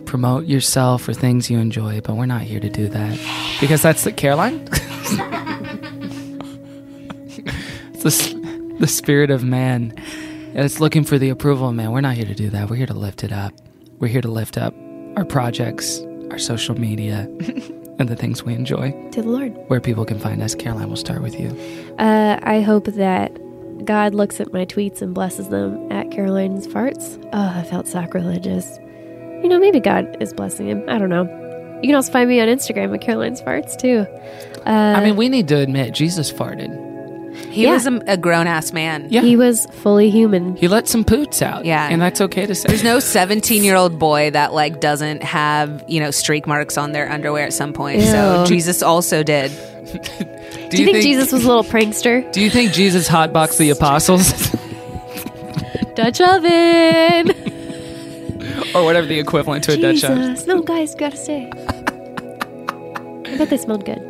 [SPEAKER 2] promote yourself or things you enjoy, but we're not here to do that. Because that's the Caroline? it's the, s- the spirit of man. It's looking for the approval of man. We're not here to do that. We're here to lift it up. We're here to lift up our projects, our social media, and the things we enjoy.
[SPEAKER 3] To the Lord.
[SPEAKER 2] Where people can find us. Caroline, we'll start with you.
[SPEAKER 3] Uh, I hope that God looks at my tweets and blesses them at Caroline's farts. Oh, that felt sacrilegious. You know, maybe God is blessing him. I don't know. You can also find me on Instagram at Caroline's farts too. Uh,
[SPEAKER 2] I mean, we need to admit Jesus farted.
[SPEAKER 4] he
[SPEAKER 3] Yeah.
[SPEAKER 4] was a, a grown ass man.
[SPEAKER 3] he was fully human.
[SPEAKER 2] He let some poots out.
[SPEAKER 4] Yeah.
[SPEAKER 2] And that's okay to say.
[SPEAKER 4] There's no 17 year old boy that like doesn't have you know streak marks on their underwear at some point. So
[SPEAKER 2] Ew.
[SPEAKER 4] Jesus also did.
[SPEAKER 3] Do you, think, Jesus was a little prankster?
[SPEAKER 2] Do you think Jesus hotboxed the apostles
[SPEAKER 3] Dutch oven.
[SPEAKER 2] or whatever the equivalent to a Dutch oven?
[SPEAKER 3] Jesus. No, guys, you gotta stay. I bet they smelled good.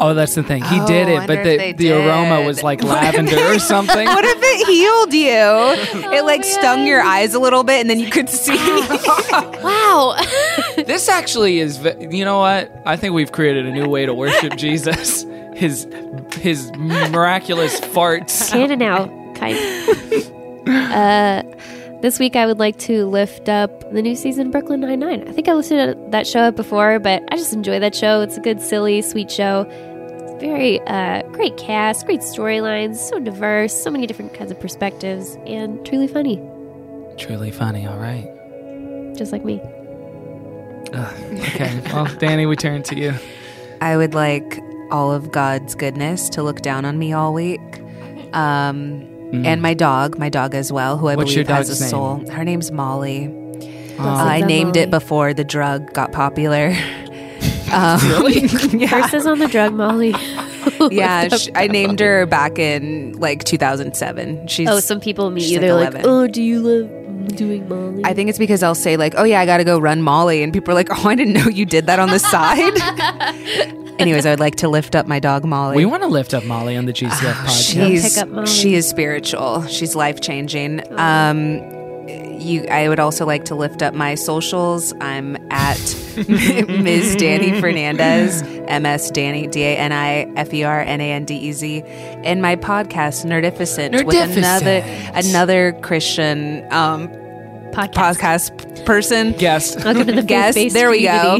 [SPEAKER 2] Oh, that's the thing. He did
[SPEAKER 4] Oh,
[SPEAKER 2] it,
[SPEAKER 4] wonder
[SPEAKER 2] but
[SPEAKER 4] if
[SPEAKER 2] the,
[SPEAKER 4] they
[SPEAKER 2] the aroma
[SPEAKER 4] did.
[SPEAKER 2] was like lavender or something.
[SPEAKER 4] what if it healed you? It
[SPEAKER 2] Oh,
[SPEAKER 4] like stung your eyes a little bit, and then you could see.
[SPEAKER 3] wow.
[SPEAKER 2] this actually is. ve- You know what? I think we've created a new way to worship Jesus. His his miraculous farts.
[SPEAKER 3] In and out, kind. uh, this week, I would like to lift up the new season Brooklyn Nine Nine. I think I lifted that show up before, but I just enjoy that show. It's a good, silly, sweet show. It's very uh, great cast, great storylines, so diverse, so many different kinds of perspectives, and truly funny,
[SPEAKER 2] Truly funny. All right.
[SPEAKER 3] just like me.
[SPEAKER 2] Okay. Well, Danny, we turn to you.
[SPEAKER 4] I would like all of God's goodness to look down on me all week. Um,
[SPEAKER 2] Mm.
[SPEAKER 4] And my dog, my dog as well, who I
[SPEAKER 2] What's
[SPEAKER 4] believe
[SPEAKER 2] your
[SPEAKER 4] has a
[SPEAKER 2] dog's name?
[SPEAKER 4] soul. Her name's Molly. Uh,
[SPEAKER 2] Blessings
[SPEAKER 4] I
[SPEAKER 2] on
[SPEAKER 4] named
[SPEAKER 2] Molly.
[SPEAKER 4] it before the drug got popular. um,
[SPEAKER 2] really?
[SPEAKER 3] Curses on the drug, Molly.
[SPEAKER 4] yeah, sh I named her back in like 2007. She's
[SPEAKER 3] oh, some people meet
[SPEAKER 4] she's
[SPEAKER 3] you. They're like,
[SPEAKER 4] 11.
[SPEAKER 3] "Oh, do you love doing Molly?"
[SPEAKER 4] I think it's because I'll say like, "Oh yeah, I got to go run Molly," and people are like, "Oh, I didn't know you did that on the side." Anyways, I would like to lift up my dog Molly.
[SPEAKER 2] We want to lift up Molly on the GCF
[SPEAKER 4] Oh,
[SPEAKER 2] podcast.
[SPEAKER 4] She's she is spiritual. She's life changing. Um, you, I would also like to lift up my socials. I'm at Ms. Danny Fernandez, M S Danny D A N I F E R N A N D E Z, and my podcast Nerdificent, with another
[SPEAKER 2] Nerdificent.
[SPEAKER 4] another Christian um,
[SPEAKER 3] podcast.
[SPEAKER 4] podcast person
[SPEAKER 2] guest.
[SPEAKER 3] Welcome to the
[SPEAKER 4] guest.
[SPEAKER 3] faith-based
[SPEAKER 4] There we go.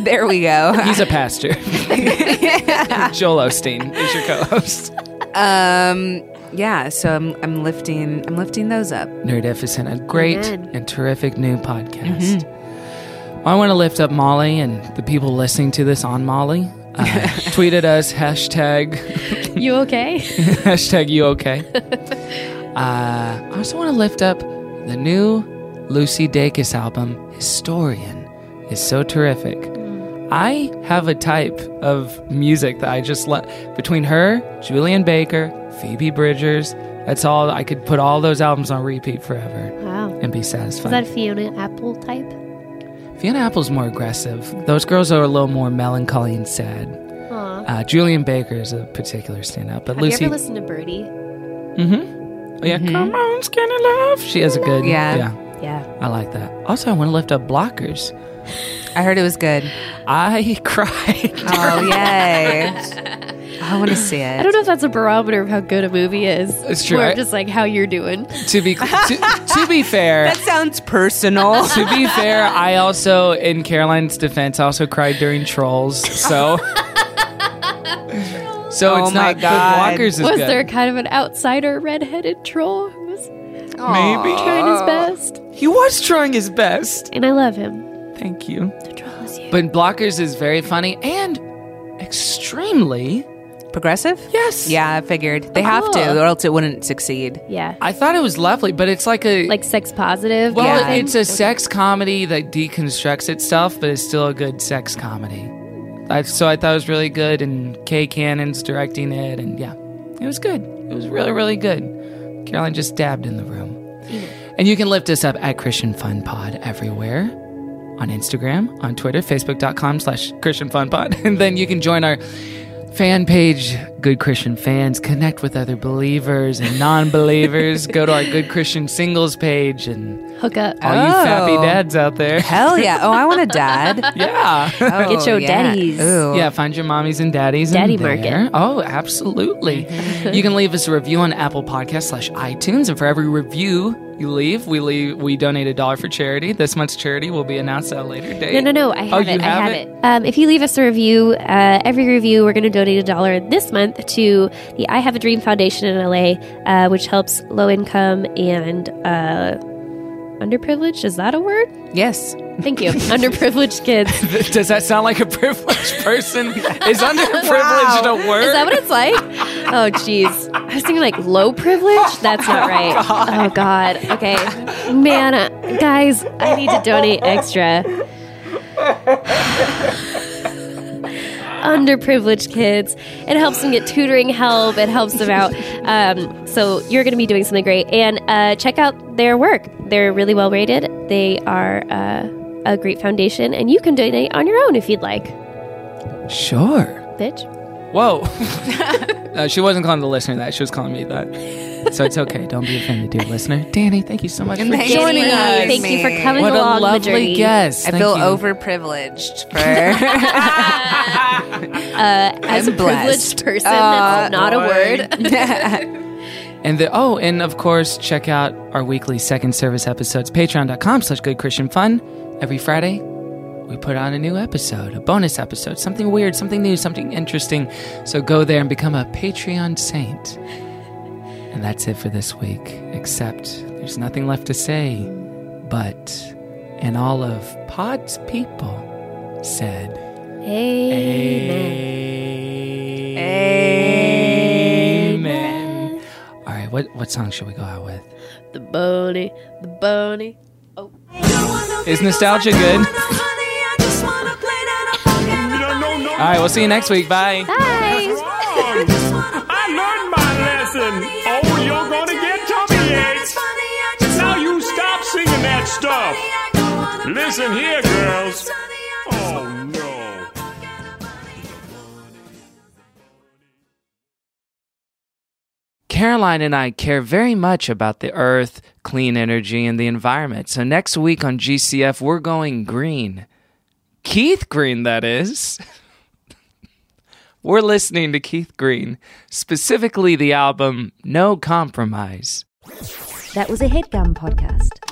[SPEAKER 4] there we go.
[SPEAKER 2] He's a pastor. Joel Osteen is your co-host.
[SPEAKER 4] Um, yeah. So I'm, I'm lifting I'm lifting those up.
[SPEAKER 2] Nerdificent, a great
[SPEAKER 4] Amen. Mm-hmm.
[SPEAKER 2] and terrific new podcast. I want to lift up Molly and the people listening to this on Molly. Uh, tweeted us hashtag
[SPEAKER 3] you okay?
[SPEAKER 2] hashtag you okay. Uh, I also want to lift up the new Lucy Dacus album, Historian. is so terrific.
[SPEAKER 3] Mm.
[SPEAKER 2] I have a type of music that I just love. Between her, Julian Baker, Phoebe Bridgers, that's all I could put all those albums on repeat forever
[SPEAKER 3] Wow.
[SPEAKER 2] and be
[SPEAKER 3] Is
[SPEAKER 2] satisfied.
[SPEAKER 3] that a Fiona Apple type?
[SPEAKER 2] Fiona Apple's more aggressive. Those girls are a little more melancholy and sad.
[SPEAKER 3] Aw.
[SPEAKER 2] Uh, Julian Baker is a particular standout, but
[SPEAKER 3] Have
[SPEAKER 2] Lucy.
[SPEAKER 3] you ever listened to Birdie?
[SPEAKER 2] mm-hmm. Yeah, come on, skinny love. She has a good.
[SPEAKER 4] Yeah.
[SPEAKER 2] yeah,
[SPEAKER 3] Yeah.
[SPEAKER 2] I like that. Also, I want to lift up blockers.
[SPEAKER 4] I heard it was good.
[SPEAKER 2] I cried.
[SPEAKER 4] Oh yay! I want to see
[SPEAKER 3] I
[SPEAKER 4] it.
[SPEAKER 3] don't know if that's a barometer of how good a movie is.
[SPEAKER 2] It's true,
[SPEAKER 3] More
[SPEAKER 2] I-
[SPEAKER 3] just like how you're doing.
[SPEAKER 2] to be to, to be fair.
[SPEAKER 4] That sounds personal.
[SPEAKER 2] to be fair, I also, in Caroline's defense, I also cried during Trolls. So, so
[SPEAKER 4] Oh
[SPEAKER 2] it's
[SPEAKER 4] my
[SPEAKER 2] not the
[SPEAKER 4] God.
[SPEAKER 2] Blockers is
[SPEAKER 3] was
[SPEAKER 2] good.
[SPEAKER 3] there kind of an outsider redheaded troll who was
[SPEAKER 2] Maybe
[SPEAKER 3] trying his best?
[SPEAKER 2] he was trying his best.
[SPEAKER 3] And I love him.
[SPEAKER 2] Thank you.
[SPEAKER 3] The troll is you.
[SPEAKER 2] But Blockers is very funny and extremely.
[SPEAKER 4] Progressive? Oh,
[SPEAKER 2] Yes.
[SPEAKER 4] Yeah, I figured they have to,
[SPEAKER 3] cool.
[SPEAKER 4] or else it wouldn't succeed.
[SPEAKER 3] Yeah.
[SPEAKER 2] I thought it was lovely, but it's like a
[SPEAKER 3] Like sex positive.
[SPEAKER 2] well,
[SPEAKER 3] kind of thing?
[SPEAKER 2] it's a sex comedy that deconstructs itself, but it's still a good sex comedy. I, so I thought it was really good, and Kay Cannon's directing it, and yeah, it was good. It was really, really good. Caroline just dabbed in the room. And you can lift us up at Christian Fun Pod everywhere on Instagram, on Twitter, facebook.com slash Christian Fun Pod. And then you can join our fan page, Good Christian Fans, connect with other believers and non believers, go to our Good Christian Singles page, and
[SPEAKER 3] Hook up.
[SPEAKER 2] all you fappy
[SPEAKER 4] Oh.
[SPEAKER 2] dads out there.
[SPEAKER 4] Hell yeah! Oh, I want a dad.
[SPEAKER 2] Yeah.
[SPEAKER 4] Oh,
[SPEAKER 3] Get your
[SPEAKER 4] yeah.
[SPEAKER 3] daddies.
[SPEAKER 4] Ooh.
[SPEAKER 2] Yeah, find your mommies and daddies. in
[SPEAKER 3] Daddy Mm-hmm.
[SPEAKER 2] there.
[SPEAKER 3] market.
[SPEAKER 2] Oh, absolutely. you can leave us a review on Apple Podcast slash iTunes, and for every review you leave, we leave we donate a dollar for charity. This month's charity will be announced at a later date.
[SPEAKER 3] No, no, no. I have
[SPEAKER 2] Oh,
[SPEAKER 3] it.
[SPEAKER 2] you
[SPEAKER 3] I
[SPEAKER 2] have
[SPEAKER 3] have
[SPEAKER 2] it?
[SPEAKER 3] it. Um, if you leave us a review, uh, every review, we're going to donate a dollar this month to the I Have a Dream Foundation in LA, uh, which helps low income and uh, underprivileged. Is that a word?
[SPEAKER 4] Yes.
[SPEAKER 3] Thank you. underprivileged kids. Is
[SPEAKER 2] Does that sound like a privileged person? Is underprivileged a word?
[SPEAKER 3] that what it's like? Oh, jeez. I was thinking like low privilege. That's not right. Oh, God. Okay. Man, uh, guys, I need to donate extra. underprivileged kids. It helps them get tutoring help. It helps them out. Um, so you're going to be doing something great. And uh, check out their work. They're really well rated. They are uh, a great foundation, and you can donate on your own if you'd like.
[SPEAKER 2] sure.
[SPEAKER 3] Bitch.
[SPEAKER 2] Whoa. Uh, she wasn't calling the listener that. She was calling me that. So it's okay. Don't be offended, dear listener. Danny, thank you so much for
[SPEAKER 4] Thank
[SPEAKER 2] joining
[SPEAKER 4] you.
[SPEAKER 2] us.
[SPEAKER 3] Thank you for coming
[SPEAKER 2] What
[SPEAKER 3] along
[SPEAKER 2] a lovely
[SPEAKER 3] the journey.
[SPEAKER 2] guest.
[SPEAKER 4] I
[SPEAKER 2] Thank
[SPEAKER 4] feel
[SPEAKER 2] you.
[SPEAKER 4] overprivileged for
[SPEAKER 3] Uh, as
[SPEAKER 4] I'm
[SPEAKER 3] a
[SPEAKER 4] blessed.
[SPEAKER 3] privileged person,
[SPEAKER 4] Uh,
[SPEAKER 3] that's not a word.
[SPEAKER 2] And the oh, and of course, check out our weekly second service episodes, patreon.com slash good Christian fun. Every Friday, we put on a new episode, a bonus episode, something weird, something new, something interesting. So go there and become a Patreon saint. And that's it for this week. Except there's nothing left to say, but and all of Pod's people said Amen. All right, what, what song should we go out with?
[SPEAKER 3] The bony, the bony.
[SPEAKER 2] Is nostalgia good?
[SPEAKER 7] No, no, no.
[SPEAKER 2] All right, we'll see you next week. Bye.
[SPEAKER 3] Bye.
[SPEAKER 7] wrong. I learned my lesson. Oh, you're gonna get tummy aches. Now you stop singing that stuff. Listen here, girls. Oh no.
[SPEAKER 2] Caroline and I care very much about the earth, clean energy, and the environment. So next week on GCF, we're going green. Keith Green, that is. we're listening to Keith Green, specifically the album No Compromise.
[SPEAKER 8] That was a headgum podcast.